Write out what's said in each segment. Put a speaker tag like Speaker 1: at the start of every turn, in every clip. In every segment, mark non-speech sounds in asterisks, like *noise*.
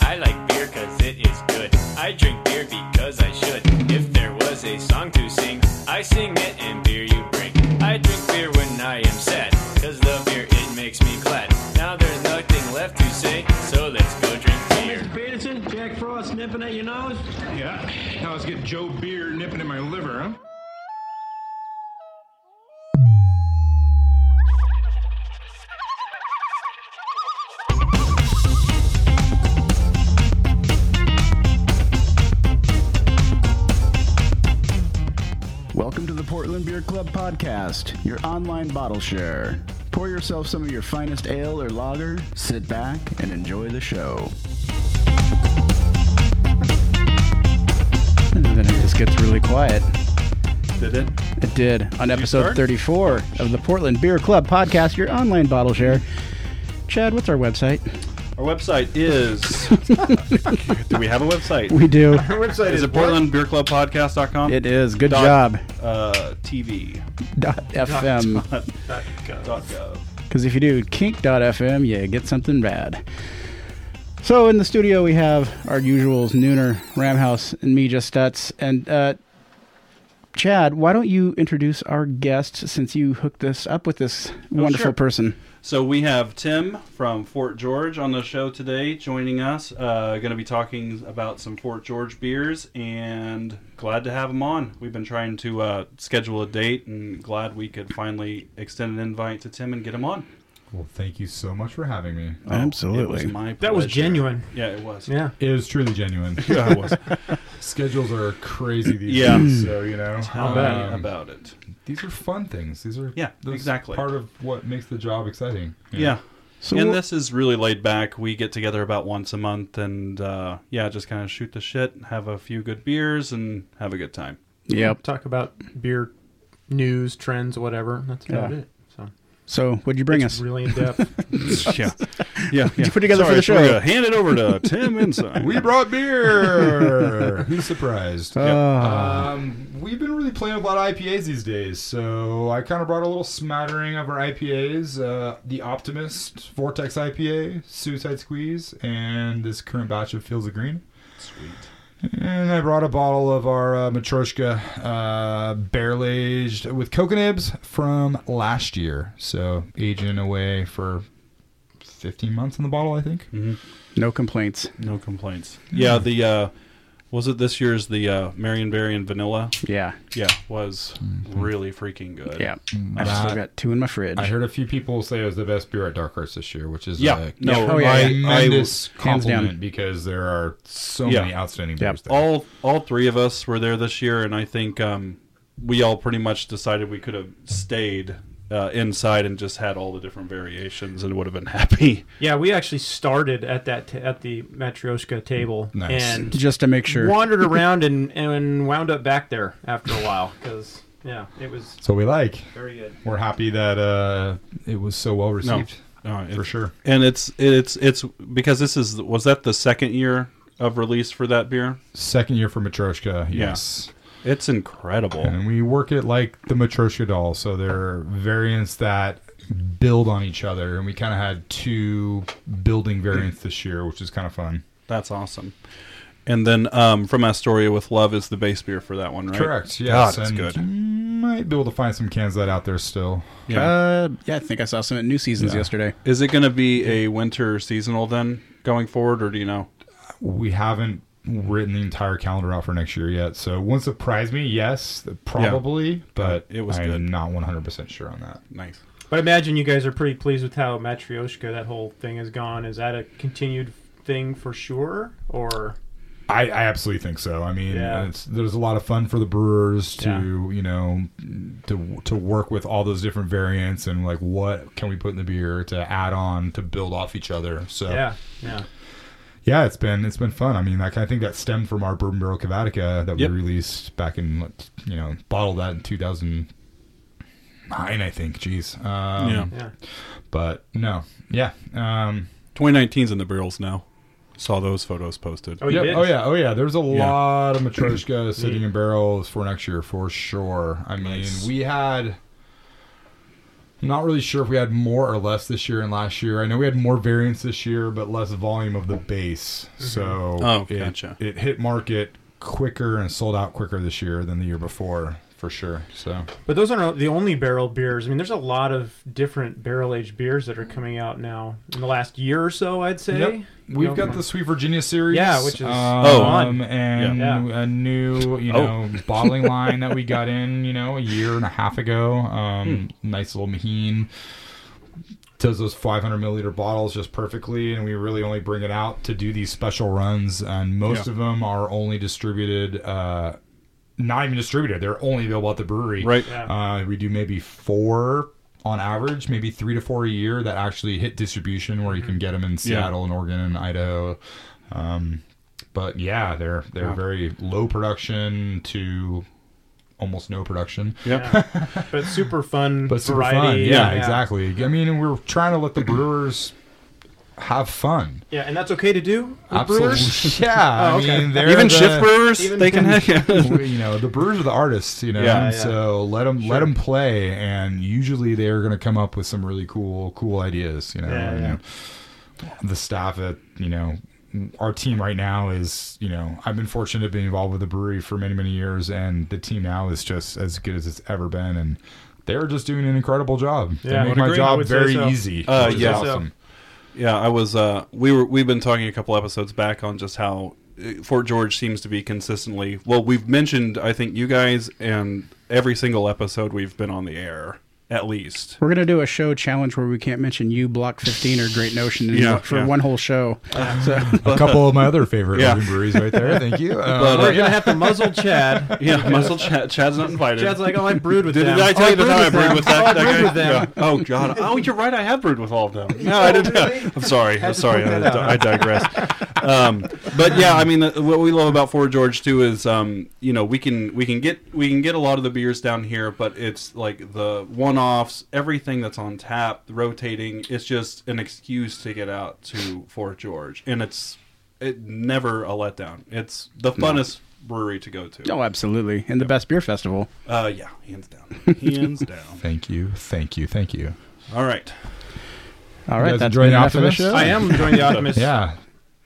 Speaker 1: I like beer cause it is good. I drink beer because I should. If there was a song to sing, I sing it and beer you bring. I drink beer when I am sad, cause the beer it makes me glad. Now there's nothing left to say, so let's go drink beer.
Speaker 2: Mr. Peterson, Jack Frost nipping at your nose.
Speaker 3: Yeah. Now let's get Joe Beer nipping in my liver, huh?
Speaker 4: Welcome to the Portland Beer Club podcast, your online bottle share. Pour yourself some of your finest ale or lager, sit back, and enjoy the show.
Speaker 5: And then it just gets really quiet.
Speaker 6: Did it?
Speaker 5: It did on episode
Speaker 6: start?
Speaker 5: 34 of the Portland Beer Club podcast, your online bottle share. Chad, what's our website?
Speaker 6: Our website
Speaker 5: *laughs*
Speaker 6: is. do we have a website? *laughs*
Speaker 5: We do.
Speaker 6: Our website is, it portlandbeerclubpodcast.com?
Speaker 5: It is. Good
Speaker 6: Dot-
Speaker 5: job.
Speaker 6: Uh, TV.
Speaker 5: *laughs* Dot *laughs* FM.
Speaker 6: Dot gov.
Speaker 5: Because if you do kink.fm, you get something bad. So in the studio, we have our usuals, Nooner, Ramhouse, and me, Just Stutz. And uh, Chad, why don't you introduce our guest since you hooked us up with this wonderful
Speaker 6: sure.
Speaker 5: person?
Speaker 6: So we have Tim from Fort George on the show today joining us. Uh, going to be talking about some Fort George beers and glad to have him on. We've been trying to uh, schedule a date and glad we could finally extend an invite to Tim and get him on.
Speaker 3: Well, thank you so much for having me.
Speaker 6: It was
Speaker 5: Absolutely.
Speaker 6: my
Speaker 2: That was
Speaker 6: pleasure.
Speaker 2: genuine.
Speaker 6: Yeah, it was.
Speaker 2: Yeah.
Speaker 3: It was truly genuine.
Speaker 6: *laughs* yeah, it was.
Speaker 3: *laughs* Schedules are crazy these
Speaker 6: Yeah.
Speaker 3: days, so you know.
Speaker 6: Tell
Speaker 3: um,
Speaker 6: me about it.
Speaker 3: These are fun things. These are
Speaker 6: Yeah,
Speaker 3: this is
Speaker 6: exactly.
Speaker 3: part of what makes the job exciting.
Speaker 6: Yeah.
Speaker 5: So
Speaker 6: and
Speaker 5: we'll-
Speaker 6: this is really laid back. We get together about once a month and, uh, yeah, just kind of shoot the shit, have a few good beers, and have a
Speaker 5: *laughs*
Speaker 6: good time.
Speaker 5: Yep.
Speaker 2: Talk about beer news, trends, whatever. That's about
Speaker 5: Yeah.
Speaker 2: it. So
Speaker 5: So what'd you bring
Speaker 2: it's
Speaker 5: us?
Speaker 2: really in
Speaker 5: *laughs*
Speaker 2: depth.
Speaker 6: yeah. Yeah. yeah.
Speaker 5: put together for
Speaker 6: Sorry,
Speaker 5: the
Speaker 6: so we're
Speaker 5: show.
Speaker 6: gonna Hand it over to
Speaker 5: *laughs*
Speaker 6: Tim Inside.
Speaker 3: We brought beer. *laughs* Who's surprised?
Speaker 6: Uh,
Speaker 5: Ah.
Speaker 3: Um, we've been really playing with a lot of IPAs these days, so I kind of brought a little smattering of our IPAs: uh, the Optimist, Vortex IPA, Suicide Squeeze, and this current batch of Fields of Green. Sweet. And I brought a bottle of our uh, Matryoshka uh, barrel aged with coconibs from last year, so aging away for. 15 months in the bottle, I think.
Speaker 5: no complaints.
Speaker 6: No complaints. Yeah, the, uh, was it this year's the uh, Marion Berry and Vanilla?
Speaker 5: Yeah.
Speaker 6: Yeah, was
Speaker 5: Mm-hmm.
Speaker 6: really freaking good.
Speaker 5: Yeah. I've still
Speaker 3: That-
Speaker 5: got two in my fridge.
Speaker 3: I heard a few people say it was the best beer at Dark Arts this year, which is uh,
Speaker 6: Yeah.
Speaker 3: a
Speaker 6: No,
Speaker 5: Oh, yeah,
Speaker 3: I,
Speaker 5: yeah.
Speaker 3: tremendous
Speaker 5: Hands down.
Speaker 3: compliment because there are so
Speaker 6: Yeah.
Speaker 3: many outstanding
Speaker 5: Yep.
Speaker 3: beers there.
Speaker 6: all all three of us were there this year, and I think um, we all pretty much decided we could have stayed uh, inside and just had all the different variations and would have been happy.
Speaker 2: yeah, we actually started at that t- at the Matryoshka table
Speaker 3: Nice.
Speaker 2: and
Speaker 5: Just to make *laughs* sure. *laughs*
Speaker 2: wandered around and and wound up back there after a while because yeah, it was
Speaker 3: so we like.
Speaker 2: very good.
Speaker 3: We're happy that uh, it was so well received
Speaker 6: Uh,
Speaker 3: for
Speaker 6: it-
Speaker 3: sure.
Speaker 6: And it's it's it's because this is was that the second year of release for that beer?
Speaker 3: Second year for Matryoshka, yes.
Speaker 6: It's incredible.
Speaker 3: And we work it like the Matryoshka doll, so they're variants that build on each other, and we kind of had two building variants this year, which is kind of fun.
Speaker 6: That's awesome. And then um, from Astoria with Love is the base beer for that one, right?
Speaker 3: Correct, yes.
Speaker 6: God, it's
Speaker 3: and uh,
Speaker 6: good.
Speaker 3: you Might be able to find some cans of that out there still.
Speaker 6: Yeah.
Speaker 5: Uh, yeah, I think I saw some at New Seasons yesterday.
Speaker 6: is it going to be a winter seasonal then going forward, or do you know?
Speaker 3: we haven't written the entire calendar out for next year yet. So one surprise me, yes, probably, but
Speaker 6: It was
Speaker 3: I'm
Speaker 6: good.
Speaker 3: not 100% sure on that.
Speaker 6: Nice.
Speaker 2: But I imagine you guys are pretty pleased with how Matryoshka that whole thing has gone. Is that a continued thing for sure, or
Speaker 3: I, I absolutely think so. I mean,
Speaker 2: Yeah.
Speaker 3: it's, there's a lot of fun for the brewers to,
Speaker 2: Yeah.
Speaker 3: you know, to to work with all those different variants and like what can we put in the beer to add on to build off each other. So
Speaker 2: yeah, yeah.
Speaker 3: yeah, it's been it's been fun. I mean, like, I think that stemmed from our Bourbon Barrel Cavatica that
Speaker 6: Yep.
Speaker 3: we released back in like, you know bottled that in 2009, I think. Jeez. Um,
Speaker 6: Yeah.
Speaker 2: Yeah.
Speaker 3: but no, yeah, um,
Speaker 6: 2019's in the barrels now. Saw those photos posted.
Speaker 2: Oh, you
Speaker 3: yep.
Speaker 2: did?
Speaker 3: oh yeah, oh yeah. There's a
Speaker 6: Yeah.
Speaker 3: lot
Speaker 2: *clears throat*
Speaker 3: of Matryoshka sitting in barrels for next year for sure. I mean,
Speaker 6: Nice.
Speaker 3: we had I'm not really sure if we had more or less this year and last year. I know we had more variants this year, but less volume of the base.
Speaker 2: Mm-hmm.
Speaker 3: So
Speaker 6: Oh,
Speaker 3: it-
Speaker 6: gotcha.
Speaker 3: It, hit market quicker and sold out quicker this year than the year before, for sure. So
Speaker 2: But those aren't the only barrel beers. I mean, there's a lot of different barrel aged beers that are coming out now in the last year or so. I'd say.
Speaker 3: Yep. we've got the Sweet Virginia series,
Speaker 2: Yeah, which is
Speaker 3: um,
Speaker 2: fun.
Speaker 3: and
Speaker 2: Yeah.
Speaker 3: a new you
Speaker 6: Oh. *laughs*
Speaker 3: know bottling line that we got in you know a year and a half ago. Um,
Speaker 6: Hmm.
Speaker 3: Nice little Maheen. does those 500 milliliter bottles just perfectly, and we really only bring it out to do these special runs, and most
Speaker 6: Yeah.
Speaker 3: of them are only distributed, uh, not even distributed. They're only available at the brewery.
Speaker 6: Right.
Speaker 3: Uh, we do maybe four on average, maybe three to four a year that actually hit distribution, where you can get them in Seattle and Oregon and Idaho. Um, but yeah, they're they're very low production to almost no production.
Speaker 6: *laughs* Yeah.
Speaker 2: But super fun
Speaker 3: But super
Speaker 2: variety.
Speaker 3: fun. Yeah, exactly. I mean, we're trying to let the brewers have fun.
Speaker 2: Yeah, and that's okay to do. with brewers?
Speaker 3: Absolutely. *laughs* Yeah.
Speaker 2: Oh, okay.
Speaker 3: I mean, they're
Speaker 6: Even
Speaker 3: the,
Speaker 6: shift brewers,
Speaker 2: even-
Speaker 6: they can have.
Speaker 3: we- you know the brewers are the artists you know
Speaker 6: Yeah.
Speaker 3: and
Speaker 2: Yeah.
Speaker 3: so let them let them play and usually they're going to come up with some really cool cool ideas you know
Speaker 2: Yeah,
Speaker 3: and the staff at you know our team right now is you know i've been fortunate to be involved with the brewery for many many years and the team now is just as good as it's ever been and they're just doing an incredible job
Speaker 2: Yeah, I
Speaker 3: they make
Speaker 2: would
Speaker 3: my
Speaker 2: agree. I
Speaker 3: job
Speaker 2: would say
Speaker 3: very
Speaker 2: so.
Speaker 3: easy
Speaker 6: Uh,
Speaker 3: which is
Speaker 6: yeah. *laughs*
Speaker 3: awesome
Speaker 6: *laughs* yeah, I was. Uh, we were. We've been talking a couple episodes back on just how uh, Fort George seems to be consistently. Well, we've mentioned. I think you guys and every single episode we've been on the air at *laughs* least.
Speaker 5: We're gonna do a show challenge where we can't mention you, Block 15, or Great Notion in-
Speaker 6: Yeah,
Speaker 5: for
Speaker 6: yeah.
Speaker 5: one whole show. So
Speaker 3: a couple of my other favorite
Speaker 6: Yeah.
Speaker 3: Oregon breweries right there thank you Uh,
Speaker 6: *laughs* But,
Speaker 2: We're
Speaker 6: uh,
Speaker 2: gonna have to
Speaker 6: *laughs*
Speaker 2: muzzle Chad.
Speaker 6: yeah, Muscle Chad, Chad's not invited.
Speaker 2: Chad's like, oh, I brewed with
Speaker 6: Did,
Speaker 2: them.
Speaker 6: did I tell
Speaker 2: oh,
Speaker 6: you the time I brewed
Speaker 2: them.
Speaker 6: with that,
Speaker 2: Oh, I
Speaker 6: that
Speaker 2: brewed
Speaker 6: guy?
Speaker 2: with them.
Speaker 6: Yeah. Oh god. Oh, you're right. I have brewed with all of them. *laughs* No, I didn't. *laughs* I'm sorry.
Speaker 2: to
Speaker 6: I'm sorry.
Speaker 2: point
Speaker 6: I,
Speaker 2: that out.
Speaker 6: I digress. um, but yeah, I mean, the, what we love about Fort George too is, um, you know, we can we can get we can get a lot of the beers down here, but it's like the one-offs, everything that's on tap, rotating. It's just an excuse to get out to Fort George, and it's it never a letdown. It's the funnest brewery to go to.
Speaker 5: oh, absolutely, and the best beer festival.
Speaker 6: Uh, yeah, hands down, *laughs* hands down.
Speaker 3: thank you thank you thank you
Speaker 6: All right.
Speaker 5: All right,
Speaker 3: guys
Speaker 5: that's
Speaker 3: enjoying
Speaker 5: been enough of the
Speaker 3: Optimus?
Speaker 5: show.
Speaker 2: I am enjoying the Optimist.
Speaker 3: yeah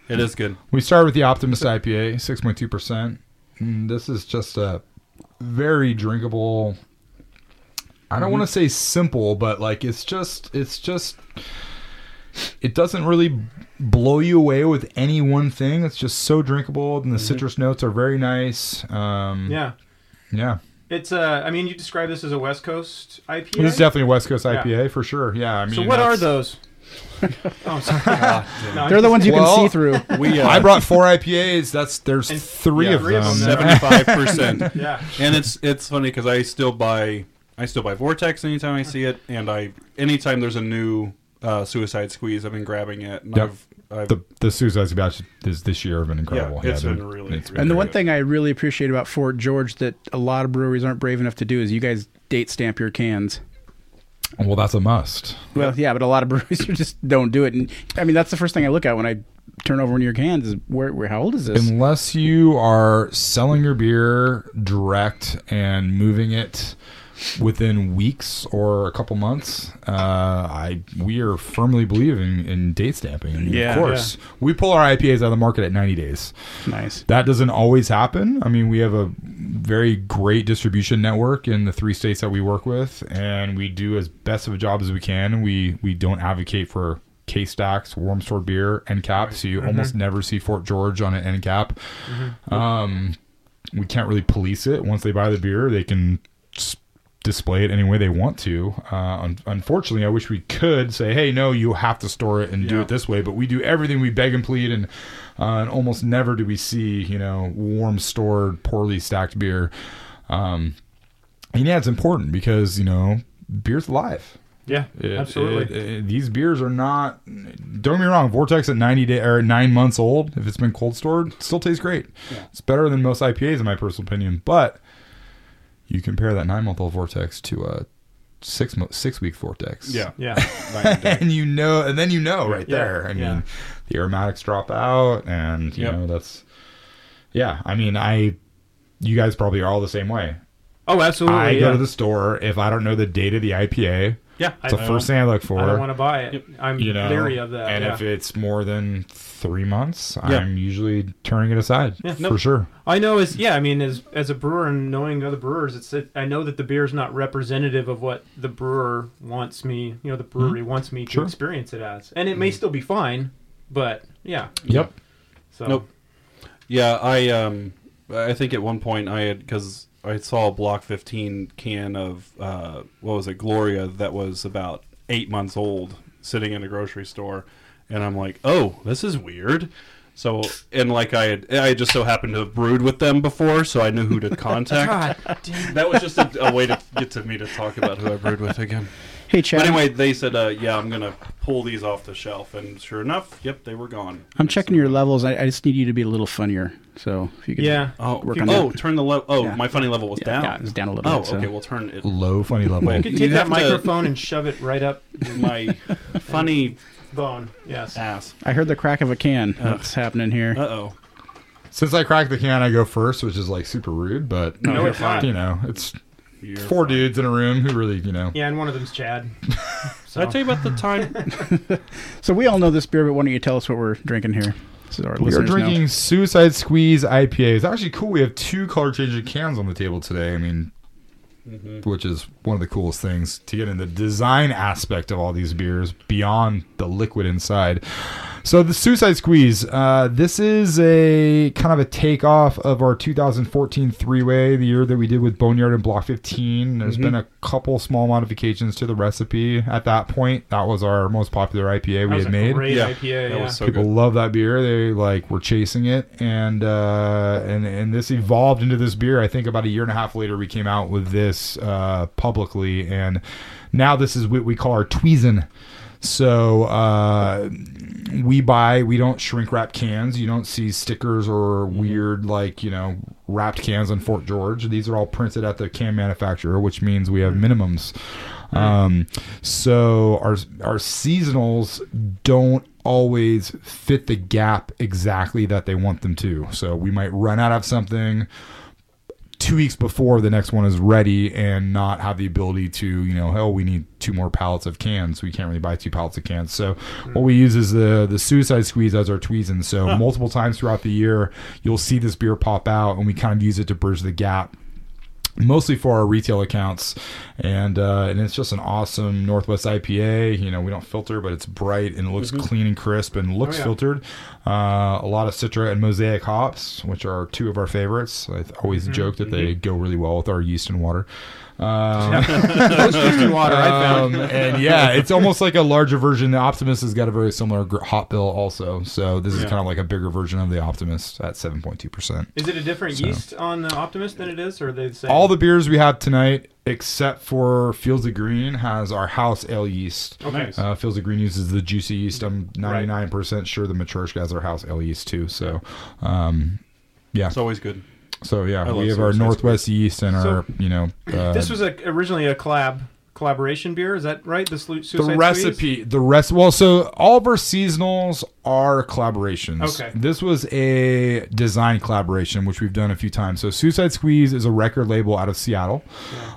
Speaker 6: It is good.
Speaker 3: We started with the Optimist IPA, 6.2%. Mm, This is just a very drinkable. I
Speaker 2: Mm-hmm.
Speaker 3: don't want to say simple, but like it's just it's just it doesn't really blow you away with any one thing. It's just so drinkable, and the citrus notes are very nice. Um,
Speaker 2: Mm-hmm. Yeah.
Speaker 3: yeah.
Speaker 2: It's uh, I mean, you describe this as a West Coast IPA.
Speaker 3: This is definitely a West Coast
Speaker 2: Yeah.
Speaker 3: IPA for sure. Yeah, I mean,
Speaker 2: so what are
Speaker 3: that's-
Speaker 6: *laughs*
Speaker 2: those? oh, sorry. No, I'm
Speaker 5: They're the
Speaker 2: just-
Speaker 5: ones you
Speaker 3: Well-
Speaker 5: can see *laughs* through.
Speaker 6: We uh,
Speaker 3: I brought four IPAs. That's there's
Speaker 2: And-
Speaker 3: three,
Speaker 2: yeah,
Speaker 3: of,
Speaker 2: three of
Speaker 3: them.
Speaker 2: them.
Speaker 3: *laughs*
Speaker 6: seventy-five percent.
Speaker 2: Yeah.
Speaker 6: And it's it's funny because I still buy I still buy Vortex anytime I see it, and I anytime there's a new uh, Suicide Squeeze, I've been grabbing it. And
Speaker 3: Yep.
Speaker 6: I've, I've
Speaker 3: The the Suicide Batch is this year have been incredible.
Speaker 6: Yeah, it's
Speaker 3: they're-
Speaker 6: been really,
Speaker 3: it's
Speaker 6: really
Speaker 5: And the one
Speaker 6: good.
Speaker 5: thing I really appreciate about Fort George that a lot of breweries aren't brave enough to do is you guys date stamp your cans.
Speaker 3: Well, that's a must.
Speaker 5: Well, yeah, but a lot of *laughs* breweries just don't do it. And I mean, that's the first thing I look at when I turn over one of your cans is where, where how old is this?
Speaker 3: Unless you are selling your beer direct and moving it within weeks or a couple months, uh, I we are firmly believing in date stamping. I mean,
Speaker 5: Yeah.
Speaker 3: of course, we pull our IPAs out of the market at 90 days.
Speaker 5: Nice.
Speaker 3: That doesn't always happen. I mean, we have a very great distribution network in the three states that we work with, and we do as best of a job as we can. We we don't advocate for case stacks, warm store beer, end cap. So you almost never see Fort George on an end cap. Um, we can't really police it. Once they buy the beer, they can s- display it any way they want to. Uh, un- unfortunately, I wish we could say, "Hey, no, you have to store it and do
Speaker 6: Yeah.
Speaker 3: it this way." But we do everything we beg and plead, and, uh, and almost never do we see you know warm stored, poorly stacked beer. Um, and yeah, it's important because you know beer's alive.
Speaker 2: Yeah,
Speaker 3: It-
Speaker 2: absolutely.
Speaker 3: it- it- these beers are not. Don't get me wrong. Vortex at ninety day or nine months old, if it's been cold stored, still tastes great. It's better than most IPAs, in my personal opinion. But you compare that nine month old Vortex to a six mo- six week Vortex,
Speaker 6: yeah
Speaker 2: yeah,
Speaker 3: *laughs* and you know, and then you know right
Speaker 2: Yeah,
Speaker 3: there. I mean,
Speaker 2: yeah.
Speaker 3: the aromatics drop out, and you
Speaker 6: Yep.
Speaker 3: know that's. Yeah, I mean, I. You guys probably are all the same way.
Speaker 2: oh, absolutely.
Speaker 3: I
Speaker 2: yeah.
Speaker 3: go to the store if I don't know the date of the IPA.
Speaker 6: Yeah.
Speaker 2: I
Speaker 3: It's the
Speaker 2: don't-
Speaker 3: first thing I look for.
Speaker 2: I don't want to buy it.
Speaker 6: Yep.
Speaker 2: I'm
Speaker 3: you know,
Speaker 2: leery of that.
Speaker 3: and
Speaker 2: yeah.
Speaker 3: if it's more than three months,
Speaker 6: Yeah.
Speaker 3: I'm usually turning it aside
Speaker 2: Yeah.
Speaker 3: for
Speaker 6: Nope.
Speaker 3: sure.
Speaker 2: I know as yeah, I mean as as a brewer and knowing other brewers, it's it, I know that the beer's not representative of what the brewer wants me, you know, the brewery wants me to
Speaker 3: Sure.
Speaker 2: experience it as, and it may still be fine, but yeah.
Speaker 3: Yep.
Speaker 2: So
Speaker 6: Nope. Yeah, I um, I think at one point I had because I saw a Block 15 can of uh, what was it, Gloria, that was about eight months old, sitting in a grocery store, and I'm like, oh, this is weird. So and like I had, I just so happened to have brewed with them before, so I knew who to contact. that was just a, a way to get to me to talk about who I brewed with again.
Speaker 5: Hey, Chad.
Speaker 6: But anyway, they said, uh, yeah, I'm gonna pull these off the shelf, and sure enough, yep, they were gone.
Speaker 5: I'm checking your levels. I, I just need you to be a little funnier. So if you could,
Speaker 2: Yeah.
Speaker 6: Oh,
Speaker 5: work
Speaker 6: you-
Speaker 5: on
Speaker 6: oh,
Speaker 5: that.
Speaker 6: turn the level. Oh,
Speaker 5: Yeah.
Speaker 6: my funny level was
Speaker 5: Yeah,
Speaker 6: down.
Speaker 5: yeah, it was down a little
Speaker 6: Oh,
Speaker 5: bit, so-
Speaker 6: okay. Well, turn it.
Speaker 3: Low funny level.
Speaker 2: You
Speaker 6: Wait.
Speaker 2: can
Speaker 6: You'd
Speaker 2: take that
Speaker 6: have to-
Speaker 2: microphone and shove it right up
Speaker 5: *laughs*
Speaker 6: My funny
Speaker 2: *laughs* bone. Yes.
Speaker 6: ass.
Speaker 5: I heard the crack of a can. That's happening here.
Speaker 6: Uh oh.
Speaker 3: Since I cracked the can, I go first, which is like super rude, but
Speaker 2: No,
Speaker 6: you're
Speaker 2: it's not.
Speaker 3: you know, it's four dudes in a room who really, you know,
Speaker 2: Yeah, and one of them's *laughs* Chad. So.
Speaker 6: Did I tell you about the time?
Speaker 5: so we all know this beer, but why don't you tell us what we're drinking here? So our
Speaker 3: We are
Speaker 5: listeners know.
Speaker 3: drinking Suicide Squeeze IPA. It's actually cool. We have two color changing cans on the table today. I mean,
Speaker 2: Mm-hmm.
Speaker 3: which is one of the coolest things to get in the design aspect of all these beers beyond the liquid inside. So the Suicide Squeeze. Uh, this is a kind of a takeoff of our 2014 three-way, the year that we did with Boneyard and Block 15. There's
Speaker 2: Mm-hmm.
Speaker 3: been a couple small modifications to the recipe at that point. That was our most popular IPA
Speaker 2: That
Speaker 3: we
Speaker 2: was
Speaker 3: had
Speaker 2: a
Speaker 3: made
Speaker 2: great
Speaker 6: Yeah.
Speaker 2: IPA.
Speaker 6: That
Speaker 2: yeah.
Speaker 6: was so
Speaker 3: people
Speaker 6: good.
Speaker 3: love that beer. They like were chasing it, and uh, and and this evolved into this beer. I think about a year and a half later, we came out with this uh, publicly, and now this is what we call our tweezin. So uh, we buy, we don't shrink wrap cans. You don't see stickers or
Speaker 6: Mm-hmm.
Speaker 3: weird like you know wrapped cans on Fort George. These are all printed at the can manufacturer, which means we have
Speaker 6: Mm-hmm.
Speaker 3: minimums. Um, so our our seasonals don't always fit the gap exactly that they want them to. So we might run out of something two weeks before the next one is ready and not have the ability to, you know, hell, we need two more pallets of cans. We can't really buy two pallets of cans. So what we use is the the suicide squeeze as our tweezin. So multiple times throughout the year, you'll see this beer pop out, and we kind of use it to bridge the gap mostly for our retail accounts and uh, and it's just an awesome northwest ipa you know we don't filter but it's bright and it looks clean and crisp and
Speaker 2: Mm-hmm. Oh,
Speaker 3: looks
Speaker 2: yeah.
Speaker 3: filtered uh, a lot of citra and mosaic hops which are two of our favorites i th- always
Speaker 2: Mm-hmm.
Speaker 3: joke that they go really well with our yeast and water um,
Speaker 2: Houston water. I found.
Speaker 3: um, and yeah, it's almost like a larger version. The Optimus has got a very similar gr- hot bill, also. So this is
Speaker 6: Yeah.
Speaker 3: kind of like a bigger version of the Optimus at seven point two percent.
Speaker 2: Is it a different yeast on the Optimist than it is, or are they the same?
Speaker 3: All the beers we have tonight, except for Fields of Green, has our house ale yeast.
Speaker 2: okay.
Speaker 6: Nice.
Speaker 3: Uh, Fields of Green uses the juicy yeast. I'm 99% sure the Matryoshka has our house ale yeast too. So, um, yeah.
Speaker 6: *laughs* It's
Speaker 3: So,
Speaker 6: always good.
Speaker 3: yeah,
Speaker 6: love
Speaker 3: we have our
Speaker 6: Suicide
Speaker 3: Northwest yeast and our, you know, uh,
Speaker 2: This was a, originally a collab collaboration beer. Is that right? The slu-
Speaker 3: the
Speaker 2: suicide Squeeze?
Speaker 3: recipe the rest well so all of our seasonals are collaborations
Speaker 2: Okay.
Speaker 3: this was a design collaboration which we've done a few times so suicide squeeze is a record label out of seattle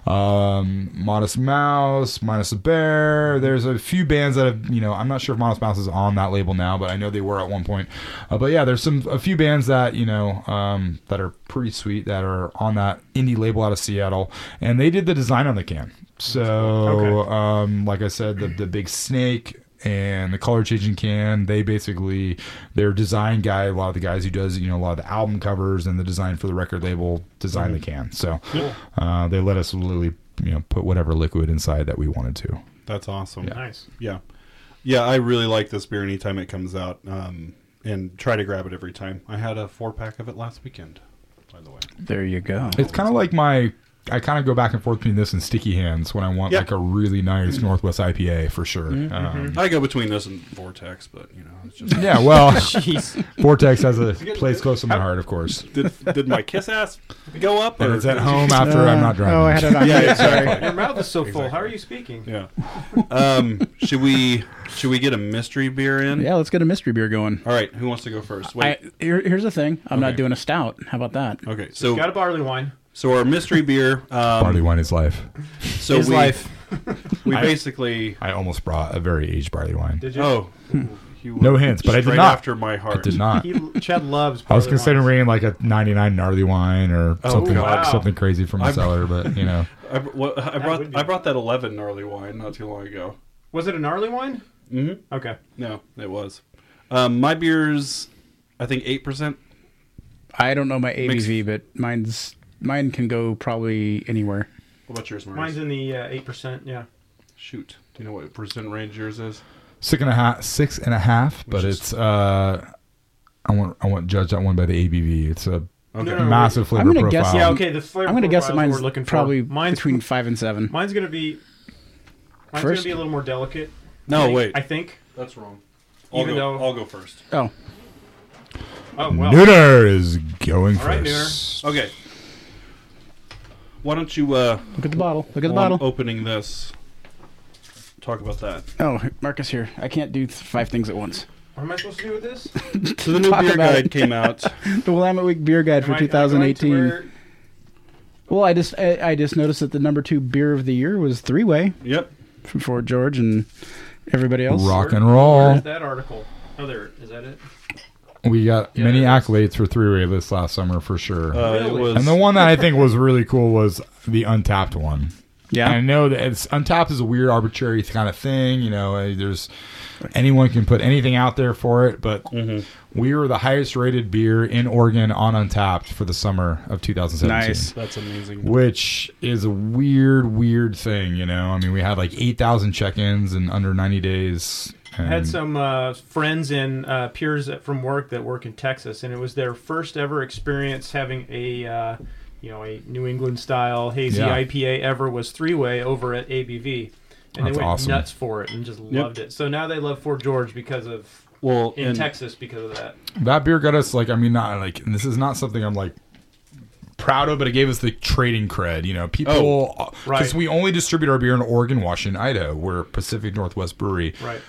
Speaker 3: um, modest mouse minus a bear there's a few bands that have you know i'm not sure if modest mouse is on that label now but i know they were at one point uh, but yeah there's some a few bands that you know um, that are pretty sweet that are on that indie label out of seattle and they did the design on the can so
Speaker 2: Okay.
Speaker 3: um, like I said, the, the big snake and the color changing can, they basically, their design guy, a lot of the guys who does, you know, a lot of the album covers and the design for the record label design the can. So uh, they let us literally, you know, put whatever liquid inside that we wanted to.
Speaker 6: That's awesome.
Speaker 2: Nice.
Speaker 6: Yeah. Yeah, I really like this beer anytime it comes out um, and try to grab it every time. I had a four pack of it last weekend, by the way.
Speaker 5: There you go.
Speaker 3: It's kind of like my, I kind of go back and forth between this and sticky hands when I want
Speaker 6: Yeah. mm-hmm.
Speaker 3: like a really nice Northwest IPA for sure. Um,
Speaker 6: I go between this and Vortex, but, you know, it's just.
Speaker 3: yeah, well,
Speaker 2: Jeez.
Speaker 3: Vortex has a place close to my heart, of course.
Speaker 6: *laughs* Did, did my kiss ass go up?
Speaker 3: And
Speaker 6: or-
Speaker 3: it's at home after I'm not driving.
Speaker 5: Oh, I had
Speaker 3: *laughs*
Speaker 5: it on.
Speaker 6: Yeah,
Speaker 5: mute,
Speaker 6: exactly.
Speaker 5: sorry.
Speaker 2: Your mouth is so full. How are you speaking?
Speaker 6: Yeah. *laughs* Um, should we should we get a mystery beer in?
Speaker 5: Yeah, let's get a mystery beer going.
Speaker 6: All right. Who wants to go first?
Speaker 5: I,
Speaker 6: Wait.
Speaker 5: here, here's the thing. I'm not
Speaker 6: Okay.
Speaker 5: doing a stout. How about that?
Speaker 6: okay. So
Speaker 2: Got a barley wine.
Speaker 6: so our mystery beer. Um,
Speaker 3: Barley wine is life.
Speaker 6: So
Speaker 2: Is
Speaker 6: we,
Speaker 2: life.
Speaker 6: We
Speaker 3: I-
Speaker 6: basically.
Speaker 3: I almost brought a very aged barley wine.
Speaker 2: Did you?
Speaker 6: Oh, you were
Speaker 3: No hints, but I did
Speaker 6: straight
Speaker 3: not.
Speaker 6: after my heart.
Speaker 3: I did not.
Speaker 2: *laughs* He, Chad loves.
Speaker 3: I was
Speaker 2: barley
Speaker 3: considering
Speaker 2: wines.
Speaker 3: bringing like a 99 gnarly wine or
Speaker 6: Oh,
Speaker 3: something
Speaker 6: wow.
Speaker 3: something crazy from the
Speaker 6: I'm-
Speaker 3: cellar, but you know.
Speaker 6: I, br- what, I
Speaker 2: would
Speaker 6: brought
Speaker 2: be-
Speaker 6: I brought that eleven gnarly wine not too long ago.
Speaker 2: Was it a gnarly wine?
Speaker 6: Mm-hmm.
Speaker 2: Okay.
Speaker 6: No, it was. Um, my beer's, I think eight percent.
Speaker 5: I don't know my ABV, but mine's mine can go probably anywhere.
Speaker 6: What about yours, Maurice?
Speaker 2: Mine's in the uh, eight percent. Yeah.
Speaker 6: Shoot, do you know what percent range yours is?
Speaker 3: Six and a half, six and a half, but
Speaker 6: is-
Speaker 3: it's uh, I want I want to judge that one by the ABV. It's a
Speaker 6: Okay.
Speaker 2: No, no, no.
Speaker 3: massive flavor
Speaker 5: I'm gonna
Speaker 3: profile.
Speaker 5: guess-
Speaker 6: Um,
Speaker 2: Yeah. Okay. The flavor.
Speaker 5: I'm gonna guess that
Speaker 2: profiles
Speaker 5: mine's
Speaker 2: we're looking for.
Speaker 5: probably
Speaker 2: mine's
Speaker 5: between five and seven.
Speaker 2: *laughs* Mine's gonna be. Mine's
Speaker 5: First?
Speaker 2: gonna be a little more delicate. I
Speaker 6: No,
Speaker 2: think-
Speaker 6: wait,
Speaker 2: I think.
Speaker 6: that's wrong. I'll
Speaker 2: Even
Speaker 6: go,
Speaker 2: though-
Speaker 6: I'll go first.
Speaker 5: Oh,
Speaker 2: Oh well.
Speaker 3: Nooner is going
Speaker 2: All right,
Speaker 3: first.
Speaker 6: Okay. Why don't you? Uh,
Speaker 5: look at the bottle. Look at the
Speaker 6: while I'm
Speaker 5: bottle.
Speaker 6: Opening this. Talk about that.
Speaker 5: Oh, Marcus here. I can't do th- five things at once. *laughs*
Speaker 2: What am I supposed to do with this?
Speaker 6: So the new
Speaker 5: Talk
Speaker 6: beer
Speaker 5: about
Speaker 6: guide
Speaker 5: it.
Speaker 6: came out.
Speaker 5: The Willamette Week Beer
Speaker 2: Am
Speaker 5: Guide for
Speaker 2: I- am I going to
Speaker 5: 2018.
Speaker 2: wear-
Speaker 5: Well, I just I, I just noticed that the number two beer of the year was Three Way
Speaker 6: Yep.
Speaker 5: from Fort George and everybody else.
Speaker 3: Rock
Speaker 2: Where-
Speaker 3: and roll.
Speaker 2: Where's that article? Oh, there. Is that it?
Speaker 3: We got
Speaker 2: Yeah,
Speaker 3: many
Speaker 2: it is.
Speaker 3: accolades for three way lists last summer for sure.
Speaker 6: Uh, it
Speaker 2: Really?
Speaker 6: was.
Speaker 3: and the
Speaker 2: *laughs*
Speaker 3: one that I think was really cool was the untapped one.
Speaker 5: Yeah,
Speaker 3: I know that it's untapped is a weird arbitrary kind of thing. You know, uh, there's anyone can put anything out there for it, but
Speaker 5: Mm-hmm.
Speaker 3: we were the highest rated beer in Oregon on untapped for the summer of 2017.
Speaker 5: nice.
Speaker 6: That's amazing.
Speaker 3: Which is a weird, weird thing, you know. I mean, we had like eight thousand check-ins in under ninety days. And
Speaker 2: I had some uh, friends and uh, peers that- from work that work in Texas, and it was their first ever experience having a, uh, you know, a New England style hazy
Speaker 3: Yeah.
Speaker 2: IPA ever was three way over at ABV, and
Speaker 3: That's
Speaker 2: they went
Speaker 3: awesome.
Speaker 2: nuts for it and just loved it. So now they love Fort George because of
Speaker 6: Well,
Speaker 2: in
Speaker 6: and-
Speaker 2: Texas because of that.
Speaker 3: that beer got us like i mean not like and this is not something i'm like proud of but it gave us the trading cred you know people because
Speaker 2: Oh, right.
Speaker 3: we only distribute our beer in oregon washington idaho we're a pacific northwest brewery
Speaker 2: Right.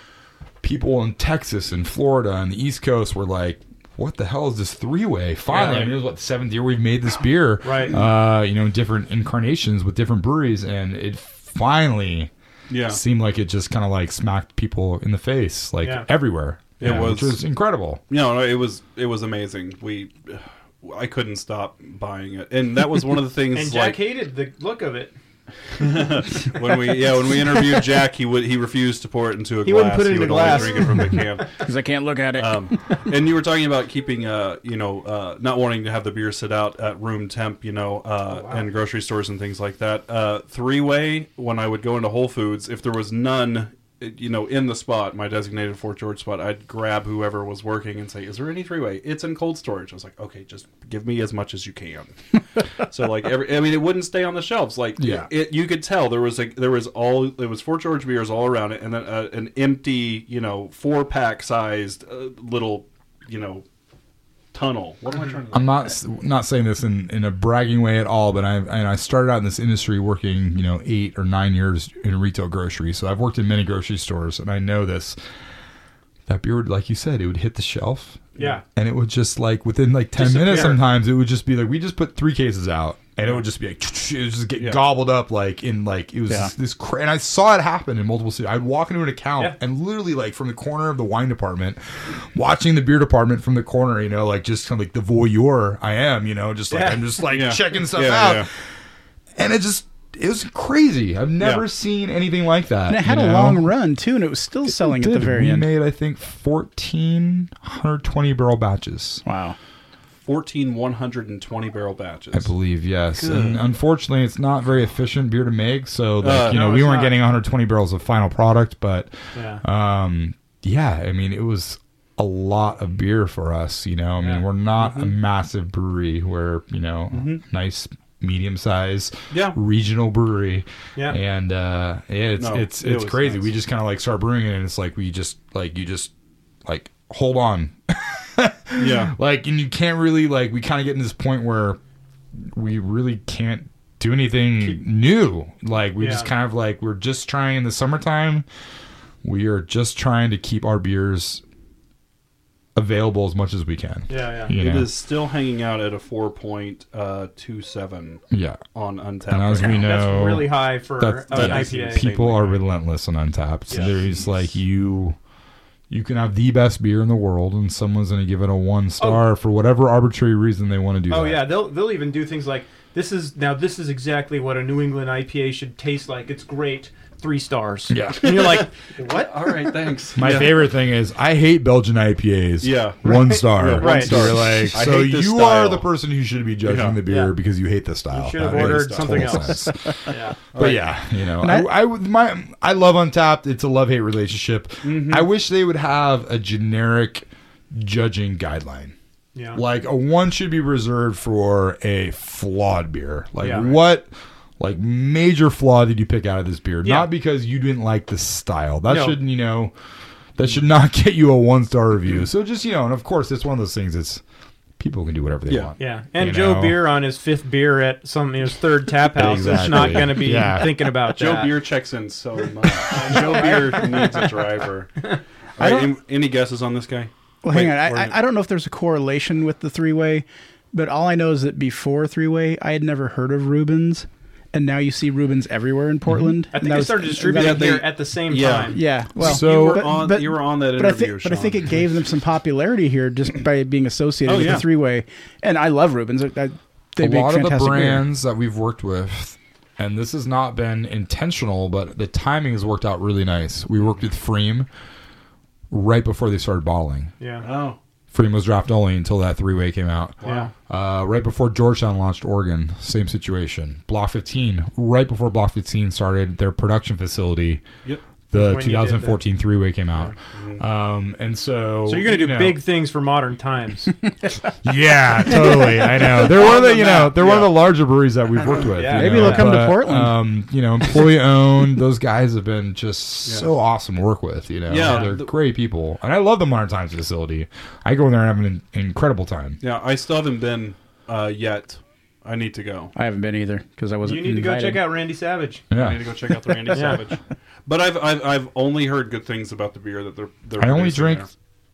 Speaker 3: people in texas and florida and the east coast were like what the hell is this three-way finally
Speaker 2: Yeah.
Speaker 3: i mean it was what the seventh year we've made this beer
Speaker 2: *gasps* Right.
Speaker 3: uh you know in different incarnations with different breweries and it finally
Speaker 6: Yeah.
Speaker 3: seemed like it just kind of like smacked people in the face like
Speaker 2: Yeah.
Speaker 3: everywhere
Speaker 6: It
Speaker 3: Yeah, which
Speaker 6: was-
Speaker 3: was incredible
Speaker 6: No, no, it was it was amazing. We, I couldn't stop buying it, and that was one of the things.
Speaker 2: And Jack
Speaker 6: like,
Speaker 2: hated the look of it.
Speaker 6: when we yeah
Speaker 2: *laughs*
Speaker 6: when we interviewed Jack, he would he refused to pour it into a
Speaker 2: He wouldn't
Speaker 6: glass.
Speaker 2: put it
Speaker 6: he
Speaker 2: in
Speaker 6: would
Speaker 2: a
Speaker 6: only
Speaker 2: glass.
Speaker 6: drink it from the can.
Speaker 5: Because I can't look at it.
Speaker 6: Um, and you were talking about keeping uh you know uh not wanting to have the beer sit out at room temp you know uh and grocery stores and things like that. Uh, three way when I would go into Whole Foods if there was none. it- You know, in the spot, my designated Fort George spot, I'd grab whoever was working and say, "Is there any three-way?" It's in cold storage. I was like, "Okay, just give me as much as you can." So like every, I mean, it wouldn't stay on the shelves. Like
Speaker 3: Yeah.
Speaker 6: it, you could tell there was like there was all there was Fort George beers all around it, and then uh, an empty, you know, four pack sized uh, little, you know, tunnel. What am I trying to?
Speaker 3: I'm not not saying this in, in a bragging way at all, but I and I started out in this industry working you know eight or nine years in retail grocery, so I've worked in many grocery stores and I know this. That beer would, like you said, it would hit the shelf,
Speaker 2: Yeah.
Speaker 3: and it would just like within like ten
Speaker 2: Disappear.
Speaker 3: minutes. Sometimes it would just be like we just put three cases out, and it would just be like *laughs* it would just get gobbled up like in like it was
Speaker 5: Yeah.
Speaker 3: this, this cra- and I saw it happen in multiple cities. I'd walk into an account
Speaker 2: Yeah.
Speaker 3: and literally like from the corner of the wine department, watching the beer department from the corner, you know, like just kind of like the voyeur I am, you know, just like
Speaker 2: Yeah.
Speaker 3: I'm just
Speaker 5: *laughs*
Speaker 3: like
Speaker 6: Yeah.
Speaker 3: checking stuff
Speaker 6: Yeah,
Speaker 3: out,
Speaker 6: yeah.
Speaker 3: and it just it was crazy. I've never
Speaker 6: Yeah.
Speaker 3: seen anything like that.
Speaker 5: and it had
Speaker 3: you
Speaker 5: a
Speaker 3: know?
Speaker 5: long run too, and it was still selling at the
Speaker 3: Did.
Speaker 5: very
Speaker 3: we
Speaker 5: end.
Speaker 3: made I think 1,420 barrel batches.
Speaker 5: wow.
Speaker 6: 14 120 barrel batches.
Speaker 3: I believe yes, and unfortunately, it's not very efficient beer to make. So, like,
Speaker 6: Uh,
Speaker 3: you know,
Speaker 2: no,
Speaker 3: we
Speaker 2: it's
Speaker 3: weren't
Speaker 2: not.
Speaker 3: getting 120 barrels of final product, but
Speaker 2: Yeah.
Speaker 3: um, yeah, I mean, it was a lot of beer for us. You know, I mean,
Speaker 2: Yeah.
Speaker 3: we're not a massive brewery. We're you know, nice medium size
Speaker 6: Yeah.
Speaker 3: regional brewery.
Speaker 2: Yeah.
Speaker 3: and uh, yeah, it's
Speaker 6: No,
Speaker 3: it's
Speaker 6: it
Speaker 3: it's
Speaker 6: was
Speaker 3: crazy.
Speaker 6: nice.
Speaker 3: We just kind of like start brewing it, and it's like we just like you just like hold on
Speaker 6: Yeah.
Speaker 3: like and you can't really like we kind of get in this point where we really can't do anything new like we just
Speaker 2: Yeah.
Speaker 3: kind of like we're just trying in the summertime we are just trying to keep our beers available as much as we can.
Speaker 2: Yeah, yeah.
Speaker 3: You
Speaker 6: It
Speaker 3: know?
Speaker 6: is still hanging out at a 4.27
Speaker 3: Yeah.
Speaker 6: on Untappd.
Speaker 3: And as
Speaker 6: right
Speaker 3: we
Speaker 6: now.
Speaker 3: know,
Speaker 2: That's really high for
Speaker 3: that's,
Speaker 2: an
Speaker 3: that's-
Speaker 2: IPA.
Speaker 3: people are relentless and untapped.
Speaker 2: Yeah.
Speaker 3: There's like you, you can have the best beer in the world, and someone's going to give it a one star for whatever arbitrary reason they want to do.
Speaker 2: Oh
Speaker 3: that.
Speaker 2: yeah, they'll they'll even do things like this is now this is exactly what a New England IPA should taste like. It's great, three stars.
Speaker 3: Yeah.
Speaker 2: *laughs* and you're like, what?
Speaker 6: All right, thanks.
Speaker 3: My
Speaker 6: Yeah.
Speaker 3: favorite thing is I hate Belgian IPAs.
Speaker 6: Yeah.
Speaker 3: one star.
Speaker 6: Yeah, one
Speaker 2: Right.
Speaker 6: star.
Speaker 3: You're like,
Speaker 6: I
Speaker 3: so
Speaker 6: hate this
Speaker 3: you
Speaker 6: style.
Speaker 3: are the person who should be judging
Speaker 6: Yeah.
Speaker 3: the beer
Speaker 2: Yeah.
Speaker 3: because you hate the style.
Speaker 2: You should have
Speaker 3: That makes
Speaker 2: ordered something
Speaker 3: total
Speaker 2: else. *laughs*
Speaker 3: sense.
Speaker 2: *laughs* Yeah,
Speaker 3: But yeah, you know,
Speaker 5: I-
Speaker 3: I, I would- my I love Untapped. It's a love hate relationship.
Speaker 2: Mm-hmm.
Speaker 3: I wish they would have a generic judging guideline.
Speaker 2: yeah.
Speaker 3: Like a one should be reserved for a flawed beer. Like
Speaker 2: Yeah.
Speaker 3: what, like major flaw did you pick out of this beer?
Speaker 2: Yeah.
Speaker 3: Not because you didn't like the style. That
Speaker 2: No.
Speaker 3: shouldn't you know. That should not *laughs* get you a one star review. So just you know, and of course, it's one of those things. It's people can do whatever they
Speaker 6: Yeah.
Speaker 3: want.
Speaker 2: Yeah, and
Speaker 3: You
Speaker 2: Joe
Speaker 3: know.
Speaker 2: Beer on his fifth beer at some his third tap house is not
Speaker 3: Exactly.
Speaker 2: going to be
Speaker 3: Yeah.
Speaker 2: thinking about
Speaker 6: Joe
Speaker 2: that.
Speaker 6: Beer checks in so
Speaker 3: *laughs*
Speaker 6: much. Joe Beer needs a driver. All right, any, any guesses on this guy?
Speaker 5: Well,
Speaker 6: Wait,
Speaker 5: hang on.
Speaker 6: we're-
Speaker 5: I- I, I don't know if there's a correlation with the three way, but all I know is that before three way, I had never heard of Rubens, and now you see Rubens everywhere in Portland.
Speaker 2: I
Speaker 5: and
Speaker 2: think
Speaker 5: that
Speaker 2: I
Speaker 5: was-
Speaker 2: started
Speaker 5: and
Speaker 2: distributing
Speaker 6: Yeah,
Speaker 5: that-
Speaker 6: they-
Speaker 2: beer at the same
Speaker 6: yeah.
Speaker 2: time.
Speaker 5: Yeah. Well,
Speaker 3: So-
Speaker 6: you were
Speaker 5: but-
Speaker 6: on
Speaker 5: but-
Speaker 6: you were on that
Speaker 5: but I
Speaker 6: interview.
Speaker 5: think, but I
Speaker 6: Sean.
Speaker 5: think it gave them some popularity here *laughs* just by being associated
Speaker 6: Oh,
Speaker 5: with
Speaker 6: yeah.
Speaker 5: the three way. And I love Rubens. I, I, they
Speaker 3: a
Speaker 5: make
Speaker 3: lot of the
Speaker 5: fantastic beer.
Speaker 3: brands that we've worked with, and this has not been intentional, but the timing has worked out really nice. We worked with Freem right before they started bottling.
Speaker 2: Yeah,
Speaker 6: Oh,
Speaker 3: Freem was draft only until that three way came out.
Speaker 2: yeah.
Speaker 3: Uh, right before Georgetown launched Oregon, same situation. Block 15, right before Block 15 started their production facility,
Speaker 6: yep.
Speaker 3: the
Speaker 2: When you did that.
Speaker 3: 2014 three way came out. Um, and so.
Speaker 2: So you're going to
Speaker 3: you
Speaker 2: do
Speaker 3: know-
Speaker 2: big things for modern times.
Speaker 3: *laughs* Yeah, totally.
Speaker 2: *laughs*
Speaker 3: I know. They're one of the you know they're one of the larger breweries that we've worked with.
Speaker 2: Yeah.
Speaker 3: you
Speaker 5: Maybe
Speaker 3: know,
Speaker 5: they'll come to
Speaker 3: but,
Speaker 5: Portland.
Speaker 3: Um, you know, employee owned. *laughs* Those guys have been just so awesome to work with. You know,
Speaker 6: Yeah.
Speaker 3: they're great people, and I love the Modern Times facility. I go in there and have an in- incredible time.
Speaker 6: Yeah, I still haven't been uh, yet. I need to go.
Speaker 5: I haven't been either because I wasn't.
Speaker 2: *laughs* you need to go
Speaker 5: invited.
Speaker 2: check out Randy Savage.
Speaker 6: I need
Speaker 3: Yeah,
Speaker 6: to go check
Speaker 5: *laughs*
Speaker 6: out the Randy Savage. But I've, I've I've only heard good things about the beer that they're. they're
Speaker 3: I only
Speaker 6: producing
Speaker 3: drink
Speaker 6: there.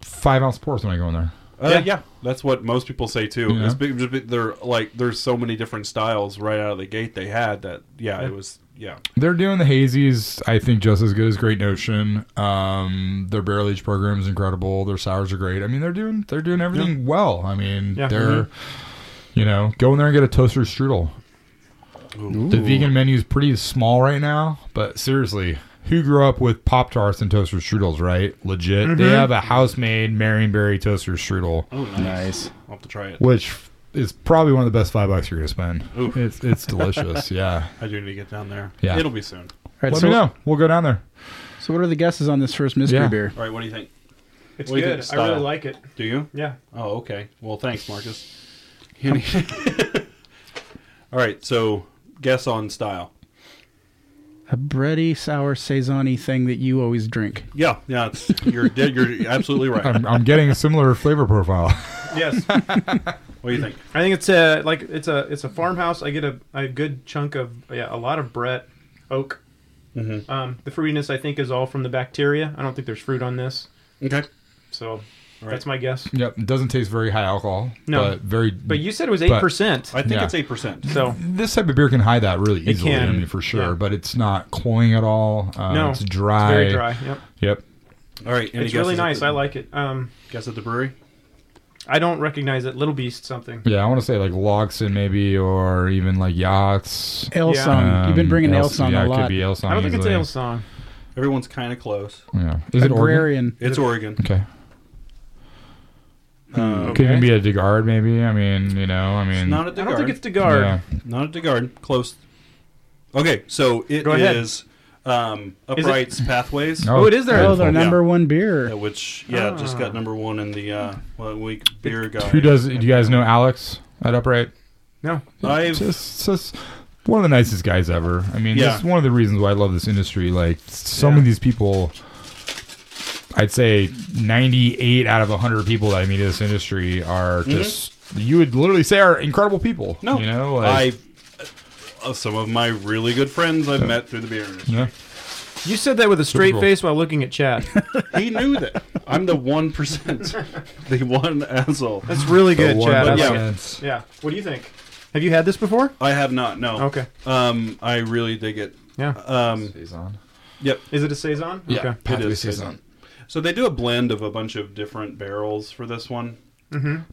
Speaker 3: five ounce pours when I go in there.
Speaker 6: Uh, yeah.
Speaker 2: Yeah.
Speaker 6: that's what most people say too.
Speaker 3: Yeah.
Speaker 6: It's big, just big- they're like there's so many different styles right out of the gate they had that yeah, it was yeah.
Speaker 3: They're doing the hazies, I think, just as good as Great Notion. Um, their barrel age program is incredible. Their sours are great. I mean, they're doing they're doing everything well. I mean,
Speaker 2: Yeah.
Speaker 3: they're you know go in there and get a toaster strudel. The vegan menu is pretty small right now, but seriously, who grew up with pop tarts and toaster strudels? Right, legit. They have a house made Marionberry toaster strudel,
Speaker 6: Oh, nice.
Speaker 5: Nice.
Speaker 6: I'll have to try it.
Speaker 3: which is probably one of the best five bucks you're gonna spend.
Speaker 6: Ooh.
Speaker 3: It's
Speaker 2: *laughs*
Speaker 3: it's delicious. yeah,
Speaker 6: I do need to get down there.
Speaker 3: Yeah.
Speaker 6: it'll be soon.
Speaker 5: All right,
Speaker 3: let
Speaker 5: so,
Speaker 3: me know. We'll go down there.
Speaker 5: so, what are the guesses on this first mystery
Speaker 3: Yeah.
Speaker 5: beer?
Speaker 6: All right, what do you think?
Speaker 2: It's
Speaker 6: What do you
Speaker 2: good.
Speaker 6: think,
Speaker 2: I really
Speaker 6: style?
Speaker 2: like it.
Speaker 6: Do you?
Speaker 2: Yeah.
Speaker 6: Oh, okay. Well, thanks, *laughs* Marcus. All right, so guess on style.
Speaker 5: A bready, sour, saison thing that you always drink.
Speaker 6: Yeah, yeah, it's, you're you're absolutely
Speaker 3: *laughs*
Speaker 6: right.
Speaker 3: I'm, I'm getting a similar
Speaker 2: *laughs*
Speaker 3: flavor profile.
Speaker 2: Yes.
Speaker 6: What do you think?
Speaker 2: I think it's a like it's a it's a farmhouse. I get a, a good chunk of yeah a lot of Brett oak.
Speaker 6: Mhm.
Speaker 2: Um, the fruitiness I think is all from the bacteria. I don't think there's fruit on this,
Speaker 6: Okay.
Speaker 2: so
Speaker 6: right.
Speaker 2: that's my guess.
Speaker 3: Yep, it doesn't taste very high alcohol.
Speaker 2: No.
Speaker 3: but very.
Speaker 2: But you said it was
Speaker 3: But-
Speaker 2: eight percent,
Speaker 6: I think
Speaker 3: Yeah.
Speaker 6: it's eight percent.
Speaker 2: so
Speaker 3: this type of beer can hide that really easily.
Speaker 2: can,
Speaker 3: I mean, for sure.
Speaker 2: yeah.
Speaker 3: But it's not cloying at all. Uh,
Speaker 2: No,
Speaker 3: it's
Speaker 2: it's
Speaker 3: dry.
Speaker 2: very dry. Yep,
Speaker 3: Yep.
Speaker 6: All right, any
Speaker 2: it's really
Speaker 6: guesses at
Speaker 2: nice.
Speaker 6: the-
Speaker 2: I like it. Um,
Speaker 6: guess at the brewery.
Speaker 2: I don't recognize it. Little Beast something.
Speaker 3: Yeah, I want to say like Logson maybe, or even like Yachts.
Speaker 5: Ale
Speaker 2: Yeah.
Speaker 5: song. You've been
Speaker 3: Um,
Speaker 5: bringing ale
Speaker 3: Elson-
Speaker 5: song
Speaker 3: yeah,
Speaker 5: a
Speaker 3: it
Speaker 5: lot.
Speaker 3: could be Elson
Speaker 2: I don't think it's
Speaker 3: easily.
Speaker 2: ale song.
Speaker 6: Everyone's kind of close.
Speaker 3: Yeah. Is it Oregon?
Speaker 5: Agrarian.
Speaker 6: It's Oregon.
Speaker 3: Okay.
Speaker 6: Uh,
Speaker 3: Could even be a Degard maybe. I mean, you know, I mean.
Speaker 6: not a
Speaker 2: I don't think
Speaker 6: Degard.
Speaker 2: it's Degard.
Speaker 3: Yeah.
Speaker 6: Not a Degard. Close. Okay, so it
Speaker 2: Go ahead.
Speaker 6: is um,
Speaker 2: it-
Speaker 6: Upright's Pathways,
Speaker 2: Oh, it is there.
Speaker 5: Oh,
Speaker 3: beautiful.
Speaker 5: their number one
Speaker 6: uh,
Speaker 5: beer.
Speaker 6: which yeah just got number one in the uh, well, week beer guy.
Speaker 3: Who does? Do you guys know Alex at Upright?
Speaker 2: No,
Speaker 6: I've
Speaker 3: just, just one of the nicest guys ever. I mean,
Speaker 6: Yeah.
Speaker 3: this is one of the reasons why I love this industry. Like, so many of these people, I'd say 98 out of 100 people that I meet in this industry are just, you would literally say are incredible people.
Speaker 6: no,
Speaker 3: You know, like,
Speaker 6: I've uh, some of my really good friends I've met through the beer. industry.
Speaker 3: yeah.
Speaker 2: You said that with a straight
Speaker 3: roll.
Speaker 2: face while looking at
Speaker 3: *laughs*
Speaker 2: Chad.
Speaker 6: He knew that. I'm the one percent, *laughs* the one asshole.
Speaker 2: That's really good, Chad. I
Speaker 6: yeah.
Speaker 2: like it. yeah. What do you think? Have you had this before?
Speaker 6: I have not. No.
Speaker 2: Okay.
Speaker 6: Um, I really dig it.
Speaker 2: Yeah.
Speaker 6: Um,
Speaker 3: Saison.
Speaker 6: yep.
Speaker 2: Is it a saison? Okay.
Speaker 6: It
Speaker 3: Pathway
Speaker 6: is
Speaker 3: Saison.
Speaker 6: So they do a blend of a bunch of different barrels for this one.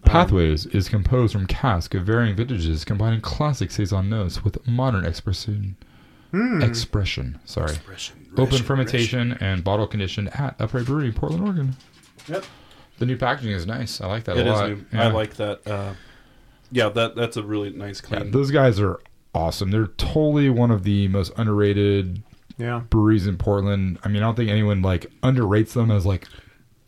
Speaker 3: Pathways is composed from casks of varying vintages, combining classic Saison notes with modern expression.
Speaker 6: Hmm.
Speaker 3: Expression. Sorry. Open fermentation and bottle conditioned at Upright Brewery, Portland, Oregon.
Speaker 6: Yep.
Speaker 3: The new packaging is nice. I like that
Speaker 6: It
Speaker 3: a
Speaker 6: is.
Speaker 3: lot.
Speaker 6: New.
Speaker 3: Yeah.
Speaker 6: I like that. Uh, yeah, that that's a really nice
Speaker 3: Yeah,
Speaker 6: clean.
Speaker 3: those guys are awesome. They're totally one of the most underrated
Speaker 2: Yeah.
Speaker 3: breweries in Portland. I mean, I don't think anyone like underrates them as like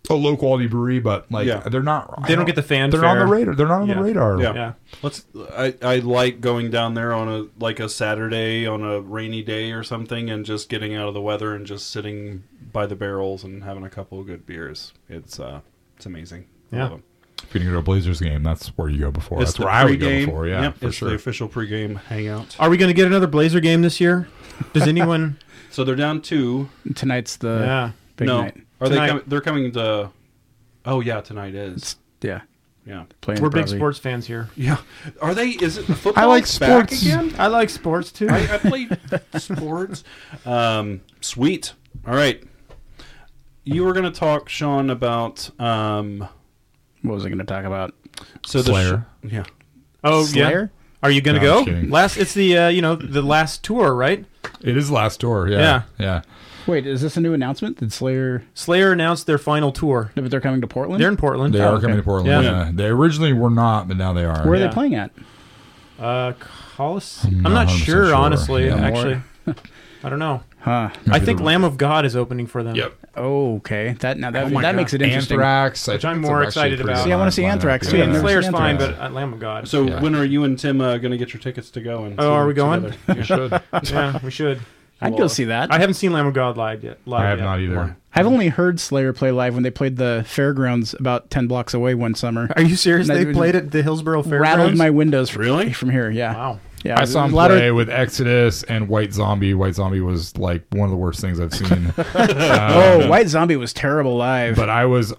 Speaker 3: a low quality brewery, but like
Speaker 6: Yeah.
Speaker 3: they're not. I
Speaker 2: They don't get the fanfare.
Speaker 3: They're on the radar. They're not on
Speaker 2: Yeah.
Speaker 3: the radar.
Speaker 6: Yeah.
Speaker 2: Yeah.
Speaker 6: Let's. I, I like going down there on a like a Saturday on a rainy day or something, and just getting out of the weather and just sitting by the barrels and having a couple of good beers. It's uh, it's amazing. I
Speaker 2: Yeah.
Speaker 6: love 'em.
Speaker 3: If you're gonna go to a Blazers game, that's where you go before.
Speaker 6: It's
Speaker 3: that's
Speaker 6: the
Speaker 3: where I would go
Speaker 6: pregame.
Speaker 3: before. Yeah,
Speaker 6: Yep,
Speaker 3: for
Speaker 6: it's the
Speaker 3: sure.
Speaker 6: official pregame hangout.
Speaker 2: Are we going to get another Blazer game this year? Does
Speaker 3: *laughs*
Speaker 2: anyone?
Speaker 6: So they're down two.
Speaker 5: Tonight's
Speaker 3: Uh,
Speaker 5: the
Speaker 2: yeah.
Speaker 5: big
Speaker 6: no,
Speaker 5: night.
Speaker 6: are
Speaker 2: Tonight.
Speaker 6: they? Com- they're coming to. Oh yeah, tonight is.
Speaker 5: It's, yeah,
Speaker 6: Yeah.
Speaker 5: playing.
Speaker 2: We're big
Speaker 5: probably.
Speaker 2: sports fans here.
Speaker 6: Yeah. Are they? Is it the football?
Speaker 3: like
Speaker 6: back
Speaker 3: sports.
Speaker 6: again.
Speaker 2: I like sports too.
Speaker 6: I, I played sports. Um, sweet. All right. You were going to talk, Sean, about um,
Speaker 5: What was I going to talk about?
Speaker 6: so
Speaker 3: Slayer.
Speaker 6: The sh- yeah.
Speaker 2: Oh
Speaker 5: Slayer?
Speaker 2: yeah. Are you gonna
Speaker 3: No, I'm just
Speaker 2: go?
Speaker 3: kidding.
Speaker 2: Last it's the uh, you know the last tour right?
Speaker 3: It is last tour. Yeah,
Speaker 2: Yeah.
Speaker 3: yeah.
Speaker 5: Wait, is this a new announcement? Did Slayer?
Speaker 2: Slayer announced their final tour.
Speaker 5: But they're coming to Portland.
Speaker 2: They're in Portland.
Speaker 3: They
Speaker 6: Oh,
Speaker 3: are coming to Portland.
Speaker 2: Yeah.
Speaker 3: Yeah. they originally were not, but now they are.
Speaker 5: Where are
Speaker 2: Yeah.
Speaker 5: they playing at?
Speaker 2: Uh, Colise-
Speaker 3: I'm
Speaker 2: I'm not
Speaker 3: not 100%
Speaker 2: sure,
Speaker 3: sure.
Speaker 2: honestly.
Speaker 3: Yeah.
Speaker 2: Actually,
Speaker 3: *laughs*
Speaker 2: I don't know.
Speaker 5: Huh.
Speaker 2: I think Lamb of God is opening for them.
Speaker 3: Yep.
Speaker 5: Oh, okay. That now that,
Speaker 2: Oh my
Speaker 5: that
Speaker 2: God.
Speaker 5: makes it interesting.
Speaker 3: Anthrax, I
Speaker 2: Which
Speaker 3: think
Speaker 2: I'm
Speaker 3: it's
Speaker 2: more
Speaker 3: actually
Speaker 2: excited
Speaker 3: pretty
Speaker 2: about.
Speaker 5: See, I wanna
Speaker 3: solid
Speaker 5: see
Speaker 3: lineup.
Speaker 5: Anthrax,
Speaker 2: I
Speaker 5: too.
Speaker 3: Yeah.
Speaker 5: I've
Speaker 2: mean,
Speaker 5: never
Speaker 2: Slayer's
Speaker 5: seen
Speaker 2: fine,
Speaker 5: Anthrax.
Speaker 2: but uh, Lamb of God.
Speaker 6: So
Speaker 3: Yeah.
Speaker 6: when are you and Tim uh, going to get your tickets to go? And
Speaker 2: Oh,
Speaker 6: see
Speaker 2: are
Speaker 6: them
Speaker 2: we going?
Speaker 6: together?
Speaker 3: You should.
Speaker 2: yeah, we should.
Speaker 5: I'd go see that.
Speaker 2: I haven't seen Lamb of God live yet. Live
Speaker 3: I have
Speaker 2: yet.
Speaker 3: not either.
Speaker 5: I've only heard Slayer play live when they played the fairgrounds about ten blocks away one summer.
Speaker 2: Are you serious?
Speaker 5: And I
Speaker 2: They
Speaker 5: didn't-
Speaker 2: played at the Hillsborough Fairgrounds.
Speaker 5: rattled my windows
Speaker 6: Really?
Speaker 5: from here. Yeah,
Speaker 2: Wow.
Speaker 5: yeah.
Speaker 3: I saw
Speaker 5: a
Speaker 3: him
Speaker 5: lot
Speaker 3: play
Speaker 5: of
Speaker 3: with Exodus and White Zombie. White Zombie was like one of the worst things I've
Speaker 6: *laughs*
Speaker 3: seen.
Speaker 2: uh,
Speaker 5: oh, White Zombie was terrible live.
Speaker 3: but I was,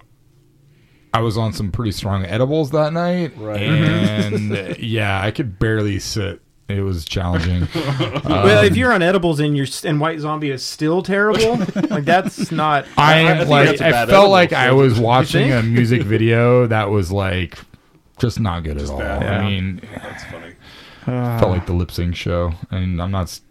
Speaker 3: I was on some pretty strong edibles that night,
Speaker 6: Right. Mm-hmm. *laughs*
Speaker 3: and yeah, I could barely sit. It was challenging.
Speaker 5: Uh,
Speaker 2: well, if you're on edibles and you're s- and White Zombie is still
Speaker 5: *laughs*
Speaker 2: terrible, like that's not.
Speaker 3: I am
Speaker 6: think
Speaker 3: like,
Speaker 6: that's a
Speaker 3: I
Speaker 6: bad
Speaker 3: felt
Speaker 6: edible,
Speaker 3: like
Speaker 6: so-
Speaker 3: I was watching
Speaker 2: think?
Speaker 3: a music
Speaker 6: *laughs*
Speaker 3: video that was like just not good at all.
Speaker 6: bad.
Speaker 3: I mean,
Speaker 6: That's funny.
Speaker 3: *sighs* felt like the lip sync show, and I'm not. s-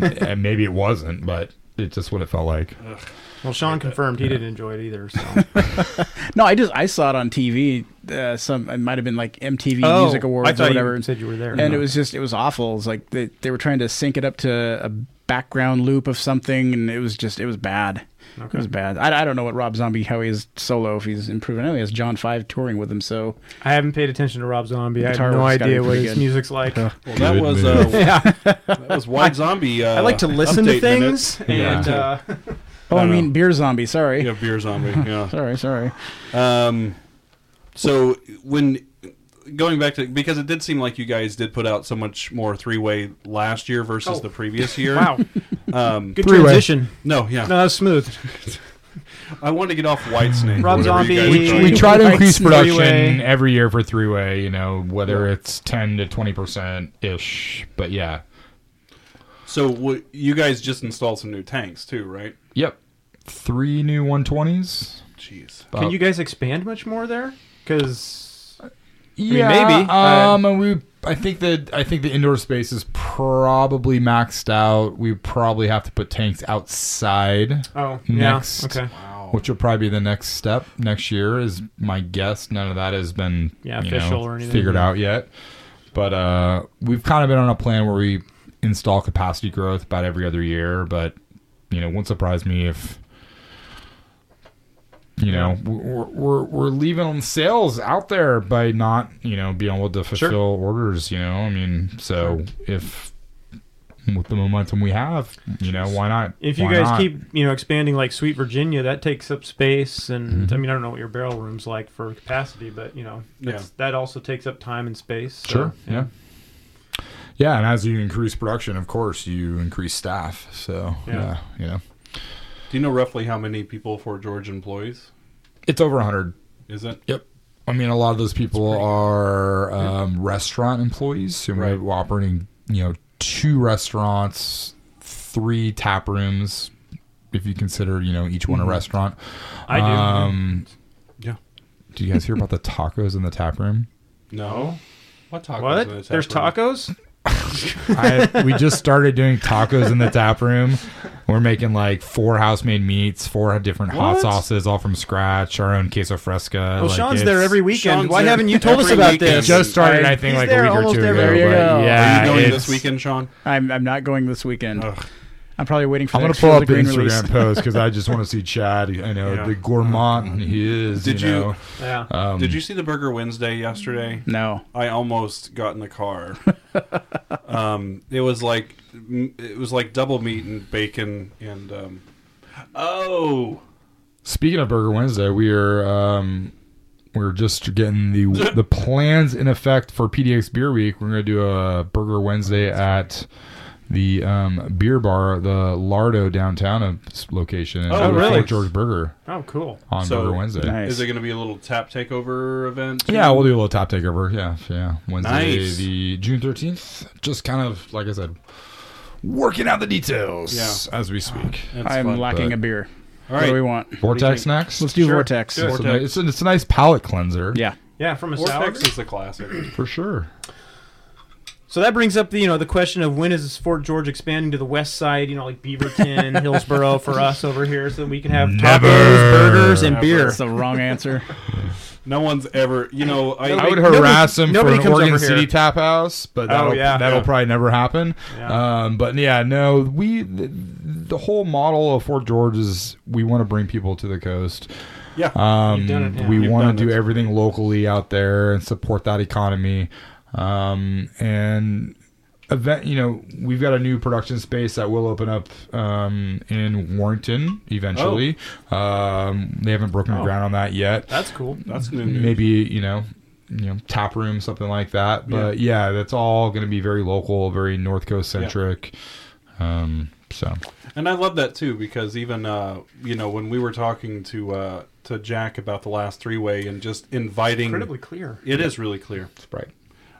Speaker 3: and maybe it wasn't, but it's just what it felt like.
Speaker 6: Uh,
Speaker 2: Well, Sean confirmed he didn't enjoy it either.
Speaker 5: *laughs*
Speaker 2: So.
Speaker 5: no, I just I saw it on TV. Uh, some it might have been like MTV Music
Speaker 2: Oh, I
Speaker 5: Awards or
Speaker 2: thought
Speaker 5: whatever.
Speaker 2: you said you were there.
Speaker 5: and it was just it was awful. It was like they, they were trying to sync it up to a background loop of something, and it was just it was bad. It was bad. I, I don't know what Rob Zombie how he is solo if he's improving. I know he has John Five touring with him, so
Speaker 2: I haven't paid attention to Rob Zombie. I have
Speaker 5: Guitar
Speaker 2: no
Speaker 5: work's gotta
Speaker 2: idea
Speaker 5: be
Speaker 2: what
Speaker 5: pretty
Speaker 2: his
Speaker 5: good.
Speaker 2: music's
Speaker 5: *laughs*
Speaker 2: like.
Speaker 6: Well, that
Speaker 3: Good
Speaker 6: was
Speaker 3: move.
Speaker 6: uh,
Speaker 2: *laughs* yeah,
Speaker 6: that was White Zombie. Uh,
Speaker 2: I like to listen to things, and
Speaker 3: Yeah.
Speaker 2: uh,
Speaker 5: *laughs* oh, I
Speaker 6: don't
Speaker 5: mean
Speaker 6: know.
Speaker 5: Beer Zombie. Sorry,
Speaker 6: *laughs* Yeah, beer zombie. Yeah.
Speaker 5: sorry, sorry.
Speaker 6: Um, so when going back to because it did seem like you guys did put out so much more three way last year versus
Speaker 2: Oh.
Speaker 6: the previous year.
Speaker 2: wow,
Speaker 6: Um,
Speaker 2: good
Speaker 3: Three-way.
Speaker 2: transition.
Speaker 6: no, yeah.
Speaker 2: No, that was smooth.
Speaker 6: I wanted to get off White Snake.
Speaker 2: Rob Zombie-
Speaker 3: We,
Speaker 2: Yeah.
Speaker 3: we try to
Speaker 5: Right,
Speaker 3: increase production
Speaker 2: three-way.
Speaker 3: every year for three way, you know, whether it's 10 to 20% ish. But yeah.
Speaker 6: so w- you guys just installed some new tanks too, right?
Speaker 3: Yep. Three new 120s.
Speaker 6: Jeez.
Speaker 3: About-
Speaker 2: Can you guys expand much more there? Because
Speaker 3: Yeah,
Speaker 2: maybe, but-
Speaker 3: Um, and we, I think that I think the indoor space is probably maxed out. We probably have to put tanks outside,
Speaker 2: oh
Speaker 3: Next.
Speaker 2: yeah, okay,
Speaker 6: Wow.
Speaker 3: which will probably be the next step next year. Is my guess. None of that has been
Speaker 2: Yeah,
Speaker 3: you
Speaker 2: official
Speaker 3: know,
Speaker 2: or anything.
Speaker 3: figured out yet. But uh, we've kind of been on a plan where we install capacity growth about every other year. But you know, wouldn't surprise me if you know we're we're, we're leaving sales out there by not you know being able to fulfill orders. You know, I mean, so if with the momentum we have, you know, why not?
Speaker 2: If you
Speaker 3: Why
Speaker 2: guys
Speaker 3: not?
Speaker 2: keep you know expanding like Sweet Virginia, that takes up space, and
Speaker 3: Mm-hmm.
Speaker 2: I mean I don't know what your barrel room's like for capacity, but you know that's, that also takes up time and space. so,
Speaker 3: Sure. yeah. Yeah, and as you increase production, of course, you increase staff. So
Speaker 2: Yeah.
Speaker 3: yeah, you know,
Speaker 6: Do you know roughly how many people Fort George employs?
Speaker 3: It's over 100.
Speaker 6: Is it?
Speaker 3: Yep. I mean, a lot of those people are um, restaurant employees who
Speaker 6: Right.
Speaker 3: are operating, you know, two restaurants, three tap rooms, if you consider, you know, each one a restaurant.
Speaker 2: Mm-hmm. I do.
Speaker 3: Um,
Speaker 6: Yeah.
Speaker 3: do you guys hear about the tacos in the tap room?
Speaker 6: No. What Oh, tacos? in the
Speaker 2: what?
Speaker 6: tap
Speaker 2: There's
Speaker 6: room?
Speaker 2: tacos?
Speaker 3: I, we just started doing tacos in the tap room. We're making like four house made meats, four different hot
Speaker 2: What?
Speaker 3: sauces, all from scratch, our own queso fresca.
Speaker 2: Well,
Speaker 3: like,
Speaker 2: Sean's
Speaker 3: it's-
Speaker 2: there every weekend.
Speaker 6: Sean's
Speaker 2: Why
Speaker 6: there
Speaker 2: haven't you
Speaker 6: *laughs*
Speaker 2: told us
Speaker 6: every
Speaker 2: about
Speaker 6: weekend.
Speaker 2: this?
Speaker 3: It just started,
Speaker 2: I-
Speaker 3: I think,
Speaker 2: he's
Speaker 3: like
Speaker 2: there
Speaker 3: a week or
Speaker 2: almost
Speaker 3: two ago.
Speaker 2: every-
Speaker 5: There you
Speaker 3: but
Speaker 5: go.
Speaker 3: Yeah,
Speaker 6: Are you going
Speaker 3: it's-
Speaker 6: this weekend, Sean?
Speaker 5: I'm, I'm not going this weekend.
Speaker 6: Ugh.
Speaker 5: I'm probably waiting for
Speaker 3: I'm gonna
Speaker 5: the next
Speaker 3: pull up
Speaker 5: Field of
Speaker 3: the
Speaker 5: Green
Speaker 3: Instagram
Speaker 5: release.
Speaker 3: post because I just want to see Chad. I know
Speaker 6: Yeah.
Speaker 3: the
Speaker 2: Mm-hmm.
Speaker 3: gourmand he is.
Speaker 6: Did
Speaker 3: you?
Speaker 6: you-
Speaker 3: know.
Speaker 2: Yeah.
Speaker 3: Um,
Speaker 6: Did you see the Burger Wednesday yesterday?
Speaker 5: No.
Speaker 6: I almost got in
Speaker 3: *laughs*
Speaker 6: the car. um, it was like it was like double meat and bacon and um, oh
Speaker 3: Speaking of Burger Wednesday, we are um, we're just getting the the plans in effect for PDX Beer Week. We're gonna do a Burger Wednesday at the um, beer bar, the Lardo downtown of s- location. in
Speaker 6: Oh,
Speaker 3: Fort
Speaker 2: really?
Speaker 3: George Burger
Speaker 2: Oh, cool.
Speaker 3: on
Speaker 6: So-
Speaker 3: Burger Wednesday.
Speaker 5: Nice.
Speaker 6: is it going to be a little tap takeover event?
Speaker 3: Yeah, we'll do a little top takeover. Yeah, yeah. Wednesday,
Speaker 6: Nice.
Speaker 3: the June thirteenth. Just kind of like I said, working out the details.
Speaker 6: Yeah.
Speaker 3: as we speak.
Speaker 6: That's
Speaker 5: I'm
Speaker 6: fun.
Speaker 5: lacking
Speaker 3: but-
Speaker 5: a beer.
Speaker 6: All
Speaker 5: What do we
Speaker 6: right,
Speaker 5: want?
Speaker 3: Vortex next.
Speaker 5: Let's do
Speaker 2: Sure.
Speaker 5: Vortex.
Speaker 2: Do it.
Speaker 3: It's a, nice, it's, a, it's a nice palate cleanser.
Speaker 5: Yeah.
Speaker 2: Yeah, from a sour.
Speaker 6: Vortex is the classic.
Speaker 3: for sure.
Speaker 2: So that brings up the you know the question of when is Fort George expanding to the west side? You know, like
Speaker 3: *laughs*
Speaker 2: Beaverton, Hillsboro for us over here, so that we can have
Speaker 3: Never.
Speaker 2: tacos, burgers, and
Speaker 6: Never.
Speaker 2: beer.
Speaker 5: That's the wrong answer.
Speaker 6: No one's ever, you know, I,
Speaker 3: I would
Speaker 2: Nobody-
Speaker 3: harass him
Speaker 2: nobody
Speaker 3: for an
Speaker 2: comes
Speaker 3: Oregon
Speaker 2: over here.
Speaker 3: City tap house, but
Speaker 2: Oh,
Speaker 3: that'll,
Speaker 2: yeah.
Speaker 3: that'll
Speaker 6: Yeah.
Speaker 3: probably never happen.
Speaker 2: Yeah.
Speaker 3: Um, but yeah, no, we the, the whole model of Fort George is we want to bring people to the coast.
Speaker 6: yeah.
Speaker 3: Um,
Speaker 2: You've done it, yeah.
Speaker 3: We
Speaker 6: You've
Speaker 3: want
Speaker 6: done
Speaker 3: to do
Speaker 6: it.
Speaker 3: everything locally out there and support that economy. Um, and event, you know, we've got a new production space that will open up um, in Warrington eventually. Um, they haven't broken
Speaker 2: Oh.
Speaker 3: ground on that yet
Speaker 2: That's cool.
Speaker 3: Mm.
Speaker 6: that's gonna be
Speaker 3: maybe you know you know tap room something like that but yeah, that's all going to be very local very north coast centric um so
Speaker 6: And I love that too because even uh, you know when we were talking to uh, to Jack about the last three way and just inviting,
Speaker 2: Incredibly clear.
Speaker 6: it is really clear.
Speaker 3: sprite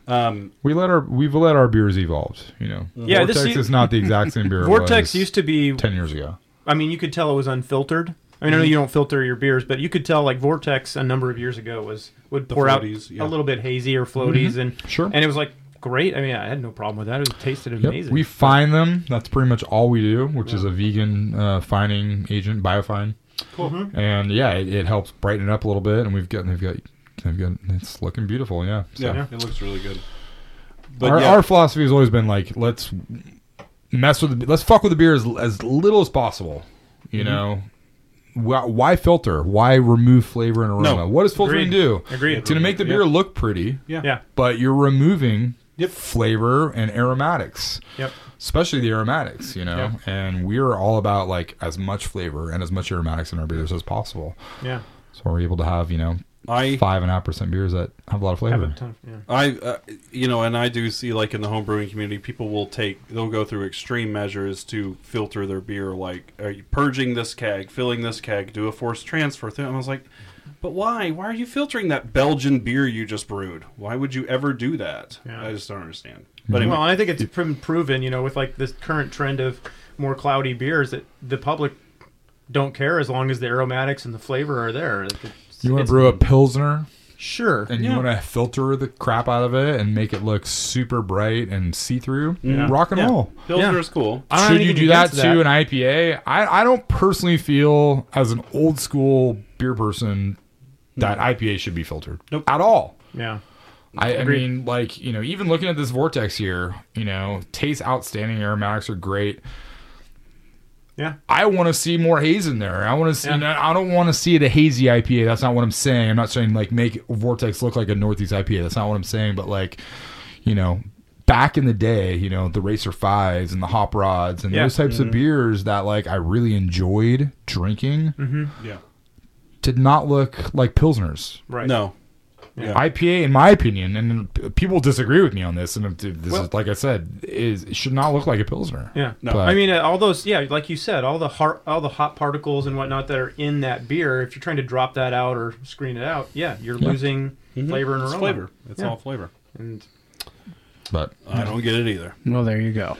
Speaker 6: Um,
Speaker 3: we let our we've let our beers evolve you know
Speaker 2: Yeah, this
Speaker 3: vortex
Speaker 2: u-
Speaker 3: is not the exact same beer
Speaker 2: Vortex used to be
Speaker 3: 10 years ago
Speaker 2: I mean, you could tell it was unfiltered. I mean, I know
Speaker 3: Mm-hmm.
Speaker 2: you don't filter your beers, but you could tell like Vortex a number of years ago was would pour
Speaker 6: floaties,
Speaker 2: out
Speaker 6: yeah.
Speaker 2: a little bit hazy or floaties, and
Speaker 3: Mm-hmm. Sure.
Speaker 2: and it was like great. I mean, I had no problem with that. It tasted
Speaker 3: Yep.
Speaker 2: amazing.
Speaker 3: we find them that's pretty much all we do which is a vegan uh, finding agent biofine
Speaker 6: cool.
Speaker 2: Mm-hmm.
Speaker 3: and yeah it, it helps brighten it up a little bit and we've got they've got they've got it's looking beautiful yeah so.
Speaker 6: Yeah,
Speaker 2: Yeah.
Speaker 6: it looks really good. But
Speaker 3: our,
Speaker 6: yeah,
Speaker 3: our philosophy has always been like let's mess with the, let's fuck with the beer as, as little as possible you know why, why filter why remove flavor and aroma
Speaker 6: No.
Speaker 3: what does filtering
Speaker 2: Agreed.
Speaker 3: do
Speaker 2: Agreed.
Speaker 3: it's going to make the beer
Speaker 6: Yeah.
Speaker 3: look pretty
Speaker 6: yeah,
Speaker 2: yeah.
Speaker 3: but you're removing
Speaker 6: Yep.
Speaker 3: flavor and aromatics
Speaker 2: Yep.
Speaker 3: especially the aromatics you know and we're all about like as much flavor and as much aromatics in our beers as possible
Speaker 2: Yeah.
Speaker 3: so we're able to have you know
Speaker 6: I
Speaker 3: five and a half percent beers that have a lot of
Speaker 2: Have a
Speaker 3: flavor
Speaker 2: ton. Yeah.
Speaker 6: I, uh, you know, and I do see like in the home brewing community, people will take, they'll go through extreme measures to filter their beer, like are you purging this keg, filling this keg, do a forced transfer thing. And I was like, but why? Why are you filtering that Belgian beer you just brewed? Why would you ever do that?
Speaker 2: Yeah.
Speaker 6: I just don't understand. But anyway,
Speaker 2: Well, and I think it's been proven, you know, with like this current trend of more cloudy beers, that the public don't care as long as the aromatics and the flavor are there. Like, it's-
Speaker 3: you want
Speaker 2: it's-
Speaker 3: to brew a pilsner
Speaker 2: Sure.
Speaker 3: and
Speaker 6: Yeah.
Speaker 3: you want to filter the crap out of it and make it look super bright and see through,
Speaker 6: Yeah.
Speaker 3: rock and
Speaker 6: yeah,
Speaker 3: roll.
Speaker 6: Pilsner's cool.
Speaker 2: I don't have
Speaker 3: Should you
Speaker 2: anything
Speaker 3: do that to
Speaker 2: against
Speaker 3: an IPA? I, I don't personally feel as an old school beer person that IPA should be filtered
Speaker 6: Nope.
Speaker 3: at all.
Speaker 2: Yeah.
Speaker 3: I, I
Speaker 2: Agreed.
Speaker 3: mean, like you know, even looking at this vortex here, you know, tastes outstanding. Aromatics are great.
Speaker 2: Yeah.
Speaker 3: I want to see more haze in there. I want to see.
Speaker 2: Yeah.
Speaker 3: no, I don't want to see the hazy IPA. That's not what I'm saying. I'm not saying like make Vortex look like a Northeast IPA. That's not what I'm saying. But like, you know, back in the day, you know, the Racer Fives and the Hop Rods and
Speaker 2: Yeah. Mm-hmm.
Speaker 3: those types of beers that like I really enjoyed drinking
Speaker 2: Mm-hmm.
Speaker 6: Yeah.
Speaker 3: did not look like pilsners.
Speaker 2: Right.
Speaker 6: No. Yeah.
Speaker 3: IPA, in my opinion, and p- people disagree with me on this. And if- if this is, like I said, is it should not look like a pilsner.
Speaker 2: Yeah.
Speaker 6: No.
Speaker 3: But-
Speaker 2: I mean, uh, all those, yeah, like you said, all the har- all the hot particles and whatnot that are in that beer. If you're trying to drop that out or screen it out, yeah, you're losing Mm-hmm. flavor and
Speaker 6: It's
Speaker 2: aroma.
Speaker 6: flavor. It's
Speaker 2: Yeah.
Speaker 6: all flavor.
Speaker 2: And
Speaker 3: But
Speaker 6: I don't get it either.
Speaker 5: Well, there you go.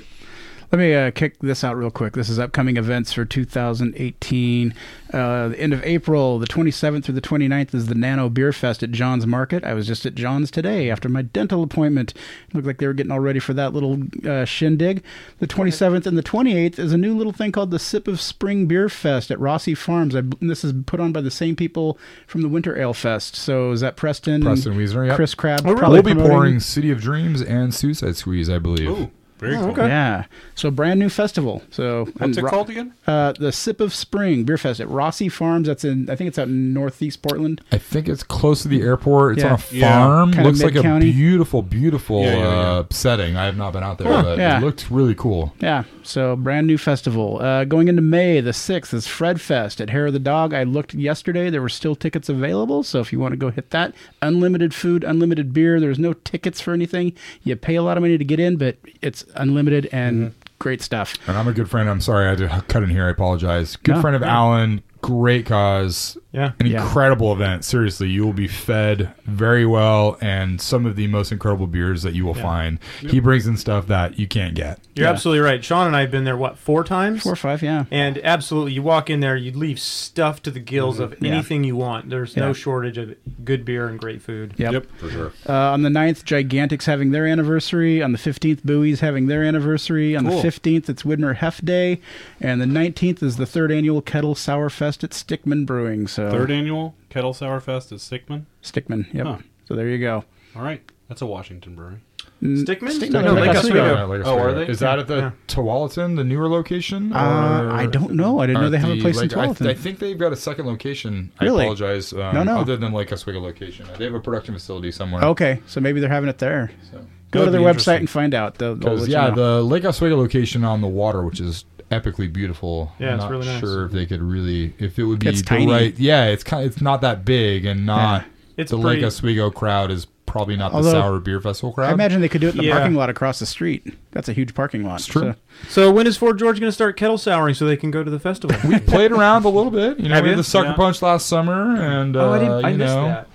Speaker 5: Let me uh, kick this out real quick. This is upcoming events for 2018. Uh, the end of April, the 27th through the 29th, is the Nano Beer Fest at John's Market. I was just at John's today after my dental appointment. Looked like they were getting all ready for that little uh, shindig. The 27th and the 28th is a new little thing called the Sip of Spring Beer Fest at Rossi Farms. I, and this is put on by the same people from the Winter Ale Fest. So is that Preston?
Speaker 3: Preston Wiesner, yep. Oh,
Speaker 5: Chris Crabb. probably
Speaker 3: we'll be
Speaker 5: promoting-
Speaker 3: pouring City of Dreams and Suicide Squeeze, I believe.
Speaker 6: Ooh, very cool.
Speaker 5: Yeah. So brand new festival. So
Speaker 6: What's
Speaker 5: and
Speaker 6: it
Speaker 5: Ro-
Speaker 6: called again?
Speaker 5: Uh, the Sip of Spring Beer Fest at Rossi Farms. That's in I think it's out in Northeast Portland.
Speaker 3: I think it's close to the airport. It's
Speaker 5: Yeah.
Speaker 3: on a
Speaker 6: Yeah.
Speaker 3: farm.
Speaker 5: Kinda
Speaker 3: Looks like a
Speaker 5: mid-county.
Speaker 3: beautiful, beautiful
Speaker 6: Yeah, yeah, yeah.
Speaker 3: Uh, setting. I have not been out there, but
Speaker 5: yeah.
Speaker 3: it looked really cool.
Speaker 5: Yeah. So brand new festival. Uh, going into May the sixth is Fred Fest at Hair of the Dog. I looked yesterday. There were still tickets available. So if you want to go hit that, unlimited food, unlimited beer. There's no tickets for anything. You pay a lot of money to get in, but it's unlimited
Speaker 6: Mm-hmm.
Speaker 5: and great stuff.
Speaker 3: And I'm a good friend. I'm sorry I had to cut in here. I apologize. Good
Speaker 5: No,
Speaker 3: friend of Alan. Great cause.
Speaker 2: yeah,
Speaker 3: An
Speaker 5: Yeah.
Speaker 3: incredible event. Seriously, you will be fed very well and some of the most incredible beers that you will find. He brings in stuff that you can't get.
Speaker 2: you're
Speaker 5: Yeah.
Speaker 2: absolutely right. Sean and I have been there what four times.
Speaker 5: Four or five. Yeah.
Speaker 2: And absolutely, you walk in there, you leave stuff to the gills of
Speaker 5: Yeah.
Speaker 2: anything you want. There's
Speaker 5: Yeah.
Speaker 2: no shortage of good beer and great food.
Speaker 5: Yep.
Speaker 6: for sure.
Speaker 5: Uh, on the 9th, Gigantic's having their anniversary. On the 15th, Bowie's having their anniversary. On
Speaker 6: Cool.
Speaker 5: the 15th, it's Widmer Hef Day. And the 19th is the third annual Kettle Sour Fest at Stickman Brewing. So
Speaker 6: Third annual Kettle Sour Fest at Stickman.
Speaker 5: Stickman, yep.
Speaker 6: Huh.
Speaker 5: So there you go.
Speaker 6: All right, that's a Washington brewery.
Speaker 2: Stickman?
Speaker 5: Stickman.
Speaker 2: No,
Speaker 5: No,
Speaker 2: Lake
Speaker 5: Lake
Speaker 2: Oswego.
Speaker 5: Oswego.
Speaker 3: Lake
Speaker 6: Oh, are
Speaker 3: Oswego.
Speaker 6: they?
Speaker 3: Is that at the
Speaker 2: Yeah.
Speaker 3: Tualatin, the newer location?
Speaker 5: Uh,
Speaker 3: or-
Speaker 5: I don't know. I didn't know
Speaker 3: Or
Speaker 5: they have a
Speaker 3: the
Speaker 5: place in
Speaker 3: Lake- I-
Speaker 5: Tualatin.
Speaker 3: I, think they've got a second location. I
Speaker 5: Really?
Speaker 3: apologize. Um,
Speaker 5: No, no.
Speaker 3: Other than Lake Oswego location, they have a production facility somewhere.
Speaker 5: okay, so maybe they're having it there.
Speaker 3: So.
Speaker 5: Go to
Speaker 6: That'd
Speaker 5: their
Speaker 6: be
Speaker 5: website
Speaker 6: interesting.
Speaker 5: and find out. They'll, they'll
Speaker 3: 'Cause,
Speaker 5: let you
Speaker 3: yeah,
Speaker 5: know.
Speaker 3: the Lake Oswego location on the water, which is epically beautiful.
Speaker 2: Yeah,
Speaker 3: I'm
Speaker 2: it's
Speaker 3: not
Speaker 2: really nice.
Speaker 3: Sure, if they could really, if it would be
Speaker 5: It's
Speaker 3: the
Speaker 5: tiny.
Speaker 3: right. Yeah, it's kind. It's not that big, and not
Speaker 2: It's
Speaker 3: the
Speaker 2: pretty-
Speaker 3: Lake Oswego crowd is probably not
Speaker 5: Although-
Speaker 3: the sour beer festival crowd.
Speaker 5: I imagine they could do it in the
Speaker 2: Yeah.
Speaker 5: parking lot across the street. That's a huge parking lot.
Speaker 3: true.
Speaker 5: So-
Speaker 2: So when is Fort George going to start kettle souring so they can go to the festival?
Speaker 3: played around a little bit. You know,
Speaker 2: Have
Speaker 3: we
Speaker 2: you?
Speaker 3: had the sucker
Speaker 6: Yeah.
Speaker 3: punch last summer, and
Speaker 2: *laughs*
Speaker 3: uh,
Speaker 2: oh, I didn't.
Speaker 3: you
Speaker 2: I missed
Speaker 3: know,
Speaker 2: that.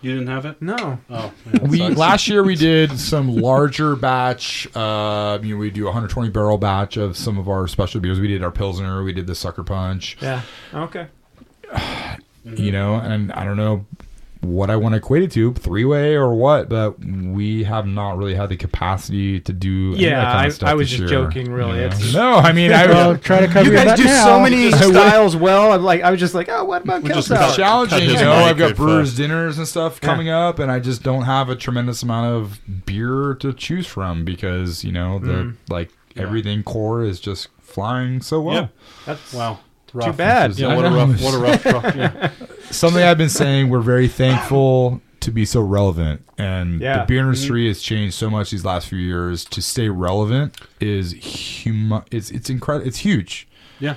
Speaker 6: You didn't have it?
Speaker 2: No.
Speaker 6: Oh,
Speaker 3: we last year we did some larger batch. Uh, you know, we do 120 barrel batch of some of our special beers. We did our pilsner, we did the sucker punch.
Speaker 2: Yeah. Okay. Mm-hmm.
Speaker 3: You know, and I don't know what I want to equate it to, three way or what, but we have not really had the capacity to do. any of
Speaker 2: Yeah,
Speaker 3: that kind
Speaker 2: I-
Speaker 3: of stuff
Speaker 2: I was
Speaker 3: this
Speaker 2: just
Speaker 3: year,
Speaker 2: joking, really.
Speaker 3: you know?
Speaker 2: It's-
Speaker 3: no, I mean, I
Speaker 5: Well, try to cover
Speaker 2: You
Speaker 5: your
Speaker 2: guys
Speaker 5: butt
Speaker 2: do
Speaker 5: now.
Speaker 2: so
Speaker 3: *laughs*
Speaker 2: many styles well. I'm like, I was just like, oh, what about kettle
Speaker 6: just
Speaker 2: sour?
Speaker 6: cut-
Speaker 3: challenging.
Speaker 6: his
Speaker 3: You know,
Speaker 6: mic
Speaker 3: I've got
Speaker 6: if,
Speaker 3: brewers
Speaker 6: uh,
Speaker 3: dinners and stuff coming up, and I just don't have a tremendous amount of beer to choose from because you know the like everything core is just flying so well.
Speaker 6: Yep.
Speaker 2: That's
Speaker 6: Wow.
Speaker 2: too
Speaker 6: Rough.
Speaker 2: bad.
Speaker 3: Yeah.
Speaker 6: Yeah, what a
Speaker 3: I know.
Speaker 6: rough, what a rough, rough yeah.
Speaker 3: Something I've been saying, we're
Speaker 6: *coughs*
Speaker 3: very thankful to be so relevant, and
Speaker 2: Yeah.
Speaker 3: the beer industry has changed so much these last few years. To stay relevant is hum- It's it's incredible. It's huge.
Speaker 6: yeah.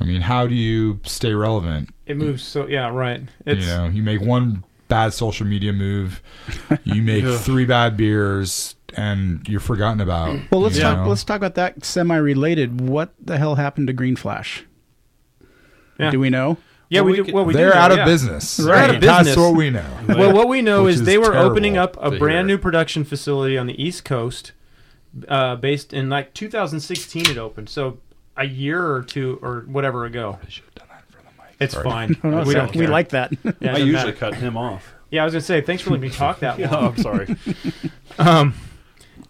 Speaker 3: I mean, how do you stay relevant?
Speaker 2: It moves so. Yeah, right. It's
Speaker 3: you know, you make one bad social
Speaker 2: *laughs*
Speaker 3: media move, you make three bad beers, and you're forgotten about.
Speaker 5: Well, let's
Speaker 3: you
Speaker 5: talk.
Speaker 3: know?
Speaker 5: Let's talk about that semi-related. What the hell happened to Green Flash?
Speaker 2: Yeah.
Speaker 5: Do we know?
Speaker 2: yeah.
Speaker 6: Well,
Speaker 2: we,
Speaker 6: we
Speaker 2: do.
Speaker 6: could-
Speaker 2: well, we do
Speaker 3: They're
Speaker 2: know,
Speaker 3: out of
Speaker 2: yeah.
Speaker 3: business.
Speaker 2: They're out of
Speaker 3: That's
Speaker 2: business.
Speaker 3: what we know.
Speaker 2: Well, what we know
Speaker 3: Which
Speaker 2: is
Speaker 3: is
Speaker 2: they were
Speaker 3: terrible
Speaker 2: opening up a
Speaker 3: to
Speaker 2: brand
Speaker 3: hear.
Speaker 2: new production facility on the East Coast, uh, based in like 2016. It opened, so a year or two or whatever ago. It's fine.
Speaker 5: No,
Speaker 2: we
Speaker 5: so-
Speaker 2: don't.
Speaker 5: we
Speaker 2: care.
Speaker 5: like that.
Speaker 2: Yeah, it
Speaker 6: I
Speaker 2: doesn't
Speaker 6: usually
Speaker 2: matter.
Speaker 6: cut him off.
Speaker 2: Yeah, I was gonna say thanks for letting me talk that long.
Speaker 6: Oh, I'm sorry.
Speaker 2: Um,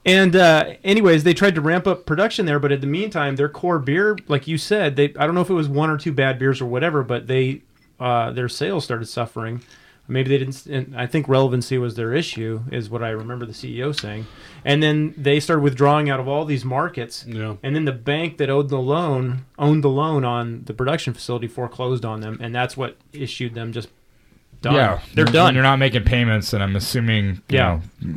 Speaker 2: and uh, anyways, they tried to ramp up production there, but in the meantime, their core beer, like you said, they I don't know if it was one or two bad beers or whatever, but they uh, their sales started suffering. Maybe they didn't. And I think relevancy was their issue, is what I remember the CEO saying. And then they started withdrawing out of all these markets.
Speaker 6: Yeah.
Speaker 2: And then the bank that owed the loan owned the loan on the production facility foreclosed on them, and that's what issued them just. Done.
Speaker 3: Yeah,
Speaker 2: they're
Speaker 3: When
Speaker 2: done.
Speaker 3: You're not making payments, and I'm assuming, you
Speaker 2: Yeah.
Speaker 3: know,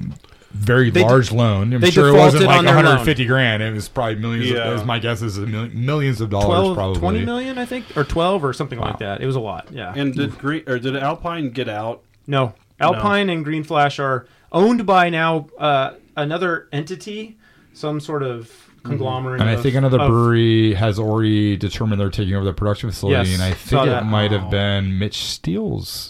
Speaker 3: very
Speaker 2: They de-
Speaker 3: large loan. I'm
Speaker 2: they
Speaker 3: sure it wasn't
Speaker 2: defaulted
Speaker 3: like
Speaker 2: on their
Speaker 3: 150 grand. It was probably millions.
Speaker 6: Yeah.
Speaker 3: Of, as my guess is a mil- millions of dollars,
Speaker 2: 12,
Speaker 3: probably.
Speaker 2: 20 million, I think, or 12 or something like that. It was a lot. Yeah.
Speaker 6: And did Green or did Alpine get out?
Speaker 2: no. Alpine and Green Flash are owned by now uh, another entity, some sort of conglomerate.
Speaker 3: And I
Speaker 2: of-
Speaker 3: think another
Speaker 2: of-
Speaker 3: brewery has already determined they're taking over the production facility,
Speaker 2: Yes,
Speaker 3: and I
Speaker 2: saw
Speaker 3: think it
Speaker 2: that.
Speaker 3: might have been Mitch Steele's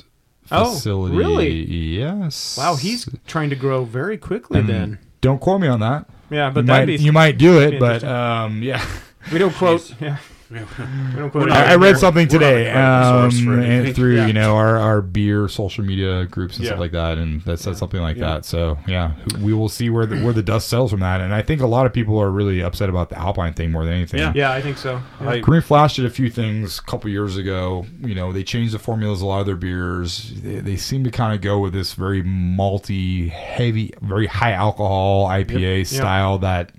Speaker 2: Oh,
Speaker 3: facility.
Speaker 2: really?
Speaker 3: Yes.
Speaker 2: Wow, he's trying to grow very quickly. Then,
Speaker 3: Don't quote me on that.
Speaker 2: yeah, but
Speaker 3: you
Speaker 2: that
Speaker 3: might,
Speaker 2: be
Speaker 3: you might do
Speaker 2: be
Speaker 3: it, but
Speaker 2: interesting.
Speaker 3: um, yeah.
Speaker 2: we don't quote. Yeah,
Speaker 6: Yeah.
Speaker 2: we don't quote.
Speaker 6: not-
Speaker 2: it.
Speaker 3: I, I read something
Speaker 6: We're not
Speaker 3: today
Speaker 6: a credible
Speaker 3: um,
Speaker 6: source for anything.
Speaker 3: and through
Speaker 2: Yeah.
Speaker 3: you know our, our beer social media groups and
Speaker 6: Yeah.
Speaker 3: stuff like that, and that said something like that. So yeah, we will see where the, where the dust settles from that. And I think a lot of people are really upset about the Alpine thing more than anything.
Speaker 6: Yeah.
Speaker 2: yeah, I think so. Yeah.
Speaker 6: I-
Speaker 3: Green Flash did a few things a couple years ago. You know, they changed the formulas of a lot of their beers. They, they seem to kind of go with this very malty, heavy, very high alcohol IPA style that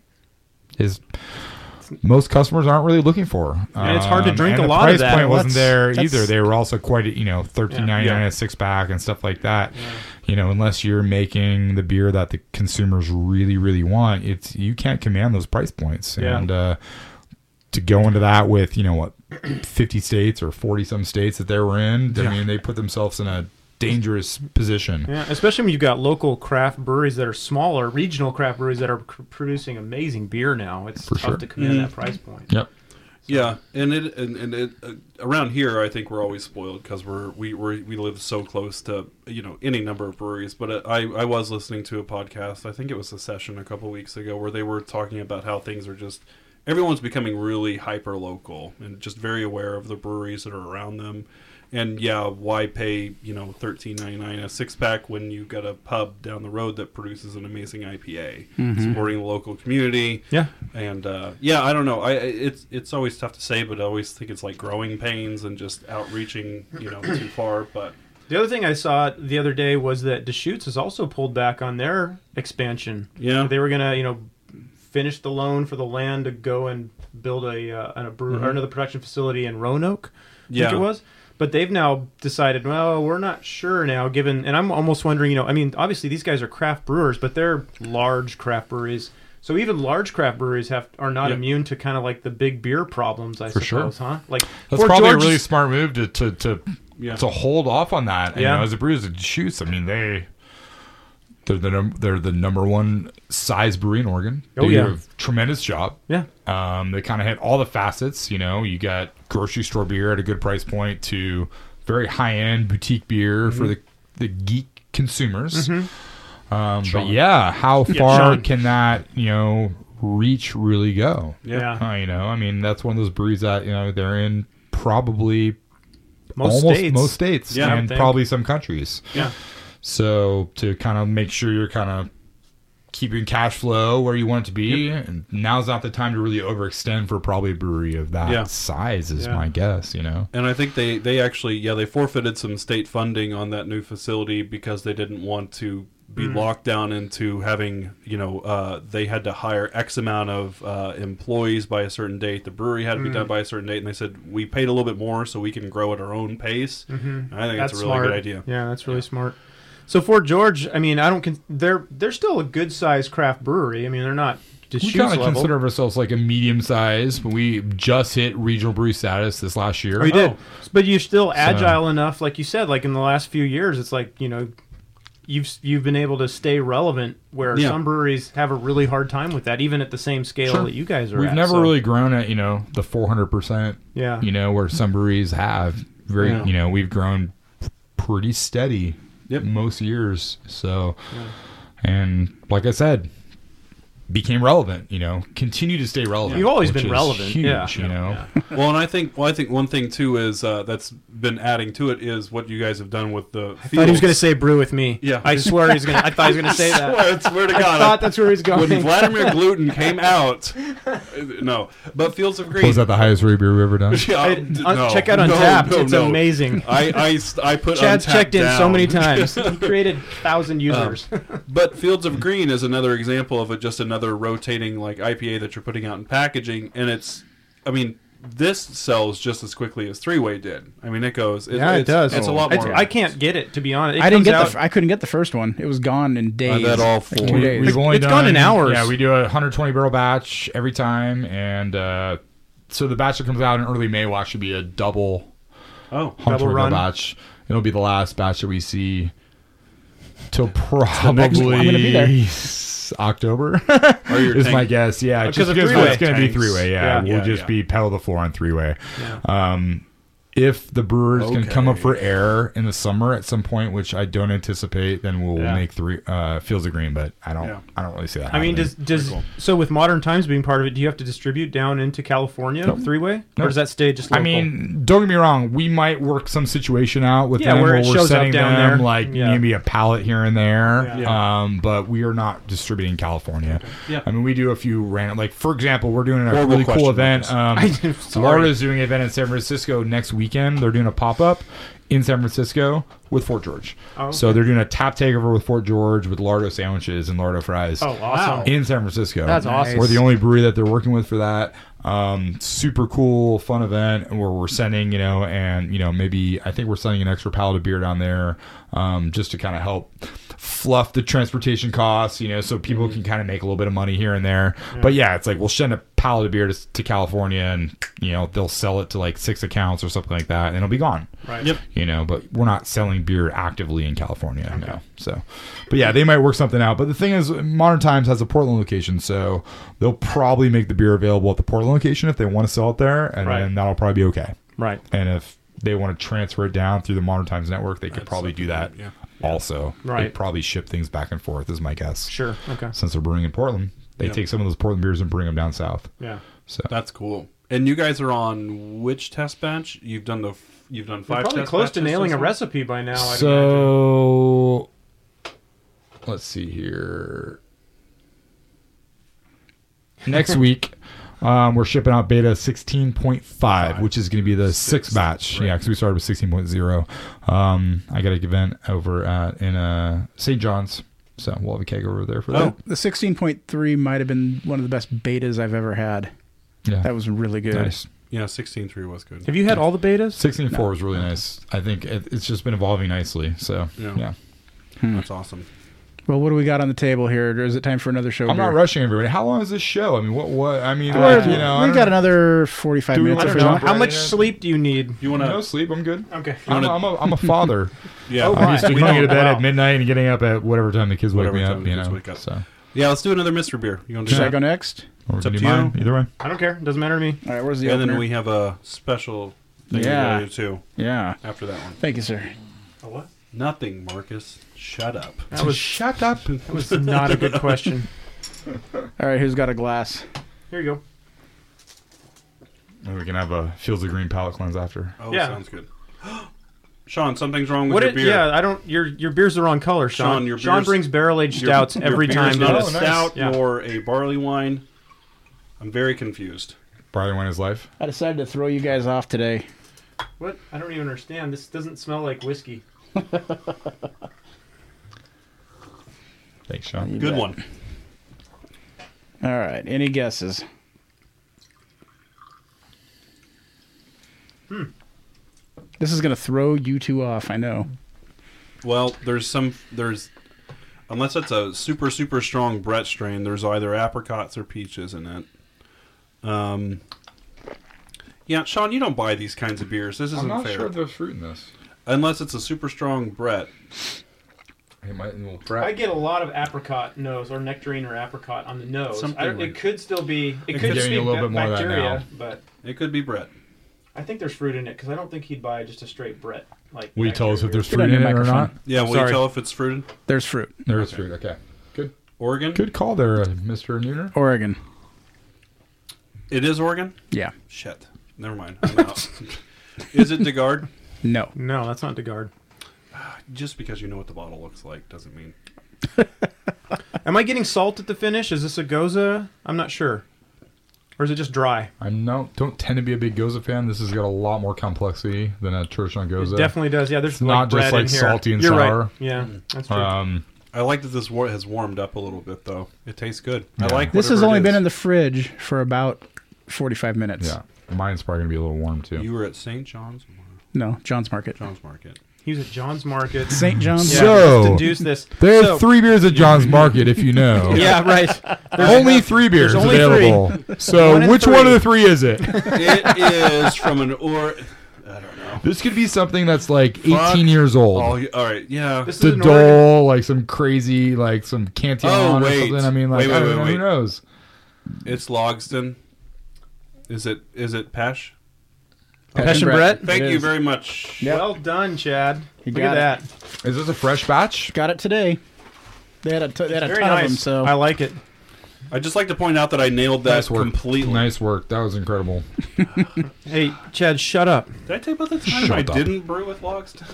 Speaker 3: is most customers aren't really looking for. Um,
Speaker 2: And it's hard to drink
Speaker 3: and
Speaker 2: a
Speaker 3: the
Speaker 2: lot of
Speaker 3: price
Speaker 2: that.
Speaker 3: point wasn't
Speaker 5: That's-
Speaker 3: there
Speaker 5: that's-
Speaker 3: either. They were also quite, you know, thirteen ninety nine
Speaker 6: Yeah.
Speaker 3: a six pack and stuff like that. You know, unless you're making the beer that the consumers really, really want, it's you can't command those price points.
Speaker 2: Yeah.
Speaker 3: And uh, to go into that with you know what 50 states or 40 some states that they were in i mean they put themselves in a dangerous position
Speaker 2: Yeah, especially when you've got local craft breweries that are smaller, regional craft breweries that are c- producing amazing beer now. It's
Speaker 3: For
Speaker 2: tough
Speaker 3: sure.
Speaker 2: to command that price point.
Speaker 3: yep
Speaker 6: Yeah, and it and, and it uh, around here, I think we're always spoiled because we're we we're, we live so close to you know any number of breweries. But uh, I I was listening to a podcast. I think it was a session a couple weeks ago where they were talking about how things are just everyone's becoming really hyper local and just very aware of the breweries that are around them. And yeah, why pay you know thirteen ninety nine a six pack when you've got a pub down the road that produces an amazing IPA, supporting the local community
Speaker 2: Yeah,
Speaker 6: and uh, yeah, I don't know. I I- it's it's always tough to say, but I always think it's like growing pains and just outreaching, you know, too far. But
Speaker 2: The other thing I saw the other day was that Deschutes has also pulled back on their expansion.
Speaker 6: Yeah.
Speaker 2: they were gonna, you know, finish the loan for the land to go and build a uh, an- a
Speaker 3: Mm-hmm.
Speaker 2: brew, or another production facility in Roanoke. I
Speaker 6: Yeah.
Speaker 2: think it was. But they've now decided, well, we're not sure now. Given, and I'm almost wondering, you know, I mean, obviously these guys are craft brewers, but they're large craft breweries. So even large craft breweries have are not
Speaker 6: Yeah.
Speaker 2: immune to kind of like the big beer problems, I
Speaker 3: For sure.
Speaker 2: suppose, huh? Like
Speaker 3: that's
Speaker 2: Fort
Speaker 3: probably
Speaker 2: George
Speaker 3: a really
Speaker 2: is-
Speaker 3: smart move to to to,
Speaker 6: Yeah.
Speaker 3: to hold off on that you
Speaker 2: Yeah.
Speaker 3: know as the brews it shoots i mean they they're the num- they're the number one size brewery in Oregon.
Speaker 2: Oh,
Speaker 3: they
Speaker 2: yeah.
Speaker 3: do a tremendous job.
Speaker 2: yeah,
Speaker 3: Um, they kind of hit all the facets. You know, you got grocery store beer at a good price point to very high end boutique beer
Speaker 2: Mm-hmm.
Speaker 3: for the the geek consumers. Um, but yeah, how far
Speaker 2: Sean.
Speaker 3: can that you know reach really go?
Speaker 2: yeah,
Speaker 3: Uh, you know, I mean that's one of those breweries that you know they're in probably
Speaker 2: Most
Speaker 3: almost
Speaker 2: states,
Speaker 3: most states
Speaker 6: Yeah, I
Speaker 3: and
Speaker 2: think.
Speaker 3: probably some countries.
Speaker 2: yeah.
Speaker 3: So to kind of make sure you're kind of keeping cash flow where you want it to be, and now's not the time to really overextend for probably a brewery of that
Speaker 6: Yeah.
Speaker 3: size, is
Speaker 2: Yeah.
Speaker 3: my guess. You know,
Speaker 6: and I think they they actually yeah they forfeited some state funding on that new facility because they didn't want to be
Speaker 2: Mm.
Speaker 6: locked down into having you know uh, they had to hire X amount of uh, employees by a certain date. The brewery had to be
Speaker 2: Mm.
Speaker 6: done by a certain date, and they said we paid a little bit more so we can grow at our own pace. Mm-hmm. I think that's, a really
Speaker 2: smart.
Speaker 6: good idea.
Speaker 2: Yeah, that's really smart. So Fort George, I mean, I don't. Con- they're they're still a good sized craft brewery. I mean, they're not
Speaker 3: we
Speaker 2: Deschutes
Speaker 3: kind of
Speaker 2: level.
Speaker 3: consider ourselves like a medium size, but we just hit regional brew status this last year.
Speaker 2: we Oh, did, but you're still agile enough, like you said. Like in the last few years, it's like you know, you've you've been able to stay relevant. Where
Speaker 6: Yeah.
Speaker 2: some breweries have a really hard time with that, even at the same scale
Speaker 3: Sure.
Speaker 2: that you guys are.
Speaker 3: We've
Speaker 2: at,
Speaker 3: never
Speaker 2: so-
Speaker 3: really grown at you know the four hundred percent.
Speaker 2: Yeah.
Speaker 3: you know where some breweries have very
Speaker 6: Yeah.
Speaker 3: you know we've grown pretty steady
Speaker 6: Yep.
Speaker 3: most years. So, and like I said, became relevant. You know, continue to stay relevant.
Speaker 2: You've always
Speaker 3: which
Speaker 2: been
Speaker 3: is
Speaker 2: relevant,
Speaker 3: Huge,
Speaker 2: yeah.
Speaker 3: you know.
Speaker 6: well, and I think well, I think one thing too is uh, that's been adding to it is what you guys have done with the.
Speaker 2: I thought he was going to say brew with me.
Speaker 6: Yeah.
Speaker 2: I swear he's going. to I thought he was going to say that.
Speaker 6: *laughs* swear, swear to
Speaker 2: I
Speaker 6: God,
Speaker 2: thought that's where he's going.
Speaker 6: when Vladimir
Speaker 2: *laughs*
Speaker 6: Gluten came out. uh, No, but Fields of Green.
Speaker 3: Was that the highest rated beer we've
Speaker 2: *laughs*
Speaker 3: ever done?
Speaker 6: *laughs* Yeah,
Speaker 2: Hey,
Speaker 6: d-
Speaker 2: un-
Speaker 6: no,
Speaker 2: uh, check out
Speaker 6: no,
Speaker 2: Untapped.
Speaker 6: no,
Speaker 2: it's
Speaker 6: no.
Speaker 2: amazing.
Speaker 6: I, I, s- I put
Speaker 2: Chad's
Speaker 6: Untappd
Speaker 2: checked in so
Speaker 6: down. Um,
Speaker 2: many
Speaker 6: *laughs*
Speaker 2: times. he created thousand users.
Speaker 6: But Fields of Green is another example of a, just another rotating like IPA that you're putting out in packaging, and it's, I mean, this sells just as quickly as Three Way did. I mean, it goes. It, it's, It's a lot
Speaker 2: Oh. It's-
Speaker 6: more.
Speaker 2: I can't get it to be honest. It
Speaker 5: I
Speaker 2: comes
Speaker 5: didn't get
Speaker 2: out,
Speaker 5: the. f- I couldn't get the first one. It was gone in days.
Speaker 6: that all four.
Speaker 5: two
Speaker 6: We-
Speaker 5: days.
Speaker 3: We've only
Speaker 2: It's
Speaker 3: done,
Speaker 2: gone in hours.
Speaker 3: Yeah, we do a 120 barrel batch every time, and uh, so the batch that comes out in early May will actually be a double
Speaker 6: Oh,
Speaker 3: 120
Speaker 2: run.
Speaker 3: barrel batch. It'll be the last batch that we see till
Speaker 5: next one.
Speaker 3: probably
Speaker 5: I'm gonna be there.
Speaker 3: *laughs* October.
Speaker 6: Or your
Speaker 3: is
Speaker 6: tank-
Speaker 3: my guess. Yeah,
Speaker 2: Because
Speaker 3: just
Speaker 2: of
Speaker 3: because
Speaker 2: three-way
Speaker 3: it's going to be
Speaker 6: tanks.
Speaker 3: three way. Yeah,
Speaker 2: Yeah.
Speaker 3: we'll
Speaker 6: Yeah,
Speaker 3: just
Speaker 6: yeah.
Speaker 3: be pedal the floor on three way. Um, if the Brewers can come up for air in the summer at some point, which I don't anticipate, then we'll
Speaker 6: Yeah.
Speaker 3: make three uh, fields of green. But I don't,
Speaker 6: Yeah.
Speaker 3: I don't really see that.
Speaker 2: I mean, does
Speaker 3: happening.
Speaker 2: does so with modern times being part of it? Do you have to distribute down into California three way,
Speaker 3: Nope.
Speaker 2: or does that stay just?
Speaker 3: I
Speaker 2: Local?
Speaker 3: mean, don't get me wrong. We might work some situation out with
Speaker 2: Yeah,
Speaker 3: them
Speaker 2: where it
Speaker 3: we're
Speaker 2: shows up
Speaker 3: setting
Speaker 2: down
Speaker 3: them
Speaker 2: there.
Speaker 3: like
Speaker 2: Yeah.
Speaker 3: maybe a pallet here and there.
Speaker 2: Yeah.
Speaker 6: Yeah.
Speaker 3: Um, but we are not distributing California.
Speaker 6: Yeah.
Speaker 3: I mean, we do a few random. Like for example, we're doing a
Speaker 6: Horrible
Speaker 3: really
Speaker 6: question,
Speaker 3: cool event.
Speaker 6: Lucas.
Speaker 3: Um,
Speaker 2: *laughs* I'm sorry.
Speaker 3: Florida's doing an event in San Francisco next weekend. They're doing a pop up in San Francisco with Fort George.
Speaker 2: Oh,
Speaker 3: So
Speaker 2: okay.
Speaker 3: they're doing a tap takeover with Fort George with Lardo sandwiches and Lardo fries
Speaker 2: oh awesome!
Speaker 3: in San Francisco.
Speaker 5: That's awesome.
Speaker 3: We're the only brewery that they're working with for that. Um, super cool, fun event where we're sending, you know, and you know, maybe I think we're sending an extra pallet of beer down there, um, just to kind of help fluff the transportation costs, you know, so people can kind of make a little bit of money here and there. But yeah, it's like we'll send a pallet of beer to, to California, and you know, they'll sell it to like six accounts or something like that, and it'll be gone
Speaker 2: Right.
Speaker 6: Yep.
Speaker 3: you know, but we're not selling beer actively in California. No. So, but yeah, they might work something out. But the thing is, Modern Times has a Portland location, so they'll probably make the beer available at the Portland location if they want to sell it there, and
Speaker 2: Right.
Speaker 3: then that'll probably be okay.
Speaker 2: Right.
Speaker 3: And if they want to transfer it down through the Modern Times network, they could probably do that.
Speaker 6: yeah.
Speaker 3: Also, They
Speaker 2: Right.
Speaker 3: probably ship things back and forth, is my guess.
Speaker 2: Sure. Okay.
Speaker 3: Since they're brewing in Portland, they
Speaker 6: Yeah.
Speaker 3: take some of those Portland beers and bring them down south.
Speaker 2: Yeah.
Speaker 3: So
Speaker 6: That's cool. And you guys are on which test batch? You've done the f- you've done
Speaker 2: We're
Speaker 6: five.
Speaker 2: probably
Speaker 6: test
Speaker 2: close to
Speaker 6: batches
Speaker 2: nailing
Speaker 6: so
Speaker 2: a
Speaker 6: far?
Speaker 2: recipe by now. I'd imagine.
Speaker 3: So let's see here. Next *laughs* week, um, we're shipping out beta 16.5, which is going to be the sixth batch. Yeah, because we started with 16.0. Um, I got an event over at, in uh, St. John's, so we'll have a keg over there for that.
Speaker 5: The 16.3 might have been one of the best betas I've ever had.
Speaker 3: Yeah,
Speaker 5: That was really good.
Speaker 3: nice.
Speaker 6: Yeah, sixteen three was good.
Speaker 2: have you had all the betas?
Speaker 3: 16.4 was really nice. I think it, it's just been evolving nicely. So
Speaker 6: Yeah.
Speaker 3: yeah.
Speaker 6: That's awesome.
Speaker 5: Well, what do we got on the table here? Or is it time for another show?
Speaker 3: I'm not
Speaker 5: beer?
Speaker 3: rushing everybody. How long is this show? I mean, what? What? I mean,
Speaker 5: We're-
Speaker 3: like, you know, I
Speaker 5: we
Speaker 3: don't-
Speaker 5: got another 45
Speaker 3: Do we
Speaker 5: minutes
Speaker 3: wanna
Speaker 5: if we
Speaker 3: jump
Speaker 5: want.
Speaker 2: How much
Speaker 3: Yeah.
Speaker 2: sleep do you need?
Speaker 6: You want
Speaker 3: No
Speaker 6: to?
Speaker 3: sleep. I'm good.
Speaker 2: Okay.
Speaker 3: I'm,
Speaker 6: wanna-
Speaker 3: a, I'm, a, I'm a
Speaker 6: *laughs*
Speaker 3: father.
Speaker 6: Yeah.
Speaker 2: Oh,
Speaker 3: I'm used to
Speaker 2: We
Speaker 3: going
Speaker 2: don't-
Speaker 3: to bed
Speaker 2: wow.
Speaker 3: at midnight and getting up at whatever time the kids
Speaker 6: Whatever
Speaker 3: wake me
Speaker 6: time
Speaker 3: up.
Speaker 6: the
Speaker 3: You
Speaker 6: kids
Speaker 3: know,
Speaker 6: wake up.
Speaker 3: so
Speaker 6: yeah. Let's do another mystery beer. You want to do
Speaker 5: Should I
Speaker 6: that?
Speaker 5: go next?
Speaker 3: or we
Speaker 6: It's
Speaker 3: can do
Speaker 6: up to
Speaker 3: mine
Speaker 6: you.
Speaker 3: either way.
Speaker 2: I don't care. Doesn't matter to me.
Speaker 5: All right, where's the
Speaker 6: And
Speaker 5: opener?
Speaker 6: then we have a special thing
Speaker 5: Yeah.
Speaker 6: to go to too
Speaker 5: yeah.
Speaker 6: after that one.
Speaker 5: Thank you, sir.
Speaker 2: A what?
Speaker 6: Nothing, Marcus. Shut up.
Speaker 2: That was
Speaker 3: shut
Speaker 2: *laughs*
Speaker 3: up.
Speaker 2: that was not a good question.
Speaker 5: All right, who's got a glass?
Speaker 2: *laughs* Here you go.
Speaker 3: And we can have a Fields of Green palate cleanse after.
Speaker 6: Oh,
Speaker 2: Yeah.
Speaker 6: sounds good. *gasps* Sean, something's wrong with
Speaker 2: What?
Speaker 6: your
Speaker 2: It,
Speaker 6: beer.
Speaker 2: yeah, I don't. Your your beer's the wrong color, Sean.
Speaker 6: Sean, your
Speaker 2: Sean
Speaker 6: beer's-
Speaker 2: brings barrel aged
Speaker 6: Your-
Speaker 2: stouts
Speaker 6: your
Speaker 2: every
Speaker 6: beer's
Speaker 2: time.
Speaker 6: Not
Speaker 2: to
Speaker 6: a
Speaker 2: us.
Speaker 3: nice.
Speaker 6: stout
Speaker 2: Yeah.
Speaker 6: nor a barley wine. I'm very confused.
Speaker 3: Brian went his life.
Speaker 5: I decided to throw you guys off today.
Speaker 2: What? I don't even understand. This doesn't smell like whiskey.
Speaker 3: Thanks, Sean.
Speaker 5: You
Speaker 6: Good
Speaker 5: bet.
Speaker 6: one.
Speaker 5: All right, any guesses? This is going to throw you two off, I know.
Speaker 6: Well, there's some there's unless it's a super super strong Brett strain, there's either apricots or peaches in it. Um Yeah, Sean, you don't buy these kinds of beers. This isn't
Speaker 3: I'm not
Speaker 6: fair.
Speaker 3: sure if there's fruit in this.
Speaker 6: Unless it's a super strong Brett.
Speaker 3: It might will
Speaker 2: I get a lot of apricot nose or nectarine or apricot on the nose.
Speaker 6: Something
Speaker 2: I don't-
Speaker 6: like-
Speaker 2: it could still be. It
Speaker 3: could
Speaker 2: could
Speaker 3: give me
Speaker 2: be
Speaker 3: a little bit more of that
Speaker 2: bacteria,
Speaker 3: now.
Speaker 2: but
Speaker 6: It could be Brett.
Speaker 2: I think there's fruit in it because I don't think he'd buy just a straight Brett. Like,
Speaker 3: Will you tell us
Speaker 2: bacteria.
Speaker 3: if there's fruit in
Speaker 5: your
Speaker 3: it or
Speaker 5: microphone.
Speaker 3: not?
Speaker 6: Yeah, will
Speaker 2: Sorry.
Speaker 6: you tell if it's fruited?
Speaker 5: There's fruit.
Speaker 3: There is fruit. Okay. Good.
Speaker 6: Oregon?
Speaker 3: Good call there, uh, Mr. Nooner.
Speaker 5: Oregon.
Speaker 6: It is Oregon?
Speaker 5: Yeah.
Speaker 6: Shit. Never mind.
Speaker 5: *laughs*
Speaker 6: I'm out. is it DeGard?
Speaker 5: No.
Speaker 2: No, that's not Degard.
Speaker 6: Just because you know what the bottle looks like doesn't mean
Speaker 2: Am I getting salt at the finish? Is this a goza? I'm not sure. Or is it just dry?
Speaker 3: I'm no don't tend to be a big Goza fan. This has got a lot more complexity than a traditional Goza.
Speaker 2: It definitely does. Yeah, there's
Speaker 3: Uh, It's not
Speaker 2: like bread
Speaker 3: just, like,
Speaker 2: in here.
Speaker 3: salty and
Speaker 2: You're
Speaker 3: sour.
Speaker 2: Right. Yeah, that's true.
Speaker 3: Um,
Speaker 6: I like that this war has warmed up a little bit, though. It tastes good. I
Speaker 3: Yeah.
Speaker 6: like
Speaker 5: This has
Speaker 6: whatever
Speaker 5: only
Speaker 6: it
Speaker 5: been in
Speaker 6: is.
Speaker 5: the fridge for about 45 minutes.
Speaker 3: yeah, mine's probably gonna be a little warm too.
Speaker 6: You were at St. John's,
Speaker 5: No, John's Market.
Speaker 6: John's Market.
Speaker 2: he was at John's Market.
Speaker 5: St. John's.
Speaker 2: Yeah,
Speaker 3: So-
Speaker 2: let's deduce this.
Speaker 3: There are
Speaker 2: So-
Speaker 3: three beers at
Speaker 6: *laughs*
Speaker 3: John's Market, if you know.
Speaker 2: Yeah, right.
Speaker 3: only three beers
Speaker 2: only *laughs*
Speaker 3: available. So
Speaker 2: One and
Speaker 3: which
Speaker 2: three. *laughs*
Speaker 3: one of the three is it?
Speaker 6: it is from an or. I don't know. know.
Speaker 3: This could be something that's like 18
Speaker 6: Fuck. Oh,
Speaker 3: years old.
Speaker 6: All, all right, yeah.
Speaker 2: This
Speaker 3: the
Speaker 2: is in Oregon.
Speaker 3: dole, like some crazy, like some Cantillon
Speaker 6: Oh,
Speaker 3: or
Speaker 6: wait.
Speaker 3: something. I mean, like
Speaker 6: Wait, wait,
Speaker 3: I don't
Speaker 6: wait,
Speaker 3: know, who
Speaker 6: wait.
Speaker 3: knows?
Speaker 6: It's Logston. Is it? Is it Pesh?
Speaker 2: Passion
Speaker 5: Brett.
Speaker 2: Brett.
Speaker 6: Thank
Speaker 5: It
Speaker 6: you
Speaker 5: is.
Speaker 6: very
Speaker 5: *laughs*
Speaker 6: much.
Speaker 5: Yep.
Speaker 2: Well done, Chad.
Speaker 5: You
Speaker 2: Look
Speaker 5: got
Speaker 2: at that.
Speaker 3: Is this a fresh batch?
Speaker 5: Got it today. They had a, t- they had a ton
Speaker 2: Very
Speaker 5: of
Speaker 2: nice.
Speaker 5: them, so
Speaker 2: I like it.
Speaker 6: I'd just like to point out that I nailed that
Speaker 3: Nice work.
Speaker 6: completely.
Speaker 3: Nice work. That was incredible.
Speaker 2: Hey, Chad, shut up.
Speaker 6: Did I tell you about the time
Speaker 3: Shut
Speaker 6: I
Speaker 3: up.
Speaker 6: didn't brew with Logston?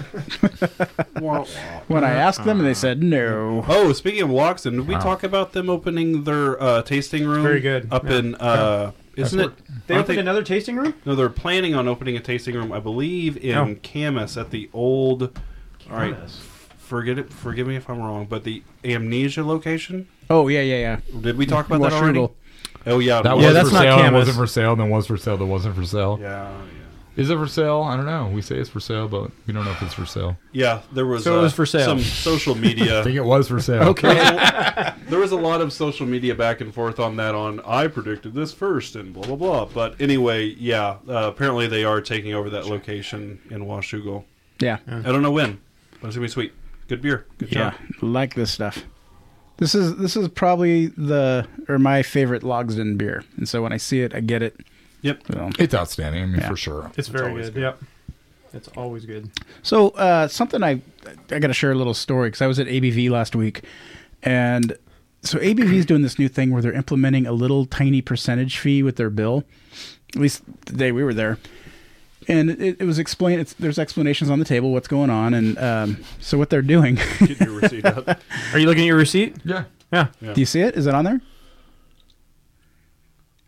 Speaker 6: Wah, wah.
Speaker 5: when I asked them, they said no.
Speaker 6: oh, speaking of Logston, did we talk about them opening their uh, tasting room?
Speaker 2: Very good.
Speaker 6: Up
Speaker 2: Yeah.
Speaker 6: in, uh, isn't it?
Speaker 2: They
Speaker 6: aren't
Speaker 2: opened another tasting room.
Speaker 6: No, they're planning on opening a tasting room, I believe, in
Speaker 2: Oh.
Speaker 6: Camas at the old. All right,
Speaker 2: Camas.
Speaker 6: forget it. Forgive me if I'm wrong, but the Amnesia location.
Speaker 5: Oh yeah, yeah, yeah.
Speaker 6: Did we talk about that
Speaker 5: Washougal.
Speaker 6: already? Oh yeah,
Speaker 3: That
Speaker 6: it
Speaker 2: Yeah,
Speaker 3: was
Speaker 2: that's
Speaker 3: for
Speaker 2: not
Speaker 3: sale. That
Speaker 2: Camus.
Speaker 3: wasn't for sale. Then was for sale. That wasn't for sale.
Speaker 6: Yeah, yeah.
Speaker 3: Is it for sale? I don't know. We say it's for sale, but we don't know if it's for sale.
Speaker 6: Yeah, there was.
Speaker 2: So it
Speaker 6: uh,
Speaker 2: was for sale.
Speaker 6: Some social
Speaker 3: I *laughs*
Speaker 6: media. *laughs*
Speaker 3: think it was for sale.
Speaker 6: there was a lot of social media back and forth on that. On I predicted this first, and blah blah blah. But anyway, yeah. Uh, apparently, they are taking over that location in Washougal.
Speaker 5: Yeah,
Speaker 6: I don't know when, but it's gonna be sweet. Good beer. Good
Speaker 5: yeah.
Speaker 6: job.
Speaker 5: Like this stuff. This is this is probably the or my favorite Logsden beer, and so when I see it, I get it.
Speaker 6: Yep.
Speaker 5: So,
Speaker 3: It's outstanding. I mean,
Speaker 5: Yeah.
Speaker 3: for sure.
Speaker 2: It's very
Speaker 6: always
Speaker 2: good.
Speaker 6: good.
Speaker 2: Yep. It's always good.
Speaker 5: so uh, something I I got to share a little story because I was at ABV last week, and so ABV is doing this new thing where they're implementing a little tiny percentage fee with their bill. At least the day we were there, and it, it was explained. It's, there's explanations on the table what's going on, and um, so what they're doing. *laughs*
Speaker 6: Get your receipt up.
Speaker 2: Are you looking at your receipt?
Speaker 3: Yeah.
Speaker 2: Yeah.
Speaker 5: Do you see it? Is it on there?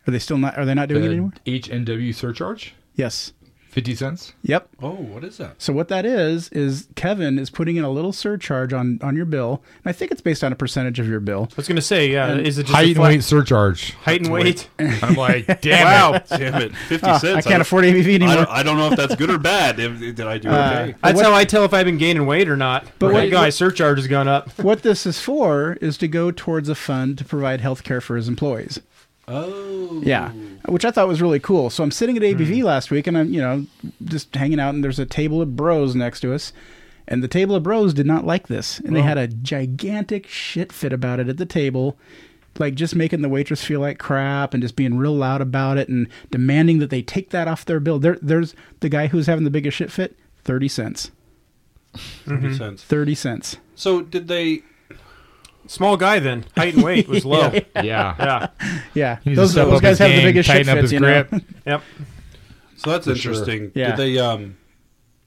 Speaker 5: Are they still not? Are they not doing it
Speaker 3: The
Speaker 5: anymore?
Speaker 3: HNW surcharge,
Speaker 5: Yes.
Speaker 3: fifty cents.
Speaker 5: Yep.
Speaker 6: Oh, what is that?
Speaker 5: So what that is is Kevin is putting in a little surcharge on on your bill, and I think it's based on a percentage of your bill.
Speaker 2: I was gonna say, yeah. is it just a
Speaker 3: Height and
Speaker 2: flat-
Speaker 3: weight surcharge.
Speaker 2: Height and weight. *laughs*
Speaker 3: I'm like, damn
Speaker 2: Wow.
Speaker 6: Damn it, fifty
Speaker 5: Ah,
Speaker 6: cents.
Speaker 5: I can't afford ABV
Speaker 6: I
Speaker 5: anymore.
Speaker 6: don't, I don't know if that's good or bad. If, did I do okay?
Speaker 2: That's how I tell if I've been gaining weight or not.
Speaker 5: But
Speaker 2: But
Speaker 5: what-
Speaker 2: that guy's surcharge has gone up.
Speaker 5: what this is for is to go towards a fund to provide health care for his employees.
Speaker 6: oh,
Speaker 5: Yeah, which I thought was really cool. So I'm sitting at ABV last week, and I'm you know just hanging out, and there's a table of bros next to us, and the table of bros did not like this, and they had a gigantic shit fit about it at the table. Like just making the waitress feel like crap and just being real loud about it and demanding that they take that off their bill. There, there's the guy who's having the biggest shit fit, thirty cents,
Speaker 6: 30 cents.
Speaker 5: thirty cents.
Speaker 6: So did they?
Speaker 2: Small guy then. Height and weight was low.
Speaker 3: it. Yeah.
Speaker 2: Yeah.
Speaker 5: Yeah,
Speaker 3: He needs
Speaker 5: those,
Speaker 3: to step
Speaker 5: those
Speaker 3: up
Speaker 5: guys
Speaker 3: his
Speaker 5: have the
Speaker 3: game,
Speaker 5: biggest shit
Speaker 3: tighten up
Speaker 5: fits.
Speaker 3: his
Speaker 5: You know,
Speaker 3: grip.
Speaker 2: Yep.
Speaker 6: So that's
Speaker 3: sure.
Speaker 6: interesting.
Speaker 5: Yeah.
Speaker 6: Did they? Um.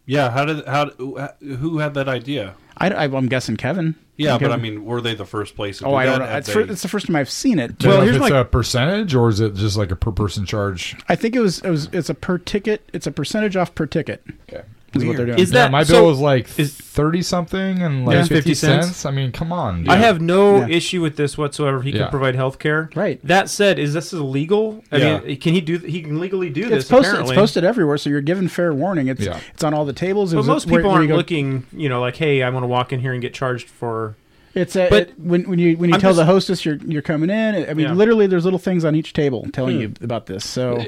Speaker 6: Yeah. How did? How? Who had that idea?
Speaker 5: *laughs* I, am guessing Kevin.
Speaker 6: Yeah, but I
Speaker 5: Kevin-
Speaker 6: mean, were they the first place? to
Speaker 5: oh,
Speaker 6: do
Speaker 5: I
Speaker 6: that?
Speaker 5: don't know.
Speaker 6: Had
Speaker 5: It's,
Speaker 6: they-
Speaker 5: fir- it's the first time I've seen it.
Speaker 3: Well,
Speaker 2: Well, here's
Speaker 3: here's if it's
Speaker 2: my-
Speaker 3: a percentage or is it just like a per person charge?
Speaker 5: I think it was it was it's a per ticket. It's a percentage off per ticket.
Speaker 3: Okay.
Speaker 5: Is what they're doing.
Speaker 2: Is
Speaker 3: Yeah,
Speaker 2: that-
Speaker 3: my bill
Speaker 2: so-
Speaker 3: was like
Speaker 2: is-
Speaker 3: thirty something and like
Speaker 2: Yeah.
Speaker 3: fifty,
Speaker 2: 50
Speaker 3: cents.
Speaker 2: cents.
Speaker 3: I mean, come on.
Speaker 2: I
Speaker 3: dude.
Speaker 2: have no
Speaker 5: Yeah.
Speaker 2: issue with this whatsoever. He
Speaker 3: Yeah.
Speaker 2: can provide health care.
Speaker 5: Right.
Speaker 2: That said, is this illegal? I
Speaker 6: Yeah.
Speaker 2: mean, can he do? He can legally do this.
Speaker 5: it's posted.
Speaker 2: apparently.
Speaker 5: It's posted everywhere, so you're given fair warning. It's
Speaker 3: Yeah.
Speaker 5: it's on all the tables. It
Speaker 2: But
Speaker 5: was
Speaker 2: most
Speaker 5: where-
Speaker 2: people
Speaker 5: where
Speaker 2: aren't
Speaker 5: you go-
Speaker 2: looking. You know, like, hey, I want to walk in here and get charged for.
Speaker 5: It's a,
Speaker 2: but-
Speaker 5: it- when when you when you
Speaker 2: I'm
Speaker 5: tell the
Speaker 2: just-
Speaker 5: hostess you're you're coming in. I mean,
Speaker 2: Yeah. Hmm.
Speaker 5: literally, there's little things on each table telling you about this. So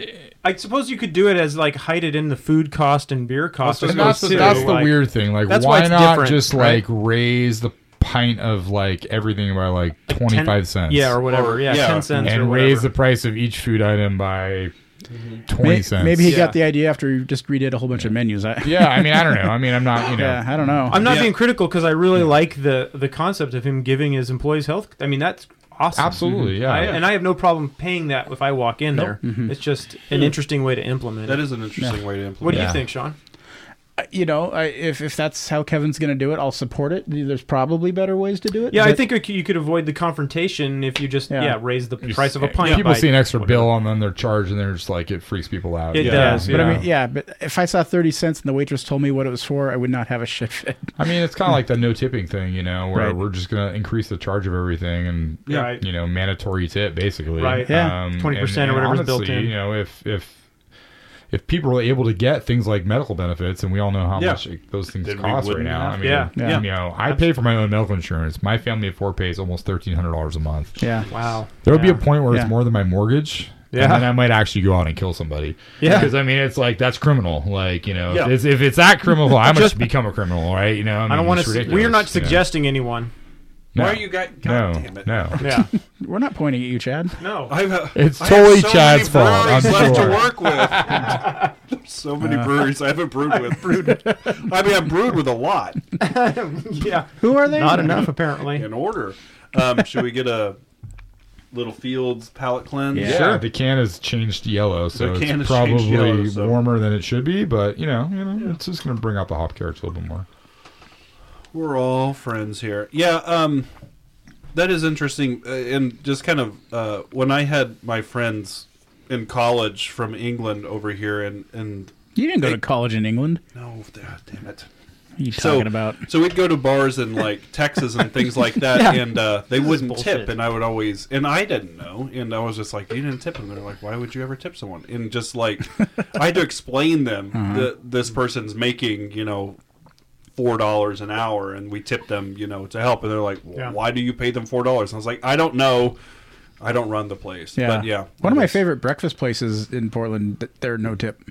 Speaker 2: I suppose you could do it as like hide it in the food cost and beer cost.
Speaker 3: And
Speaker 2: I
Speaker 3: that's,
Speaker 2: suppose,
Speaker 3: the,
Speaker 2: too,
Speaker 3: that's the
Speaker 2: like-
Speaker 3: weird thing. Like,
Speaker 2: That's why
Speaker 3: why
Speaker 2: it's
Speaker 3: not
Speaker 2: different,
Speaker 3: just
Speaker 2: right?
Speaker 3: like raise the pint of like everything by like twenty five cents?
Speaker 2: Yeah, or whatever.
Speaker 6: Or-
Speaker 2: yeah,
Speaker 6: yeah.
Speaker 2: ten cents or
Speaker 3: and
Speaker 2: whatever. Mm-hmm.
Speaker 3: raise the price of each food item by twenty
Speaker 5: may-
Speaker 3: cents.
Speaker 5: maybe he
Speaker 2: Yeah.
Speaker 5: got the idea after he just redid a whole bunch of menus. I, yeah. *laughs*
Speaker 3: yeah, I mean, I don't know. I mean, I'm not. You know,
Speaker 5: I don't know.
Speaker 2: I'm not
Speaker 6: Yeah.
Speaker 2: being critical because I really like the the concept of him giving his employees health. I mean, that's awesome.
Speaker 3: absolutely. Yeah,
Speaker 2: Mm-hmm. I, and I have no problem paying that if I walk in there. It's just an interesting way to implement
Speaker 6: Mm-hmm. that
Speaker 2: it.
Speaker 6: is an interesting way to implement.
Speaker 2: What do
Speaker 3: Yeah.
Speaker 2: you think, Sean?
Speaker 5: you know, I, if if that's how Kevin's going to do it, I'll support it. There's probably better ways to do it.
Speaker 2: Yeah, I
Speaker 5: but-
Speaker 2: think it c- you could avoid the confrontation if you just
Speaker 5: Yeah.
Speaker 2: yeah, raise the price of a pint.
Speaker 3: People
Speaker 2: by-
Speaker 3: see an extra bill and then they're charged, and they're just like, it freaks people out.
Speaker 2: It
Speaker 3: yeah.
Speaker 2: does,
Speaker 3: Yeah.
Speaker 5: But I mean, yeah. But if I saw thirty cents and the waitress told me what it was for, I would not have a shit fit.
Speaker 3: I mean, it's kind of like the no tipping thing, you know, where
Speaker 5: Right.
Speaker 3: we're just gonna increase the charge of everything and
Speaker 2: Yeah. Right.
Speaker 3: you know, mandatory tip basically.
Speaker 2: Right.
Speaker 5: Yeah.
Speaker 3: Um,
Speaker 2: 20%
Speaker 3: and-
Speaker 2: or
Speaker 3: and
Speaker 2: whatever's built
Speaker 3: honestly,
Speaker 2: in.
Speaker 3: You know, if if if people are able to get things like medical benefits, and we all know how
Speaker 6: Yeah.
Speaker 3: much it- those things
Speaker 6: Then we
Speaker 3: cost right
Speaker 6: wouldn't
Speaker 3: now.
Speaker 6: have
Speaker 3: I
Speaker 6: to.
Speaker 3: mean,
Speaker 2: Yeah.
Speaker 5: Yeah.
Speaker 3: you know, I pay for my own medical insurance. My family of four pays almost thirteen hundred dollars a month.
Speaker 5: *laughs* Yeah.
Speaker 2: Wow.
Speaker 3: There would
Speaker 2: Yeah.
Speaker 3: be a point where
Speaker 5: Yeah.
Speaker 3: it's more than my mortgage,
Speaker 2: Yeah.
Speaker 3: and then I might actually go out and kill somebody.
Speaker 2: Yeah.
Speaker 3: because I mean, it's like that's criminal. Like you know,
Speaker 6: Yeah.
Speaker 3: if, it's, if it's that criminal,
Speaker 6: *laughs*
Speaker 3: I must
Speaker 2: Just-
Speaker 3: become a criminal, right? You know, I, mean,
Speaker 2: I don't want
Speaker 3: it's
Speaker 2: to.
Speaker 3: ridiculous,
Speaker 2: We're not
Speaker 3: you know?
Speaker 2: suggesting anyone.
Speaker 3: No.
Speaker 6: Why are you guys?
Speaker 3: No,
Speaker 6: God damn it!
Speaker 3: no.
Speaker 6: *laughs*
Speaker 2: Yeah.
Speaker 5: We're not pointing at you, Chad.
Speaker 2: No.
Speaker 6: I have,
Speaker 3: It's
Speaker 6: uh, I have
Speaker 3: totally
Speaker 6: so
Speaker 3: Chad's
Speaker 6: many
Speaker 3: fault, I'm
Speaker 6: breweries left
Speaker 3: sure.
Speaker 6: to work with. so many breweries I haven't brewed with. I mean, I've brewed with a lot
Speaker 2: yeah.
Speaker 5: Who are they?
Speaker 2: Not enough apparently.
Speaker 6: in order. Um, should we get a little Fields palate cleanse?
Speaker 5: Yeah.
Speaker 3: Yeah, the can has changed yellow, so
Speaker 6: The can
Speaker 3: it's
Speaker 6: has changed
Speaker 3: probably
Speaker 6: yellow, so-
Speaker 3: warmer than it should be. But you know, you know, it's just going to bring out the hop character a little bit more.
Speaker 6: We're all friends here. Yeah, um, that is interesting. uh, And just kind of uh, when I had my friends in college from England over here, and and
Speaker 5: You didn't go to college in England.
Speaker 6: no, da- damn it.
Speaker 5: What are you
Speaker 6: So-
Speaker 5: talking about?
Speaker 6: So we'd go to bars in
Speaker 5: *laughs*
Speaker 6: like Texas and things like that, and uh, they wouldn't
Speaker 2: bullshit.
Speaker 6: tip, and I would always, and I didn't know, and I was just like, you didn't tip them. They're like, why would you ever tip someone? And just like, I had to
Speaker 5: *laughs*
Speaker 6: explain them
Speaker 5: Uh-huh.
Speaker 6: that this person's making, you know. Four dollars an hour, and we tip them, you know, to help. And they're like, well,
Speaker 2: Yeah.
Speaker 6: "Why do you pay them four dollars?" And I was like, "I don't know, I don't run the place."
Speaker 5: Yeah.
Speaker 6: But yeah,
Speaker 5: One of
Speaker 6: I
Speaker 5: my
Speaker 6: guess-
Speaker 5: favorite breakfast places in Portland, th- they're no tip,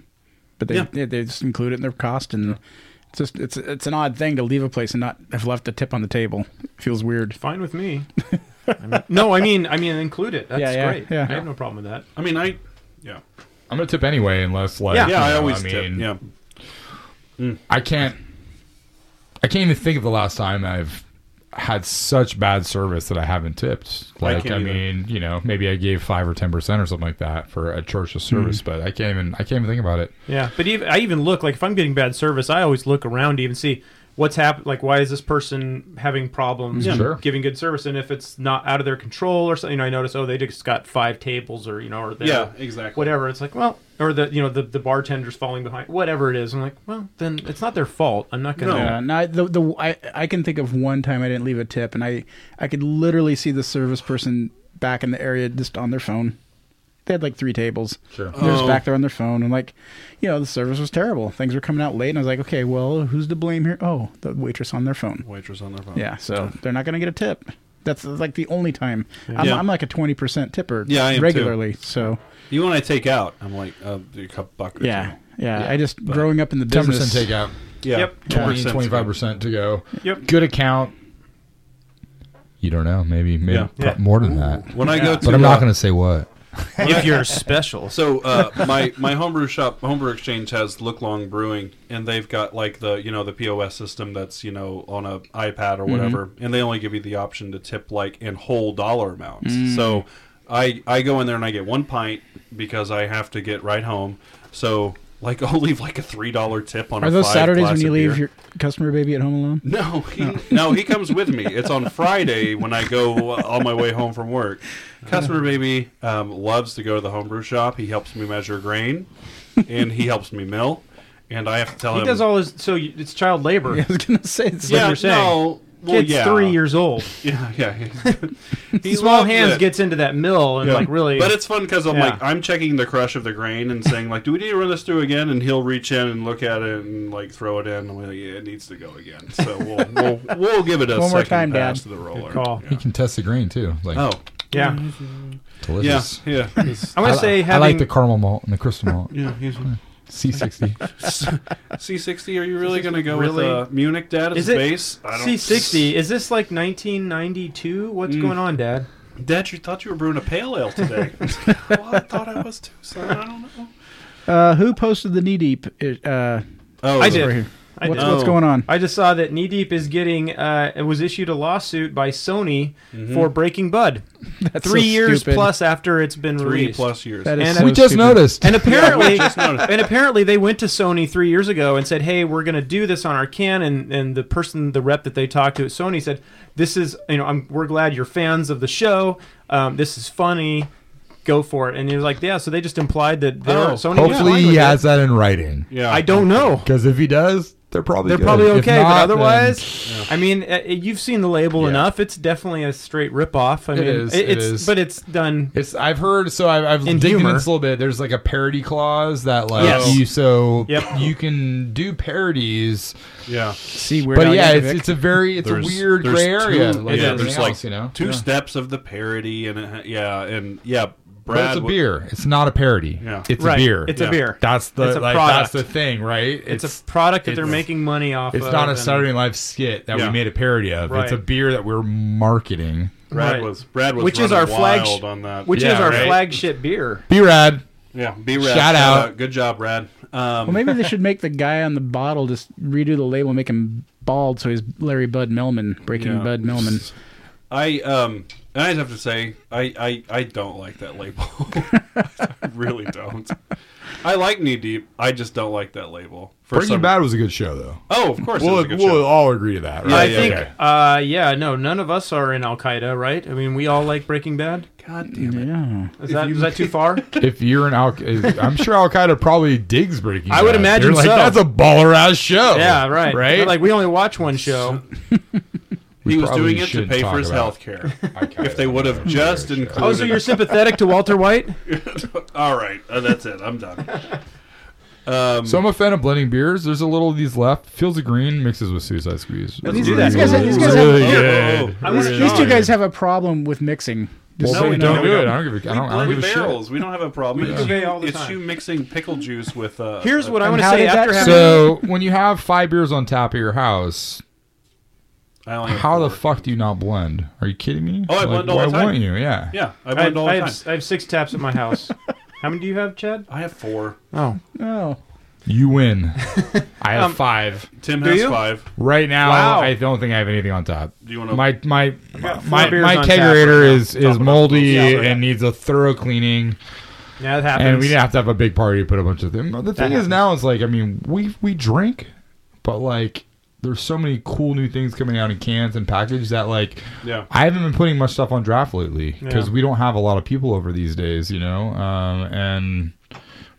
Speaker 5: but they,
Speaker 6: Yeah.
Speaker 5: they they just include it in their cost, and it's just it's it's an odd thing to leave a place and not have left a tip on the table. It feels weird.
Speaker 2: Fine with *laughs* me. I mean- no, I mean, I mean, include it. That's
Speaker 5: Yeah, yeah,
Speaker 2: great.
Speaker 5: yeah.
Speaker 2: I have no problem with that.
Speaker 6: I mean, I yeah,
Speaker 3: I'm going to tip anyway, unless like
Speaker 2: Yeah.
Speaker 6: yeah,
Speaker 3: you
Speaker 6: I
Speaker 3: know,
Speaker 6: always
Speaker 3: I
Speaker 6: tip.
Speaker 3: mean,
Speaker 6: Yeah,
Speaker 3: I can't. I can't even think of the last time I've had such bad service that I haven't tipped. Like
Speaker 6: can't
Speaker 3: I,
Speaker 6: either.
Speaker 3: mean, you know, maybe I gave five or ten percent or something like that for a church of service, but I can't even. I can't even think about it.
Speaker 2: Yeah, but even I even look like if I'm getting bad service, I always look around to even see what's happened. Like, why is this person having problems
Speaker 3: Yeah. Sure.
Speaker 2: giving good service? And if it's not out of their control or something, you know, I notice oh they just got five tables or you know or they
Speaker 6: yeah, exactly.
Speaker 2: whatever. It's like well or the you know the the bartender's falling behind whatever it is. I'm like well then it's not their fault. I'm not gonna.
Speaker 6: No.
Speaker 5: Yeah, no, I- the, the I, I can think of one time I didn't leave a tip, and I I could literally see the service person back in the area just on their phone. They had like three tables.
Speaker 3: Sure.
Speaker 5: They're just
Speaker 6: Oh.
Speaker 5: back there on their phone, and like, you know, the service was terrible. Things were coming out late, and I was like, okay, well, who's to blame here? Oh, the waitress on their phone.
Speaker 6: Waitress on their phone.
Speaker 5: Yeah, so they're not going to get a tip. That's like the only time. I'm,
Speaker 6: Yeah.
Speaker 5: I'm like a twenty percent tipper.
Speaker 6: Yeah, I am too.
Speaker 5: regularly. So
Speaker 6: You want to take out? I'm like, uh, a cup buck. Or
Speaker 5: yeah, yeah.
Speaker 3: Yeah,
Speaker 5: I just growing up in the
Speaker 3: Ten
Speaker 5: business.
Speaker 3: percent takeout.
Speaker 6: two. yeah.
Speaker 2: Yep.
Speaker 3: 20, 25 percent to go.
Speaker 2: Yep.
Speaker 3: *laughs* Good account. You don't know. Maybe maybe
Speaker 6: Yeah.
Speaker 3: pro-
Speaker 2: Yeah.
Speaker 3: more than that.
Speaker 6: When I go to,
Speaker 3: But I'm not
Speaker 6: uh,
Speaker 3: going to say what.
Speaker 2: if you're special.
Speaker 6: So uh, my my homebrew shop, homebrew exchange has Look Long Brewing, and they've got like the you know the POS system that's you know on a iPad or
Speaker 5: Mm-hmm.
Speaker 6: whatever, and they only give you the option to tip like in whole dollar amounts.
Speaker 5: Mm.
Speaker 6: So I I go in there and I get one pint because I have to get right home. So like *laughs* I'll leave like a three dollar tip on.
Speaker 5: Are
Speaker 6: a
Speaker 5: those
Speaker 6: five
Speaker 5: Saturdays when
Speaker 6: glass
Speaker 5: you
Speaker 6: of
Speaker 5: leave
Speaker 6: beer.
Speaker 5: your customer baby at home alone? *laughs*
Speaker 6: No, he, no, he comes with me. It's on Friday when I go uh, on my way home from work. Customer baby um, loves to go to the homebrew shop. He helps me measure grain, and he helps me mill. And I have to tell
Speaker 2: He
Speaker 6: him
Speaker 2: does all his so you, it's child labor.
Speaker 5: I was gonna say it's
Speaker 6: Yeah,
Speaker 2: you're saying.
Speaker 6: no, well,
Speaker 2: Kid's
Speaker 6: yeah,
Speaker 2: three years
Speaker 6: *laughs*
Speaker 2: old.
Speaker 6: Yeah,
Speaker 2: *laughs*
Speaker 6: yeah. he
Speaker 2: Small
Speaker 6: loves
Speaker 2: hands
Speaker 6: it.
Speaker 2: gets into that mill and
Speaker 6: Yeah.
Speaker 2: like really.
Speaker 6: But it's fun because I'm
Speaker 2: Yeah.
Speaker 6: like I'm checking the crush of the grain and saying like, "Do we need to run this through again?" And he'll reach in and look at it and like throw it in. And I'm like, "Yeah, it needs to go again." So we'll we'll, we'll give it a
Speaker 5: One more
Speaker 6: second
Speaker 5: time,
Speaker 6: pass
Speaker 5: Dad.
Speaker 6: to the roller.
Speaker 2: call.
Speaker 3: You can test the grain too. Like
Speaker 6: Oh,
Speaker 2: yeah.
Speaker 6: yeah,
Speaker 3: delicious.
Speaker 6: yeah.
Speaker 2: *laughs*
Speaker 6: *laughs*
Speaker 2: I want to say
Speaker 3: I
Speaker 2: having
Speaker 3: like the caramel malt and the crystal malt.
Speaker 6: Yeah,
Speaker 3: *laughs*
Speaker 6: he's
Speaker 3: C60.
Speaker 6: C60. Are you really going to go with
Speaker 2: Really?
Speaker 6: uh, Munich, Dad, as
Speaker 2: Is
Speaker 6: a
Speaker 2: it
Speaker 6: base? I don't- *laughs*
Speaker 2: C60. Is this like 1992? What's
Speaker 6: Mm.
Speaker 2: going on, Dad?
Speaker 6: Dad, you thought you were brewing a pale
Speaker 2: *laughs*
Speaker 6: ale today. *laughs* well, I thought I was too, son. I don't know.
Speaker 5: Uh, who posted the knee deep? It, uh,
Speaker 6: Oh,
Speaker 2: I did.
Speaker 5: over here.
Speaker 2: I
Speaker 5: what's,
Speaker 2: did.
Speaker 5: what's
Speaker 6: Oh.
Speaker 5: going on?
Speaker 2: I just saw that Knee Deep is getting uh, it was issued a lawsuit by Sony
Speaker 6: Mm-hmm.
Speaker 2: for Breaking Bud.
Speaker 5: That's
Speaker 2: Three
Speaker 5: so
Speaker 2: years
Speaker 5: stupid.
Speaker 2: plus after it's been
Speaker 6: Three
Speaker 2: released.
Speaker 6: plus years.
Speaker 5: That is
Speaker 2: And
Speaker 5: so
Speaker 2: we
Speaker 3: Just
Speaker 5: stupid.
Speaker 3: noticed.
Speaker 2: And apparently,
Speaker 6: noticed.
Speaker 2: and apparently, they went to Sony three years ago and said, "Hey, we're going to do this on our can." And, and the person, the rep that they talked to at Sony said, "This is you know, I'm, we're glad you're fans of the show. Um, this is funny. Go for it." And he was like, "Yeah." So they just implied that they're
Speaker 6: Oh.
Speaker 2: Sony. was
Speaker 3: Hopefully
Speaker 2: fine
Speaker 3: he
Speaker 2: with it.
Speaker 3: has that in writing.
Speaker 6: yeah.
Speaker 2: I don't know.
Speaker 3: Because if he does, they're probably
Speaker 2: They're
Speaker 3: good.
Speaker 2: probably
Speaker 3: If
Speaker 2: okay,
Speaker 3: not,
Speaker 2: but
Speaker 3: then-
Speaker 2: otherwise, I mean, uh, you've seen the label
Speaker 3: Yeah.
Speaker 2: enough. It's definitely a straight ripoff. I
Speaker 3: It
Speaker 2: mean,
Speaker 3: is, it
Speaker 2: it's
Speaker 3: is.
Speaker 2: but it's done.
Speaker 3: It's I've heard so I've I've
Speaker 2: In
Speaker 3: digged into
Speaker 2: humor.
Speaker 3: this a little bit. There's like a parody clause that like
Speaker 2: Yes.
Speaker 3: you so
Speaker 2: Yep.
Speaker 3: you can do parodies,
Speaker 6: Yeah.
Speaker 5: See where?
Speaker 3: but yeah, it's, it's a very it's a weird
Speaker 6: there's
Speaker 3: gray area.
Speaker 6: Two,
Speaker 3: like
Speaker 6: yeah,
Speaker 3: everything
Speaker 6: there's
Speaker 3: else,
Speaker 6: like
Speaker 3: you know
Speaker 6: two steps of the parody, and it, ha- yeah, and yeah, Brad
Speaker 3: but it's a
Speaker 6: would-
Speaker 3: beer. It's not a parody.
Speaker 6: Yeah.
Speaker 3: It's
Speaker 2: right.
Speaker 3: a beer.
Speaker 2: It's
Speaker 6: Yeah.
Speaker 2: a beer.
Speaker 3: That's the
Speaker 2: It's a
Speaker 3: like,
Speaker 2: product.
Speaker 3: that's the thing, right?
Speaker 2: It's, a product that they're
Speaker 3: it's-
Speaker 2: making money off.
Speaker 3: It's
Speaker 2: of
Speaker 3: not a
Speaker 2: and-
Speaker 3: Saturday Night Live skit that
Speaker 6: Yeah.
Speaker 3: we made a parody of. It's a
Speaker 2: Right.
Speaker 3: beer that we're marketing.
Speaker 6: Brad
Speaker 2: Right.
Speaker 6: was Brad was
Speaker 2: Which is
Speaker 6: running
Speaker 2: our flag-
Speaker 6: wild on that.
Speaker 2: which is
Speaker 3: Yeah,
Speaker 2: our
Speaker 3: right?
Speaker 2: flagship beer.
Speaker 3: Beer ad.
Speaker 6: yeah, be rad.
Speaker 3: Shout out.
Speaker 6: Good job, Brad. Um,
Speaker 5: Well, maybe they should make the guy on the bottle just redo the label, and make him bald, so he's Larry Bud Millman, Breaking
Speaker 6: Yeah.
Speaker 5: Bud Millman.
Speaker 6: I um and I'd have to say I I, I don't like that label. *laughs* I really don't. I like Knee Deep. I just don't like that label. For
Speaker 3: Breaking
Speaker 6: some-
Speaker 3: Bad was a good show, though.
Speaker 6: Oh, of course. it
Speaker 3: We'll,
Speaker 6: was a good
Speaker 3: we'll
Speaker 6: show.
Speaker 3: all agree to that,
Speaker 2: I
Speaker 3: right?
Speaker 2: think,
Speaker 3: Okay.
Speaker 2: uh, yeah, no, none of us are in Al Qaeda, right? I mean, we all like Breaking Bad.
Speaker 6: God damn it.
Speaker 5: Yeah.
Speaker 2: Is that is that too *laughs* far?
Speaker 3: if you're an Al, I'm sure Al Qaeda probably digs Breaking.
Speaker 2: I would
Speaker 3: Bad.
Speaker 2: imagine
Speaker 3: They're like,
Speaker 2: so.
Speaker 3: That's a baller ass show.
Speaker 2: yeah, right.
Speaker 3: Right.
Speaker 2: They're like we only watch one *laughs* show.
Speaker 3: We
Speaker 6: he was
Speaker 3: probably
Speaker 6: doing it to
Speaker 3: should
Speaker 6: pay
Speaker 3: talk
Speaker 6: for his
Speaker 3: about *laughs*
Speaker 6: health care.
Speaker 3: Al Qaeda.
Speaker 6: If they would have just
Speaker 2: Oh, so
Speaker 6: included
Speaker 2: you're sympathetic to Walter White?
Speaker 6: All right, uh, that's it. I'm done. Um,
Speaker 3: So I'm a fan of blending beers. There's a little of these left. Fields of Green mixes with Suicide Squeeze.
Speaker 2: Let's do that.
Speaker 5: These guys- these guys
Speaker 3: really
Speaker 6: have-
Speaker 3: good.
Speaker 6: Oh, oh, oh.
Speaker 2: I was-
Speaker 5: These two guys have a problem with mixing. Just
Speaker 3: Well,
Speaker 5: so
Speaker 6: we
Speaker 5: you
Speaker 3: don't
Speaker 5: know.
Speaker 3: do
Speaker 6: don't.
Speaker 3: it. I don't give a, I don't, I don't
Speaker 6: we
Speaker 3: give a shit.
Speaker 6: barrels. We don't have a problem.
Speaker 2: We
Speaker 6: it's
Speaker 2: convey
Speaker 6: you,
Speaker 2: all the
Speaker 6: it's
Speaker 2: time.
Speaker 6: you mixing pickle juice with. Uh,
Speaker 2: Here's
Speaker 6: uh,
Speaker 2: what I
Speaker 5: And
Speaker 2: want to
Speaker 5: how
Speaker 2: say
Speaker 5: did that
Speaker 2: after having.
Speaker 3: So when you have five beers on tap at your house,
Speaker 6: I only have
Speaker 3: how the
Speaker 6: four.
Speaker 3: fuck do you not blend? Are you kidding me?
Speaker 6: Oh, I
Speaker 3: Like,
Speaker 6: blend all
Speaker 3: why
Speaker 6: the time.
Speaker 3: won't you? Yeah.
Speaker 6: Yeah, I
Speaker 2: I,
Speaker 6: blend all the
Speaker 2: I
Speaker 6: time.
Speaker 2: have, I have six taps at my house. *laughs* How many do you have, Chad?
Speaker 6: I have four.
Speaker 2: Oh,
Speaker 5: Oh.
Speaker 3: You win. I have five
Speaker 6: Tim
Speaker 2: Do
Speaker 6: has
Speaker 2: you?
Speaker 6: five.
Speaker 3: right now.
Speaker 2: Wow.
Speaker 3: I don't think I have anything on top.
Speaker 6: Do you want to?
Speaker 3: My my
Speaker 2: got four
Speaker 3: my,
Speaker 2: beers
Speaker 3: my
Speaker 2: on tap
Speaker 3: kegerator
Speaker 2: right now.
Speaker 3: is is
Speaker 6: about
Speaker 3: moldy
Speaker 2: those. Yeah, right.
Speaker 3: and needs a thorough cleaning.
Speaker 2: yeah, that happens.
Speaker 3: and we didn't have to have a big party to put a bunch of things. The thing is
Speaker 2: happens.
Speaker 3: now is like I mean we we drink, but like there's so many cool new things coming out in cans and packaged that like
Speaker 6: yeah.
Speaker 3: I haven't been putting much stuff on draft lately because
Speaker 2: Yeah.
Speaker 3: we don't have a lot of people over these days, you know, um, and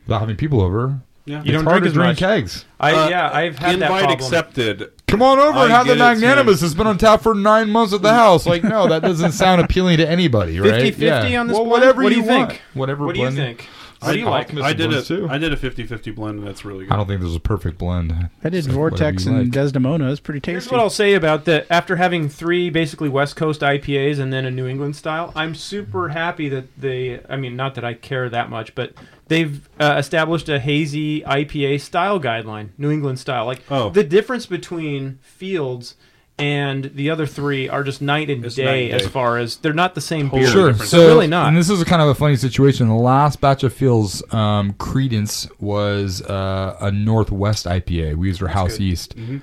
Speaker 3: without having people over.
Speaker 6: Yeah.
Speaker 2: You
Speaker 3: it's
Speaker 2: don't
Speaker 3: hard
Speaker 2: drink
Speaker 3: to
Speaker 2: as
Speaker 3: drink
Speaker 2: much.
Speaker 3: kegs.
Speaker 2: I,
Speaker 6: Uh,
Speaker 2: yeah, I've had that
Speaker 6: Invite
Speaker 2: problem.
Speaker 6: accepted.
Speaker 3: Come on over
Speaker 6: I
Speaker 3: and have the
Speaker 6: get it, too.
Speaker 3: magnanimous. It's been on tap for nine months
Speaker 6: *laughs*
Speaker 3: at the house. Like, no, that doesn't sound appealing to anybody, right?
Speaker 2: 50-50 on this
Speaker 3: well,
Speaker 2: blend?
Speaker 3: whatever
Speaker 2: What do
Speaker 3: you,
Speaker 2: you think?
Speaker 3: want. Whatever.
Speaker 2: what do you
Speaker 3: blend-
Speaker 2: think?
Speaker 6: What do you
Speaker 3: I'll
Speaker 6: like?
Speaker 3: miss
Speaker 6: I
Speaker 3: the
Speaker 6: did
Speaker 3: ones,
Speaker 6: a
Speaker 3: too.
Speaker 6: I did a 50-50 blend, and that's really good.
Speaker 3: I don't think there's a perfect blend.
Speaker 5: I did
Speaker 3: It's like
Speaker 5: Vortex
Speaker 3: whatever you
Speaker 5: and
Speaker 3: like.
Speaker 5: Desdemona. It's pretty
Speaker 2: Here's
Speaker 5: tasty.
Speaker 2: what I'll say about that. After having three basically West Coast IPAs and then a New England style, I'm super happy that they. I mean, not that I care that much, but they've uh, established a hazy IPA style guideline, New England style. Like
Speaker 6: Oh.
Speaker 2: the difference between Fields and the other three are just night and
Speaker 6: It's
Speaker 2: day
Speaker 6: night and
Speaker 2: as
Speaker 6: day.
Speaker 2: far as they're not the same beer.
Speaker 3: Sure.
Speaker 6: different.
Speaker 3: So
Speaker 2: Really not.
Speaker 3: And this is a kind of a funny situation. The last batch of Phil's um, Credence was uh, a Northwest IPA. We used our House East.
Speaker 2: Mm-hmm.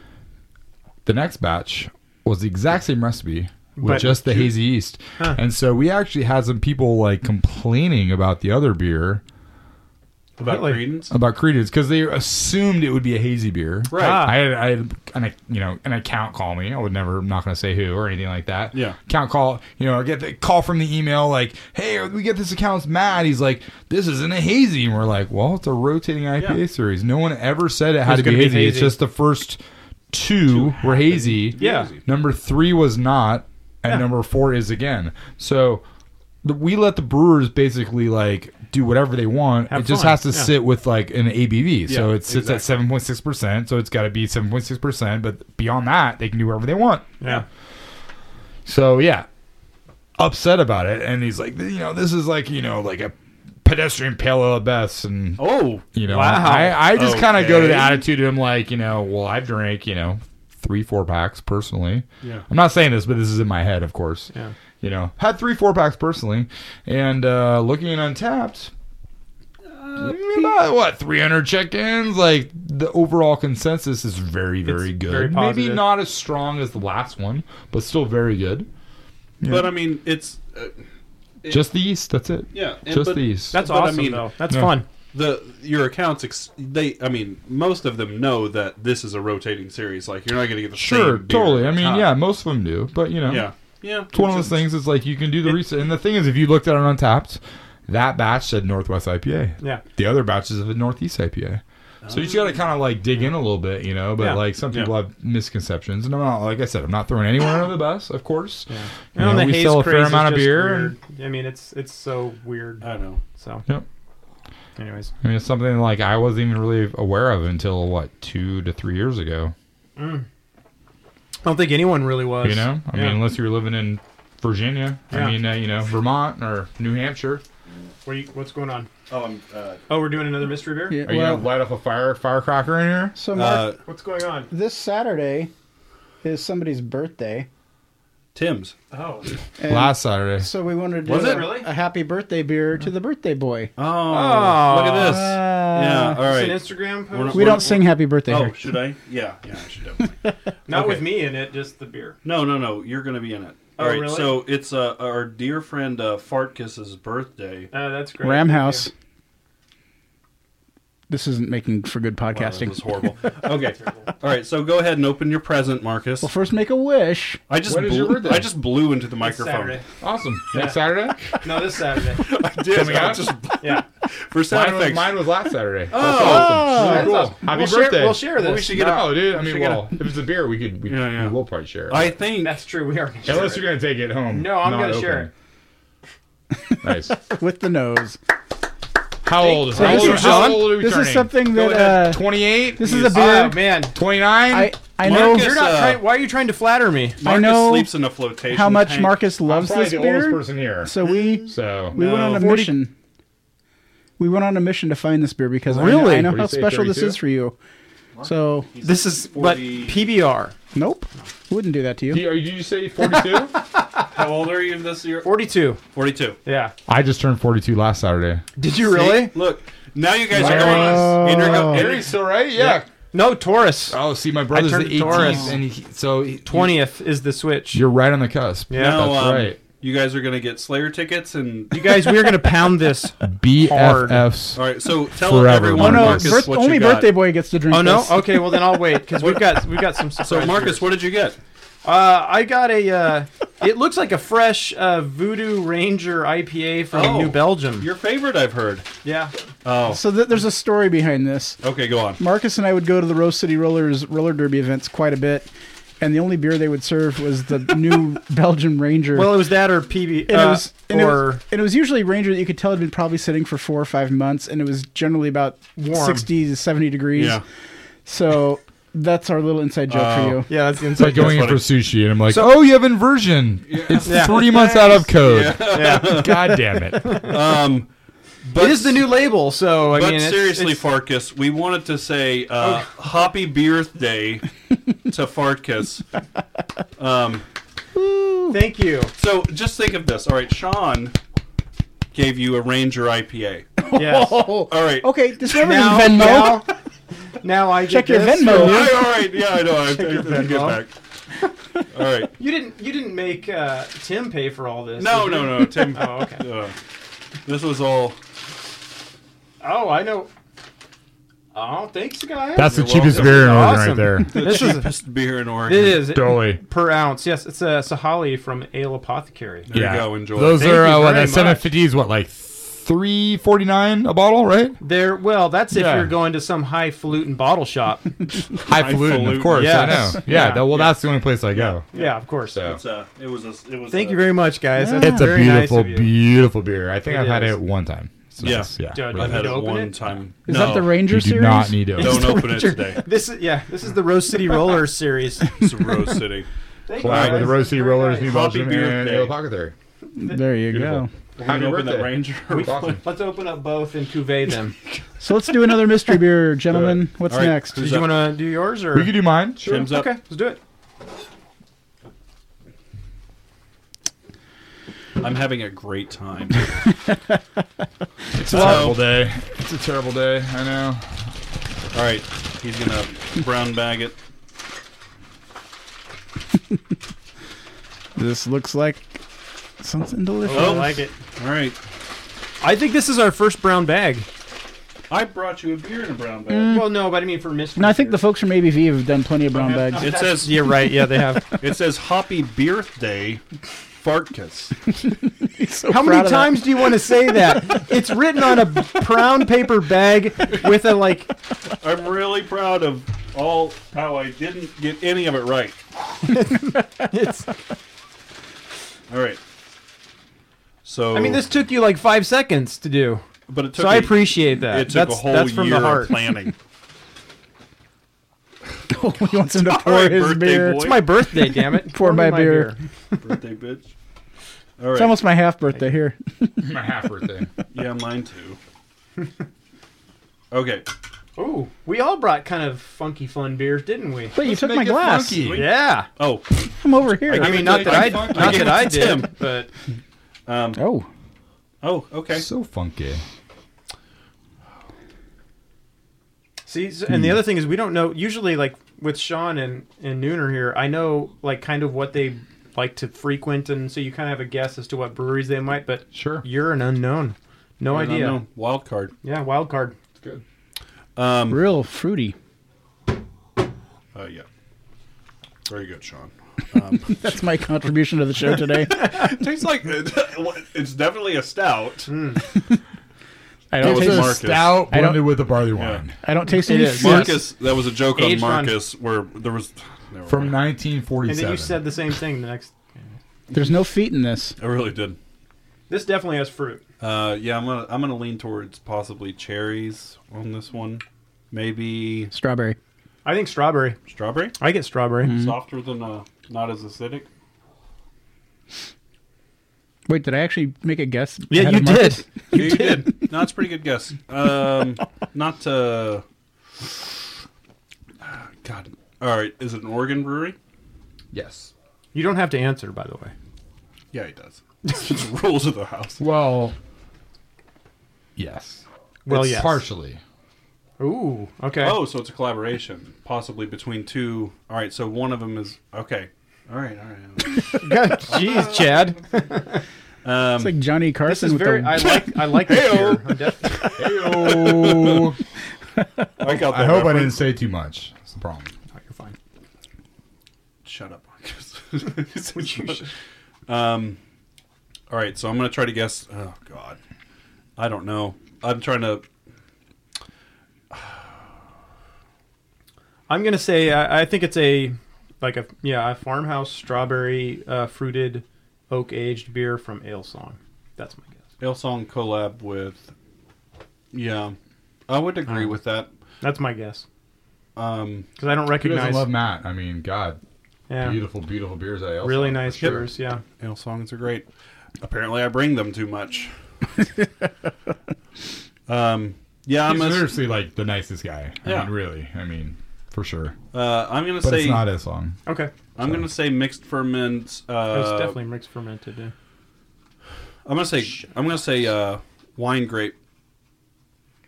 Speaker 3: The next batch was the exact same recipe with
Speaker 2: But-
Speaker 3: just the hazy yeast. And so we actually had some people like complaining about the other beer
Speaker 6: about
Speaker 2: Really?
Speaker 6: credence.
Speaker 3: about Credence because they assumed it would be a hazy beer.
Speaker 6: Right.
Speaker 2: Ah.
Speaker 3: I had, I had an, you know, an account call me. I would never, I'm not going to say who or anything like that.
Speaker 6: Yeah.
Speaker 3: Account call, you know, I get the call from the email like, hey, we get this account's mad. He's like, this isn't a hazy. And we're like, well, it's a rotating IPA
Speaker 6: Yeah.
Speaker 3: series. No one ever said it had
Speaker 2: It's
Speaker 3: to be
Speaker 2: gonna be
Speaker 3: hazy. It's
Speaker 2: hazy.
Speaker 3: just the first two were hazy.
Speaker 2: Yeah.
Speaker 3: Number three was not, and number four is again. So the, we let the brewers basically like do whatever they want.
Speaker 2: Have
Speaker 3: it just
Speaker 2: fun.
Speaker 3: has to
Speaker 2: Yeah.
Speaker 3: sit with like an ABV. so
Speaker 6: Yeah,
Speaker 3: it sits at seven point six percent. So it's got to be seven point six percent. But beyond that, they can do whatever they want.
Speaker 2: Yeah.
Speaker 3: So yeah, upset about it, and he's like, you know, this is like you know like a pedestrian pale ale at best, and
Speaker 6: Oh,
Speaker 3: you know,
Speaker 2: Wow.
Speaker 3: I, I just kind of go to the
Speaker 6: Okay.
Speaker 3: attitude of him like, you know, well, I've drank, you know, three, four packs personally.
Speaker 6: Yeah.
Speaker 3: I'm not saying this, but this is in my head, of course.
Speaker 2: Yeah.
Speaker 3: You know, had three, four packs personally. And uh, looking at Untapped, uh, about, what, 300 check ins? Like, the overall consensus is very, very good.
Speaker 2: very
Speaker 3: Maybe
Speaker 2: positive.
Speaker 3: not as strong as the last one, but still very good.
Speaker 6: but I mean, it's uh,
Speaker 3: Just the yeast, that's it.
Speaker 6: yeah. and-
Speaker 3: Just
Speaker 6: but
Speaker 3: the yeast.
Speaker 2: That's
Speaker 6: But I
Speaker 2: awesome,
Speaker 6: mean-
Speaker 2: though. That's
Speaker 3: Yeah.
Speaker 2: fun.
Speaker 6: the your accounts. Ex- they, I mean, most of them know that this is a rotating series. Like you're not going to get the
Speaker 3: sure,
Speaker 6: same beer
Speaker 3: totally. I
Speaker 6: every
Speaker 3: mean,
Speaker 6: time.
Speaker 3: yeah, most of them do, but you know.
Speaker 6: yeah, yeah.
Speaker 3: It's one of those things. It's like you can do the research. And the thing is, if you looked at it on Untapped, that batch said Northwest IPA.
Speaker 2: Yeah.
Speaker 3: The other batches of a Northeast IPA. So you just got to kind of like dig in a little bit, you know. But
Speaker 2: Yeah.
Speaker 3: like some people
Speaker 6: Yeah.
Speaker 3: have misconceptions, and I'm not like I said, I'm not throwing anyone under the bus, of course. Yeah. You
Speaker 2: And
Speaker 3: know,
Speaker 2: the
Speaker 3: we
Speaker 2: haze
Speaker 3: sell a
Speaker 2: craze
Speaker 3: fair
Speaker 2: is
Speaker 3: amount of
Speaker 2: just
Speaker 3: beer.
Speaker 2: weird.
Speaker 3: And,
Speaker 2: I mean, it's it's so weird.
Speaker 6: I don't know.
Speaker 2: So.
Speaker 3: Yep.
Speaker 2: Anyways.
Speaker 3: I mean, it's something like I wasn't even really aware of until what two to three years ago.
Speaker 2: I don't think anyone really was.
Speaker 3: You know, I
Speaker 2: Yeah.
Speaker 3: mean, unless you were living in Virginia,
Speaker 2: Yeah.
Speaker 3: I mean, uh, you know, Vermont or New Hampshire.
Speaker 2: What are you, what's going on?
Speaker 7: Oh, I'm. Uh,
Speaker 2: Oh, we're doing another mystery beer.
Speaker 5: Yeah,
Speaker 3: Are you
Speaker 5: well,
Speaker 3: gonna light off a fire firecracker in here?
Speaker 5: so
Speaker 6: Uh,
Speaker 5: Mark,
Speaker 2: What's going on?
Speaker 5: this Saturday is somebody's birthday.
Speaker 6: Tim's.
Speaker 2: Oh,
Speaker 5: and
Speaker 3: Last Saturday.
Speaker 5: So we wanted to
Speaker 2: Was
Speaker 5: do
Speaker 2: it
Speaker 5: a,
Speaker 2: really?
Speaker 5: a happy birthday beer to the birthday boy.
Speaker 6: Oh, look at this. yeah, all
Speaker 2: it's an
Speaker 6: right.
Speaker 2: Instagram
Speaker 6: We're not-
Speaker 2: post.
Speaker 5: We don't sing happy birthday
Speaker 6: oh,
Speaker 5: here.
Speaker 6: should I? Yeah, yeah, I should definitely.
Speaker 2: Not
Speaker 6: okay.
Speaker 2: with me in it, just the beer.
Speaker 6: No, no, no. You're gonna be in it.
Speaker 2: Oh,
Speaker 6: All right.
Speaker 2: really?
Speaker 6: So it's uh, our dear friend uh, Fartkiss's birthday.
Speaker 2: Uh, that's great.
Speaker 5: Ram
Speaker 2: Thank
Speaker 5: House.
Speaker 2: you.
Speaker 5: This isn't making for good
Speaker 6: Wow, this
Speaker 5: podcasting.
Speaker 6: is horrible. Okay.
Speaker 5: *laughs*
Speaker 6: All right. So go ahead and open your present, Marcus.
Speaker 5: well, first make a wish.
Speaker 6: I just
Speaker 3: When is your
Speaker 6: blew,
Speaker 3: birthday?
Speaker 6: I just blew into the
Speaker 2: It's
Speaker 6: microphone.
Speaker 2: Saturday.
Speaker 3: Awesome. Next Saturday?
Speaker 2: No, this Saturday.
Speaker 6: I did.
Speaker 3: Coming
Speaker 6: I
Speaker 3: up? *laughs*
Speaker 6: just
Speaker 2: Yeah.
Speaker 6: for sound
Speaker 3: Mine was,
Speaker 6: effects.
Speaker 3: mine was last Saturday.
Speaker 6: Oh,
Speaker 3: That's awesome. Happy
Speaker 2: we'll
Speaker 3: birthday.
Speaker 2: Share, we'll share this.
Speaker 6: Well, we should get
Speaker 3: no, Oh, dude. I
Speaker 6: we
Speaker 3: mean,
Speaker 6: should get a-
Speaker 3: well, if it's a beer, we could. We,
Speaker 6: Yeah, yeah.
Speaker 3: we will probably share. It.
Speaker 6: I
Speaker 2: *laughs*
Speaker 6: think
Speaker 2: That's true. We are. gonna share
Speaker 3: Unless
Speaker 2: it.
Speaker 3: you're gonna take it home.
Speaker 2: No, I'm
Speaker 3: not
Speaker 2: gonna share
Speaker 3: open. Nice.
Speaker 5: with the nose.
Speaker 3: How old? How
Speaker 5: this
Speaker 3: old,
Speaker 5: is-
Speaker 3: how old are we
Speaker 5: this is
Speaker 3: turning?
Speaker 5: something
Speaker 3: Go
Speaker 5: that,
Speaker 3: ahead. Ah,
Speaker 5: uh,
Speaker 3: 28.
Speaker 5: This is a
Speaker 2: Oh
Speaker 5: beer.
Speaker 2: man,
Speaker 3: Twenty-nine.
Speaker 5: I I know
Speaker 6: Marcus-
Speaker 2: you're not.
Speaker 6: uh,
Speaker 2: trying, why are you trying to flatter me?
Speaker 5: I
Speaker 6: Marcus
Speaker 5: know
Speaker 6: sleeps in a flotation.
Speaker 5: how much
Speaker 6: tank.
Speaker 5: Marcus loves
Speaker 3: probably
Speaker 5: this
Speaker 3: the oldest
Speaker 5: beer.
Speaker 3: person here.
Speaker 5: So we
Speaker 3: So
Speaker 5: we went on a
Speaker 2: 40
Speaker 5: mission. We went on a mission to find this beer because I know-
Speaker 2: Really?
Speaker 5: I know,
Speaker 3: What do you
Speaker 5: how
Speaker 3: say,
Speaker 5: special this
Speaker 3: 32?
Speaker 5: is for you. So
Speaker 2: This is but
Speaker 6: 40
Speaker 2: PBR.
Speaker 5: nope, wouldn't do that to you.
Speaker 3: Do you- did you say 42?
Speaker 6: How old are you this year?
Speaker 2: Forty-two.
Speaker 6: Forty-two.
Speaker 2: Yeah.
Speaker 3: I just turned 42 last Saturday.
Speaker 2: Did you really?
Speaker 6: Look, now you guys are
Speaker 3: Very
Speaker 6: going.
Speaker 3: nice.
Speaker 6: and you're go- and
Speaker 3: Harry's still right? Yeah.
Speaker 2: No, Taurus.
Speaker 3: Oh, see, my brother's
Speaker 2: I
Speaker 3: the
Speaker 2: turned
Speaker 3: 18th,
Speaker 2: Taurus.
Speaker 3: and he, so he-
Speaker 2: Twentieth is the switch.
Speaker 3: You're right on the cusp.
Speaker 2: Yeah.
Speaker 6: now,
Speaker 3: That's
Speaker 6: um,
Speaker 3: right.
Speaker 6: You guys are gonna get Slayer tickets and.
Speaker 2: You guys, we are gonna pound this.
Speaker 3: BFFs.
Speaker 6: All right, so tell
Speaker 3: Forever,
Speaker 5: Oh
Speaker 6: everyone,
Speaker 5: no,
Speaker 6: Marcus,
Speaker 5: birth-
Speaker 6: what
Speaker 5: only
Speaker 6: you got.
Speaker 5: birthday boy gets to drink.
Speaker 2: Oh no.
Speaker 5: this.
Speaker 2: Okay. Well, then I'll wait because we've got we've
Speaker 5: *laughs*
Speaker 2: got some.
Speaker 6: So,
Speaker 2: surprise
Speaker 6: Marcus,
Speaker 2: beers.
Speaker 6: what did you get?
Speaker 2: Uh, I got a. Uh, it looks like a fresh uh, Voodoo Ranger IPA from
Speaker 6: Oh,
Speaker 2: New Belgium.
Speaker 6: Your favorite, I've heard.
Speaker 2: yeah.
Speaker 6: Oh,
Speaker 5: So th- there's a story behind this.
Speaker 6: okay, go on.
Speaker 5: Marcus and I would go to the Rose City Rollers roller derby events quite a bit, and the only beer they would serve was the new Belgian Ranger.
Speaker 2: Well, it was that or PB.
Speaker 5: and
Speaker 2: uh,
Speaker 5: it was and,
Speaker 2: or
Speaker 5: it was and it was usually Ranger that you could tell had been probably sitting for four or five months, and it was generally about
Speaker 2: Warm.
Speaker 5: sixty to seventy degrees.
Speaker 6: Yeah.
Speaker 5: So that's our little inside joke
Speaker 6: Oh.
Speaker 5: for you.
Speaker 2: yeah, that's the
Speaker 3: It's like
Speaker 2: inside.
Speaker 3: going in
Speaker 6: funny.
Speaker 3: for sushi, and I'm like, oh, you have inversion. It's
Speaker 2: Yeah.
Speaker 3: three months
Speaker 2: *laughs*
Speaker 3: out of code. God damn it.
Speaker 6: Um, but
Speaker 2: it is the new label, so I
Speaker 6: But
Speaker 2: mean, it's-
Speaker 6: seriously,
Speaker 2: it's-
Speaker 6: Farkas, we wanted to say uh,
Speaker 2: *laughs*
Speaker 6: Hoppy Birthday to Farkas. Um,
Speaker 2: thank
Speaker 6: *laughs*
Speaker 2: you.
Speaker 6: so just think of this. All right, Sean gave you a Ranger IPA.
Speaker 2: Yes.
Speaker 5: Oh,
Speaker 6: All right.
Speaker 5: okay. This never
Speaker 2: now,
Speaker 5: Venmo.
Speaker 2: now, now I
Speaker 5: Check
Speaker 2: get
Speaker 5: your
Speaker 2: this.
Speaker 5: Venmo.
Speaker 6: All right, all right. Yeah, I know. I, I, didn't get back.
Speaker 2: *laughs*
Speaker 6: All right.
Speaker 2: You didn't. You didn't make uh, Tim pay for all this.
Speaker 6: No,
Speaker 2: did
Speaker 6: no,
Speaker 2: you?
Speaker 6: no. Tim.
Speaker 2: Oh, okay.
Speaker 6: uh, this was all.
Speaker 2: Oh, I know. Oh, thanks, guys.
Speaker 3: That's the
Speaker 6: You're
Speaker 3: cheapest
Speaker 6: welcome.
Speaker 3: beer in Oregon
Speaker 2: Awesome.
Speaker 3: right there.
Speaker 2: this is.
Speaker 6: Cheapest beer in Oregon.
Speaker 2: It is
Speaker 3: Dolly.
Speaker 2: per ounce. Yes, it's a Sahali from Ale Apothecary.
Speaker 6: There you go. Enjoy.
Speaker 3: Those
Speaker 2: Thank
Speaker 3: are
Speaker 2: you
Speaker 3: uh, what
Speaker 2: very
Speaker 3: that seven fifty is what like three forty nine a bottle, right?
Speaker 2: There, well, that's if
Speaker 3: Yeah.
Speaker 2: you're going to some highfalutin bottle
Speaker 3: *laughs*
Speaker 2: shop.
Speaker 3: Highfalutin,
Speaker 6: Highfalutin.
Speaker 3: of course. I
Speaker 2: Yes.
Speaker 3: know. *laughs* Yeah,
Speaker 2: Yeah.
Speaker 3: that- well, that's the only place I go.
Speaker 2: yeah, of course.
Speaker 3: So
Speaker 6: It's, uh, it was. A, it was.
Speaker 2: Thank
Speaker 6: a-
Speaker 2: you very much, guys. That's
Speaker 3: it's a
Speaker 2: very
Speaker 3: beautiful,
Speaker 2: nice of you.
Speaker 3: beautiful beer. I think
Speaker 2: It
Speaker 3: I've had
Speaker 2: is.
Speaker 3: it one time. It's
Speaker 6: Yeah.
Speaker 3: nice. yeah.
Speaker 2: Dude,
Speaker 6: I've
Speaker 2: Need
Speaker 6: had
Speaker 2: to
Speaker 6: it
Speaker 2: open
Speaker 6: one
Speaker 2: it?
Speaker 6: time.
Speaker 5: Is
Speaker 6: no,
Speaker 5: that the
Speaker 3: You
Speaker 5: Ranger
Speaker 3: do
Speaker 5: series?
Speaker 3: not need to.
Speaker 6: Don't open it today.
Speaker 2: This is yeah. This is the Rose City
Speaker 3: *laughs*
Speaker 2: Roller series.
Speaker 6: It's Rose City.
Speaker 2: Thank you,
Speaker 3: Collaborate
Speaker 2: guys.
Speaker 3: with the Rose City
Speaker 2: Very
Speaker 3: Rollers,
Speaker 2: nice.
Speaker 3: New
Speaker 6: Happy
Speaker 3: Belgium,
Speaker 6: beer
Speaker 3: and
Speaker 6: day.
Speaker 2: *laughs*
Speaker 3: Ale Apothecary.
Speaker 5: There you go.
Speaker 6: We're gonna open the Ranger.
Speaker 3: Awesome.
Speaker 2: Let's open up both and cuvee
Speaker 3: *laughs*
Speaker 2: them.
Speaker 5: So let's do another mystery beer, gentlemen. What's
Speaker 6: All right.
Speaker 5: next?
Speaker 6: Who's
Speaker 2: Did you
Speaker 6: up?
Speaker 2: want to do yours or?
Speaker 3: We could do mine. Sure.
Speaker 6: Tim's up.
Speaker 2: Okay, let's do it.
Speaker 6: I'm having a great time.
Speaker 3: It's a terrible day. It's a terrible day. I know.
Speaker 6: All right, he's gonna brown bag it.
Speaker 5: This looks like something delicious.
Speaker 6: Oh.
Speaker 2: I like it.
Speaker 6: All right,
Speaker 2: I think this is our first brown bag.
Speaker 6: I brought you a beer in a brown bag.
Speaker 2: Well, Mm. no, but I mean for mystery.
Speaker 5: And I think the folks from ABV have done plenty of brown bags.
Speaker 6: It says
Speaker 2: You're right. *laughs* Yeah, they *laughs* have.
Speaker 6: it says Hoppy Birthday
Speaker 2: *laughs*
Speaker 6: Fartkus.
Speaker 2: How many
Speaker 5: *laughs*
Speaker 2: times do you want to say *laughs* that? It's written on a brown paper bag with a like.
Speaker 6: I'm really proud of all how I didn't get any of it right.
Speaker 2: It's.
Speaker 6: All right. So
Speaker 2: I mean, this took you like five seconds to do.
Speaker 6: but it took
Speaker 2: So I
Speaker 6: a-
Speaker 2: appreciate that.
Speaker 6: It took
Speaker 2: that's
Speaker 6: a whole
Speaker 2: that's from
Speaker 6: year
Speaker 2: the heart.
Speaker 6: of
Speaker 2: *laughs*
Speaker 6: planning.
Speaker 5: He wants him to pour
Speaker 6: right,
Speaker 5: his
Speaker 6: birthday
Speaker 5: beer.
Speaker 6: boy.
Speaker 2: It's my birthday, damn *laughs* it.
Speaker 5: Pour
Speaker 2: me
Speaker 5: my beer.
Speaker 6: Birthday bitch. All right.
Speaker 5: It's almost my half birthday here.
Speaker 2: *laughs*
Speaker 3: My half birthday.
Speaker 6: yeah. Yeah, mine too. okay.
Speaker 2: Ooh, we all brought kind of funky fun beers, didn't we?
Speaker 5: But you took
Speaker 3: make
Speaker 5: my
Speaker 3: it
Speaker 5: glass.
Speaker 3: funky.
Speaker 2: Yeah.
Speaker 6: Oh,
Speaker 5: I'm over here.
Speaker 2: I mean, not that I, not
Speaker 6: gave
Speaker 2: that
Speaker 6: it
Speaker 2: I
Speaker 6: to
Speaker 2: did,
Speaker 6: Tim.
Speaker 2: but
Speaker 6: um,
Speaker 5: oh,
Speaker 6: oh, okay.
Speaker 3: So funky.
Speaker 2: see. s-
Speaker 5: Hmm.
Speaker 2: And the other thing is, we don't know. Usually, like with Sean and and Nooner here, I know like kind of what they like to frequent, and so you kind of have a guess as to what breweries they might. But
Speaker 3: Sure.
Speaker 2: you're an unknown. No
Speaker 6: I don't
Speaker 2: idea.
Speaker 6: know. Wild card.
Speaker 2: Yeah, wild card.
Speaker 3: Good.
Speaker 6: Um,
Speaker 5: real fruity.
Speaker 6: uh, yeah. Very good, Sean.
Speaker 5: That's my contribution to the show today.
Speaker 6: tastes like *laughs* it's definitely a stout.
Speaker 5: I don't
Speaker 6: was
Speaker 5: taste.
Speaker 6: Marcus.
Speaker 3: stout
Speaker 5: I don't-
Speaker 3: blended with a barley wine
Speaker 5: I don't taste any
Speaker 2: It is.
Speaker 5: fruit.
Speaker 6: Marcus, that was a joke on
Speaker 2: Aged on-
Speaker 6: Marcus where there was never
Speaker 3: from
Speaker 6: mind.
Speaker 3: 1947.
Speaker 2: And then you said the same thing the next.
Speaker 5: There's no feet in this.
Speaker 6: I really did.
Speaker 2: This definitely has fruit.
Speaker 6: Uh, yeah, I'm gonna I'm gonna lean towards possibly cherries on this one, maybe
Speaker 5: Strawberry.
Speaker 2: I think strawberry.
Speaker 6: strawberry.
Speaker 2: I get strawberry.
Speaker 5: Mm-hmm.
Speaker 6: Softer than uh, not as acidic.
Speaker 5: Wait, did I actually make a guess?
Speaker 2: Yeah,
Speaker 5: ahead
Speaker 2: you
Speaker 5: of Marcus?
Speaker 2: did.
Speaker 6: *laughs* You, did. no, that's a pretty good guess. *laughs* Um, not to. God. All right. Is it an Oregon brewery?
Speaker 3: yes.
Speaker 2: You don't have to answer, by the way.
Speaker 6: Yeah, he does. *laughs* it's rules of the house.
Speaker 3: Well, yes.
Speaker 2: Well,
Speaker 3: it's
Speaker 2: yes.
Speaker 3: Partially.
Speaker 2: Ooh, okay.
Speaker 6: Oh, so it's a collaboration, possibly between two. All right. So one of them is okay. All right. All right.
Speaker 2: Jeez, Chad.
Speaker 5: *laughs*
Speaker 6: Um,
Speaker 5: It's like Johnny
Speaker 2: This
Speaker 5: Carson
Speaker 2: is
Speaker 5: with
Speaker 2: very.
Speaker 5: the.
Speaker 2: I like. I like this beer. I'm def-
Speaker 3: Heyo.
Speaker 6: *laughs*
Speaker 2: Oh.
Speaker 6: I,
Speaker 3: *laughs*
Speaker 6: got
Speaker 3: I
Speaker 6: that
Speaker 3: hope I didn't
Speaker 6: reference.
Speaker 3: say too much. That's the problem.
Speaker 2: *laughs* Oh, you're fine.
Speaker 6: Shut up, *laughs* Marcus. um, all right, so I'm gonna try to guess. Oh God, I don't know. I'm trying to.
Speaker 2: I'm gonna say. I, I think it's a like a yeah a farmhouse strawberry uh, fruited oak aged beer from Ale Song. That's my guess.
Speaker 6: Song collab with. Yeah, I would agree
Speaker 2: Um,
Speaker 6: with that.
Speaker 2: That's my guess
Speaker 6: Um,
Speaker 2: because I don't
Speaker 3: Who doesn't
Speaker 2: recognize.
Speaker 3: love Matt? I mean, God,
Speaker 2: yeah,
Speaker 3: beautiful, beautiful beers. I also
Speaker 2: really
Speaker 3: for
Speaker 2: nice
Speaker 3: sure.
Speaker 2: beers. Yeah.
Speaker 6: Ale songs are great. Apparently, I bring them
Speaker 3: *laughs*
Speaker 6: too much. um, yeah, I'm
Speaker 3: He's
Speaker 6: gonna,
Speaker 3: seriously like the nicest guy. I
Speaker 6: Yeah.
Speaker 3: mean, really. I mean, for sure.
Speaker 6: uh, I'm gonna
Speaker 3: But
Speaker 6: say
Speaker 3: it's not as long.
Speaker 2: Okay.
Speaker 6: I'm gonna say mixed ferment. Uh,
Speaker 2: It's definitely mixed fermented. Yeah.
Speaker 6: I'm gonna say I'm gonna say uh, wine grape,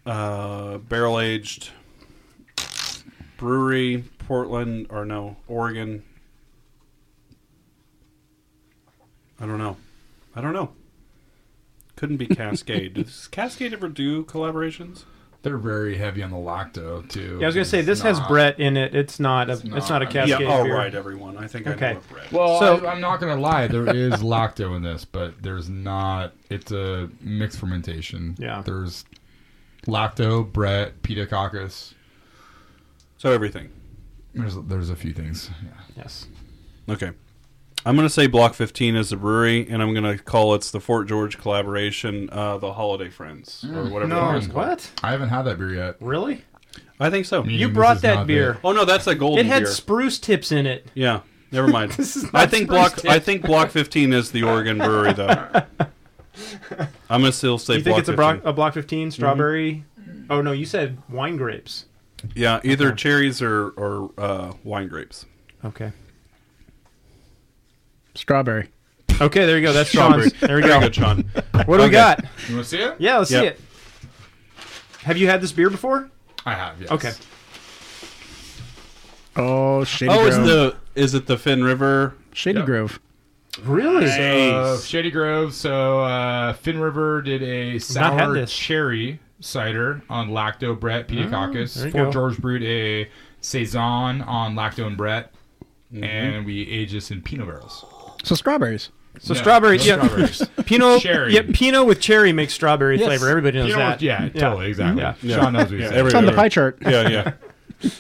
Speaker 6: uh, barrel aged brewery, Portland or no Oregon. I don't know. I don't know. Couldn't be
Speaker 3: *laughs*
Speaker 6: Cascade. Does Cascade ever do collaborations?
Speaker 3: They're very heavy on the lacto too.
Speaker 2: Yeah, I was gonna say
Speaker 3: It's
Speaker 2: this has
Speaker 3: not-
Speaker 2: Brett in it. It's not a. It's not,
Speaker 3: not.
Speaker 2: a
Speaker 3: Yeah, oh,
Speaker 2: Cascade
Speaker 6: yeah. All
Speaker 2: beer.
Speaker 6: right, everyone. I think I
Speaker 2: Okay.
Speaker 6: know of Brett.
Speaker 3: Well,
Speaker 2: So-
Speaker 3: I, am not gonna lie. There is *laughs* lacto in this, but there's not. It's a mixed fermentation.
Speaker 2: Yeah.
Speaker 3: There's lacto, Brett, Pedococcus.
Speaker 6: so everything.
Speaker 3: There's there's a few things. Yeah.
Speaker 2: Yes.
Speaker 6: Okay. I'm going to say Block 15 is the brewery, and I'm going to call it's the Fort George collaboration, uh, the Holiday Friends, or whatever the
Speaker 2: No.
Speaker 6: beer's called.
Speaker 2: What?
Speaker 3: I haven't had that beer yet.
Speaker 2: Really?
Speaker 6: I think so.
Speaker 3: Me.
Speaker 2: You
Speaker 3: this
Speaker 2: brought
Speaker 3: is
Speaker 2: that
Speaker 3: not
Speaker 2: beer.
Speaker 6: Oh, no, that's a golden
Speaker 2: It had
Speaker 6: beer.
Speaker 2: spruce tips in it.
Speaker 6: yeah,
Speaker 2: *laughs*
Speaker 6: never mind.
Speaker 2: is
Speaker 6: I
Speaker 2: not
Speaker 6: think
Speaker 2: spruce
Speaker 6: Block
Speaker 2: tip.
Speaker 6: I think Block 15 is the Oregon brewery, though.
Speaker 2: *laughs*
Speaker 6: I'm going to still say
Speaker 2: You think
Speaker 6: Block
Speaker 2: it's a
Speaker 6: 15.
Speaker 2: block, a block 15 strawberry?
Speaker 3: Mm-hmm.
Speaker 2: Oh no, you said wine grapes.
Speaker 6: yeah,
Speaker 2: Oh.
Speaker 6: either cherries or, or uh, wine grapes.
Speaker 2: Okay.
Speaker 5: *laughs* Strawberry.
Speaker 2: Okay, there you go. That's Sean's. *laughs* There we
Speaker 6: Very
Speaker 2: go.
Speaker 6: good, Sean.
Speaker 2: What do we
Speaker 6: Okay.
Speaker 2: got?
Speaker 3: You want to see it?
Speaker 2: Yeah, let's see
Speaker 6: Yep.
Speaker 2: it. Have you had this beer before?
Speaker 3: I have. Yes.
Speaker 2: Okay.
Speaker 5: Oh, Shady
Speaker 6: Oh,
Speaker 5: Grove.
Speaker 6: is the is it the Finn River?
Speaker 5: Shady
Speaker 3: Yep.
Speaker 5: Grove.
Speaker 2: Really?
Speaker 3: Uh, Shady Grove. So uh, Finn River did a
Speaker 2: not had
Speaker 3: sour
Speaker 2: this. Ah,
Speaker 3: cherry cider on lacto Brett Pediococcus.
Speaker 2: there you
Speaker 3: Fort
Speaker 2: go.
Speaker 3: George brewed a saison on lacto and Brett, and we aged this in Pinot barrels.
Speaker 5: So strawberries.
Speaker 2: so
Speaker 3: No,
Speaker 2: strawberry,
Speaker 3: no
Speaker 2: yeah.
Speaker 3: strawberries.
Speaker 2: *laughs* Pinot,
Speaker 3: Cherry.
Speaker 2: yeah, Pinot with cherry makes strawberry
Speaker 5: Yes.
Speaker 2: flavor. Everybody knows
Speaker 3: Pinot
Speaker 2: that.
Speaker 3: with- yeah, totally, exactly.
Speaker 2: Yeah.
Speaker 3: Sean knows what he's
Speaker 6: Yeah,
Speaker 3: saying.
Speaker 6: every-
Speaker 5: It's on the pie chart.
Speaker 6: Yeah, yeah.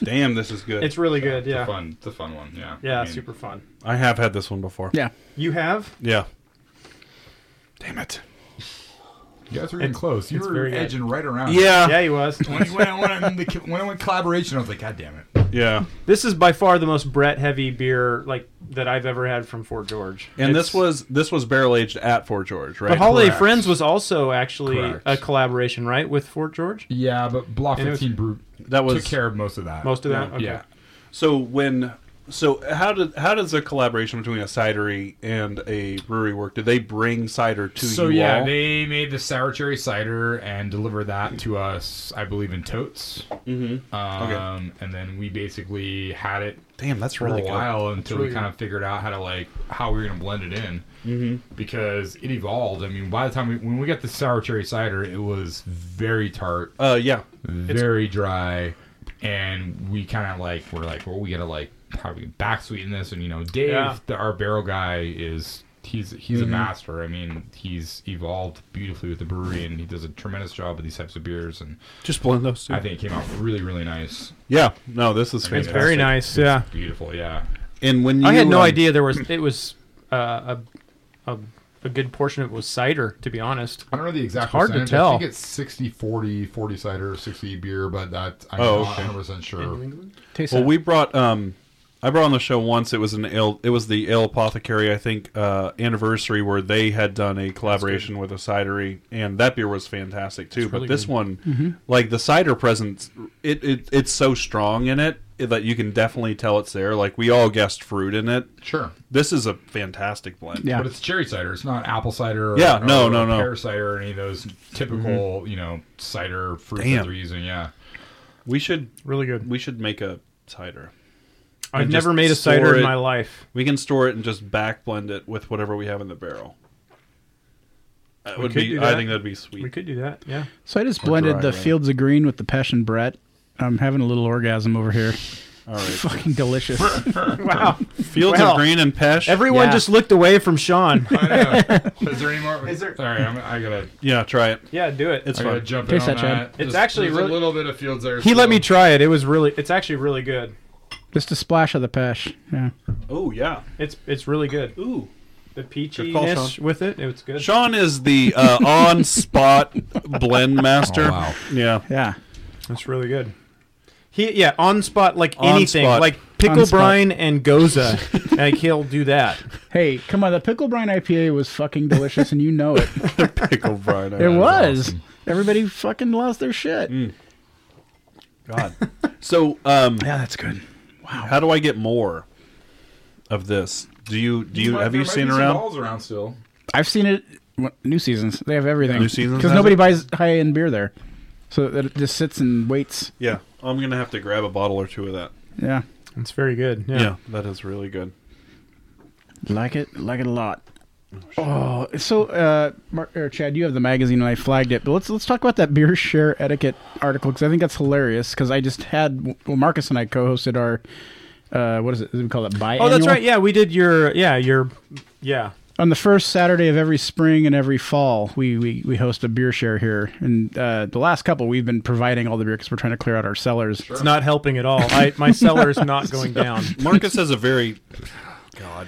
Speaker 6: Damn, this is good.
Speaker 2: It's really good.
Speaker 3: It's a
Speaker 2: Yeah.
Speaker 3: fun. It's a fun one. Yeah.
Speaker 2: Yeah,
Speaker 3: I mean,
Speaker 2: super fun.
Speaker 6: I have had this one before.
Speaker 5: *laughs* Yeah.
Speaker 2: You have?
Speaker 6: Yeah. Damn it.
Speaker 3: You guys were getting close. You
Speaker 2: it's
Speaker 3: were
Speaker 2: very good.
Speaker 3: edging right around.
Speaker 6: Yeah.
Speaker 2: Yeah, he was.
Speaker 3: When, when, I went on the, when I went collaboration, I was like, God damn it.
Speaker 6: Yeah.
Speaker 2: This is by far the most Brett heavy beer like that I've ever had from Fort George.
Speaker 6: And
Speaker 2: It's-
Speaker 6: this was this was barrel aged at Fort George, right?
Speaker 2: But Holiday
Speaker 3: correct.
Speaker 2: Friends was also actually
Speaker 6: Correct.
Speaker 2: a collaboration, right, with Fort George?
Speaker 3: Yeah, but Block
Speaker 2: And it was-
Speaker 3: 15 Brew
Speaker 6: That was
Speaker 3: took care of most of that.
Speaker 2: Most of that. Okay.
Speaker 3: Yeah.
Speaker 6: So when so how did how does a collaboration between a cidery and a brewery work? Do they bring cider to
Speaker 3: So
Speaker 6: you
Speaker 3: yeah,
Speaker 6: all?
Speaker 3: they made the sour cherry cider and delivered that to us, I believe, in totes. Mm-hmm. Um, And then we basically had it
Speaker 6: Damn, that's
Speaker 3: for
Speaker 6: really
Speaker 3: a
Speaker 6: good.
Speaker 3: while until we kind of figured out how to like how we were gonna blend it in mm-hmm. because it evolved. I mean, by the time we, when we got the sour cherry cider, it was very tart,
Speaker 6: Uh, yeah.
Speaker 3: very dry, and we kind of like were like, well, we gotta like how do we back sweeten this? And you know, Dave,
Speaker 2: Yeah.
Speaker 3: the, our barrel guy, is he's he's a master. I mean, he's evolved beautifully with the brewery, and he does a tremendous job with these types of beers. And
Speaker 6: Just blend those two.
Speaker 3: I think it came out really, really nice.
Speaker 6: yeah. No, this is fantastic.
Speaker 2: It's very nice. Yeah.
Speaker 3: Beautiful, yeah.
Speaker 6: And when you,
Speaker 2: I had no
Speaker 6: um,
Speaker 2: idea there was it was uh, a, a a good portion of it was cider, to be honest.
Speaker 3: I don't know the exact
Speaker 2: It's hard to
Speaker 3: percentage.
Speaker 2: tell.
Speaker 3: I think it's 60, 40, 40 cider, 60 beer, but that I'm
Speaker 6: Oh,
Speaker 3: not
Speaker 6: okay.
Speaker 3: 100% sure.
Speaker 5: Tastes
Speaker 6: Well,
Speaker 5: that.
Speaker 6: we brought um, I brought on the show once. It was an ale. It was the ale apothecary, I think, uh, anniversary where they had done a collaboration with a cidery, and that beer was fantastic too.
Speaker 2: really
Speaker 6: but this
Speaker 2: good.
Speaker 6: one, like the cider presence, it, it it's so strong in it that you can definitely tell it's there. Like we all guessed fruit in it.
Speaker 3: Sure.
Speaker 6: This is a fantastic blend.
Speaker 5: Yeah.
Speaker 3: But it's cherry cider. It's not apple cider. Or,
Speaker 6: Yeah, no,
Speaker 3: or
Speaker 6: no, no.
Speaker 3: Pear cider or any of those typical,
Speaker 2: Mm-hmm.
Speaker 3: you know, cider fruit that
Speaker 6: Damn.
Speaker 3: they're using.
Speaker 2: *laughs*
Speaker 3: Yeah.
Speaker 6: we should
Speaker 2: Really good.
Speaker 6: we should make a cider.
Speaker 2: I've
Speaker 6: and
Speaker 2: never
Speaker 6: just
Speaker 2: made a cider
Speaker 6: store
Speaker 2: in
Speaker 6: it.
Speaker 2: my life.
Speaker 6: We can store it and just back blend it with whatever we have in the barrel. That
Speaker 2: We
Speaker 6: would
Speaker 2: could
Speaker 6: be.
Speaker 2: do
Speaker 6: I
Speaker 2: that.
Speaker 6: think that'd be sweet.
Speaker 2: We could do that. Yeah.
Speaker 5: So I just blended
Speaker 6: dry,
Speaker 5: the
Speaker 6: rather.
Speaker 5: Fields of Green with the Passion Brett. I'm having a little orgasm over here. *laughs*
Speaker 2: *laughs*
Speaker 6: All right.
Speaker 5: Fucking
Speaker 6: *laughs*
Speaker 5: delicious.
Speaker 2: Wow.
Speaker 6: Fields
Speaker 2: Well,
Speaker 6: of Green and Pesh.
Speaker 2: Everyone
Speaker 5: Yeah.
Speaker 2: just looked away from Sean. *laughs*
Speaker 3: I know. Is there any more?
Speaker 2: Is there-
Speaker 3: Sorry, I'm, I gotta,
Speaker 6: yeah, try it.
Speaker 2: yeah, do it.
Speaker 6: It's
Speaker 3: I gotta
Speaker 6: fun.
Speaker 3: jump
Speaker 5: Taste
Speaker 3: in on
Speaker 5: that,
Speaker 3: that.
Speaker 5: Chad.
Speaker 2: It's actually
Speaker 3: there's
Speaker 2: really-
Speaker 3: a little bit of fields there.
Speaker 2: he let me
Speaker 3: still.
Speaker 2: try it. It was really it's actually really good.
Speaker 5: just a splash of the Pesh. Yeah.
Speaker 6: Oh yeah.
Speaker 2: It's it's really good.
Speaker 6: Ooh.
Speaker 2: The
Speaker 6: call,
Speaker 2: peachiness
Speaker 6: Sean.
Speaker 2: with it, it's good.
Speaker 6: Sean is the uh, on-spot blend master.
Speaker 3: Oh, wow.
Speaker 6: Yeah.
Speaker 5: Yeah.
Speaker 2: That's really good. He yeah, on spot like
Speaker 6: On
Speaker 2: anything,
Speaker 6: spot.
Speaker 2: like pickle
Speaker 5: On spot.
Speaker 2: brine and *laughs* goza. like he'll do that.
Speaker 5: Hey, come on. The Pickle Brine IPA was fucking delicious, and you know
Speaker 6: *laughs*
Speaker 5: it.
Speaker 6: Pickle brine.
Speaker 5: It was.
Speaker 3: awesome.
Speaker 5: Everybody fucking lost their shit.
Speaker 6: *laughs* Mm. God. So, um,
Speaker 5: Yeah, that's good.
Speaker 6: how do I get more of this? Do you do you
Speaker 3: Might-
Speaker 6: have
Speaker 3: there
Speaker 6: you
Speaker 3: might
Speaker 6: seen
Speaker 3: be some
Speaker 6: around?
Speaker 3: Balls around still.
Speaker 5: I've seen it. what- New seasons. They have everything.
Speaker 6: New Seasons
Speaker 5: Because
Speaker 6: has
Speaker 5: nobody
Speaker 6: it?
Speaker 5: buys high end beer there. So that it just sits and waits.
Speaker 6: Yeah, I'm gonna have to grab a bottle or two of that.
Speaker 5: Yeah.
Speaker 2: It's very good. Yeah.
Speaker 6: Yeah, that is really good.
Speaker 5: Like it. Like it a lot. Oh, so uh, Mark, or Chad, you have the magazine and I flagged it, but let's let's talk about that beer share etiquette article because I think that's hilarious. Because I just had well, Marcus and I co-hosted our uh, what is it? We call it biannual.
Speaker 2: Oh, that's right. Yeah, we did your yeah, your yeah.
Speaker 5: on the first Saturday of every spring and every fall, we we, we host a beer share here. And uh, the last couple, we've been providing all the beer because we're trying to clear out our cellars.
Speaker 2: It's not helping at all. I my cellar is not
Speaker 3: *laughs*
Speaker 2: going down.
Speaker 6: Marcus has a very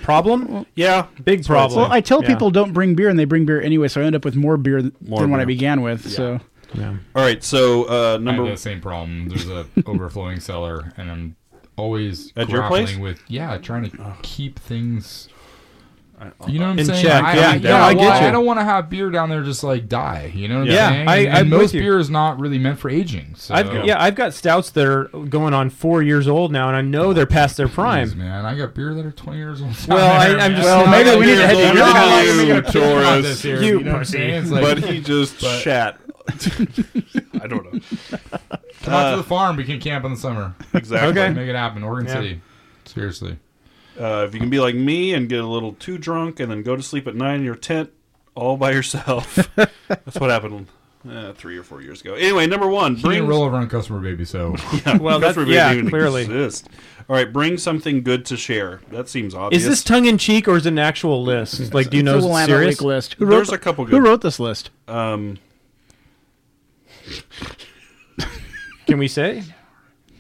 Speaker 2: Problem?
Speaker 6: yeah
Speaker 2: Big
Speaker 6: what I'd
Speaker 2: problem.
Speaker 5: Well, I tell
Speaker 2: Yeah.
Speaker 5: people don't bring beer, and they bring beer anyway, so I end up with more beer th-
Speaker 6: More
Speaker 5: than what I
Speaker 6: beer.
Speaker 5: began with. So
Speaker 6: All right, so uh,
Speaker 3: I have
Speaker 6: number
Speaker 3: the same problem.
Speaker 2: *laughs*
Speaker 3: There's a overflowing cellar, and I'm always
Speaker 6: At your
Speaker 3: grappling
Speaker 6: place?
Speaker 3: with yeah, trying to keep things. You know what I'm
Speaker 2: uh, In
Speaker 3: saying?
Speaker 2: check,
Speaker 3: I,
Speaker 2: yeah,
Speaker 3: I,
Speaker 2: yeah, I get
Speaker 3: well,
Speaker 2: you.
Speaker 3: I don't want to have beer down there just like die. You know what
Speaker 2: Yeah,
Speaker 3: I'm saying?
Speaker 2: I-
Speaker 3: And-
Speaker 2: I'm
Speaker 3: and
Speaker 2: with
Speaker 3: most
Speaker 2: you.
Speaker 3: beer is not really meant for aging. So.
Speaker 2: I've, yeah, I've got stouts that are going on four years old now, and I know they're past their
Speaker 3: Jeez,
Speaker 2: prime.
Speaker 3: man, I got beer that are 20 years old.
Speaker 2: Well, I- I'm just- Well, maybe we need to head to your house.
Speaker 6: Taurus.
Speaker 3: You,
Speaker 2: You
Speaker 3: you know what I'm
Speaker 2: pussy.
Speaker 3: saying? It's like,
Speaker 6: but he just
Speaker 3: But-
Speaker 6: shat. *laughs* I don't know
Speaker 3: come out to the farm. We can camp in the summer.
Speaker 6: exactly.
Speaker 2: uh, *laughs* Okay.
Speaker 3: Make it happen. Oregon
Speaker 2: Yeah.
Speaker 3: City. Seriously.
Speaker 6: Uh, if you can be like me and get a little too drunk and then go to sleep at nine in your tent all by yourself, that's what happened uh, three or four years ago. Anyway, number one,
Speaker 3: He
Speaker 6: bring
Speaker 3: didn't roll over on customer
Speaker 2: *laughs*
Speaker 3: baby, so
Speaker 2: Well, that's,
Speaker 6: Customer base
Speaker 2: yeah,
Speaker 6: didn't even
Speaker 2: clearly.
Speaker 6: exist. All right, bring something good to share. That seems obvious.
Speaker 2: Is this tongue in cheek or is it an actual list? Like, do you know?
Speaker 5: It's a Willamette
Speaker 2: serious?
Speaker 5: Lake list. Who
Speaker 6: There's
Speaker 5: wrote
Speaker 6: a couple
Speaker 5: Who
Speaker 6: good-
Speaker 5: wrote this list?
Speaker 6: um,
Speaker 2: Can we say?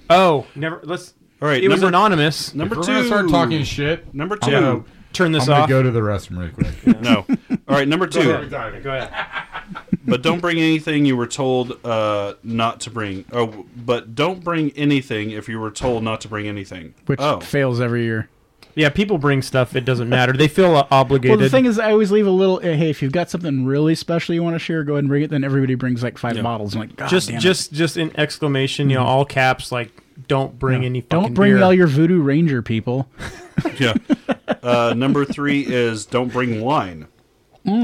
Speaker 2: Oh, never. Let's.
Speaker 6: all right,
Speaker 2: it was
Speaker 6: number,
Speaker 2: anonymous.
Speaker 6: number
Speaker 3: if
Speaker 6: two.
Speaker 3: we're gonna start talking shit.
Speaker 6: Number
Speaker 3: I'm gonna-
Speaker 6: two.
Speaker 2: Turn
Speaker 3: I'm
Speaker 2: this
Speaker 3: gonna
Speaker 2: off.
Speaker 3: *laughs*
Speaker 6: *laughs*
Speaker 3: go to the restroom really quick.
Speaker 6: No. All right, number
Speaker 2: Go
Speaker 6: two.
Speaker 2: ahead.
Speaker 6: but don't bring anything you were told uh, not to bring. Oh, but don't bring anything if you were told not to bring anything.
Speaker 5: which
Speaker 6: oh,
Speaker 5: fails every year.
Speaker 2: Yeah, people bring stuff. It doesn't matter. They feel uh,
Speaker 5: Well,
Speaker 2: obligated.
Speaker 5: the thing is, I always leave a little. eh, Hey, if you've got something really special you want to share, go ahead and bring it. Then everybody brings like five
Speaker 6: Yeah.
Speaker 5: bottles. I'm like, God
Speaker 2: just
Speaker 5: damn it. Hmm.
Speaker 2: just just in exclamation, you know, all caps like don't bring any fucking
Speaker 5: don't bring
Speaker 2: beer.
Speaker 5: all your voodoo ranger people.
Speaker 6: yeah. Uh, number three is don't bring wine.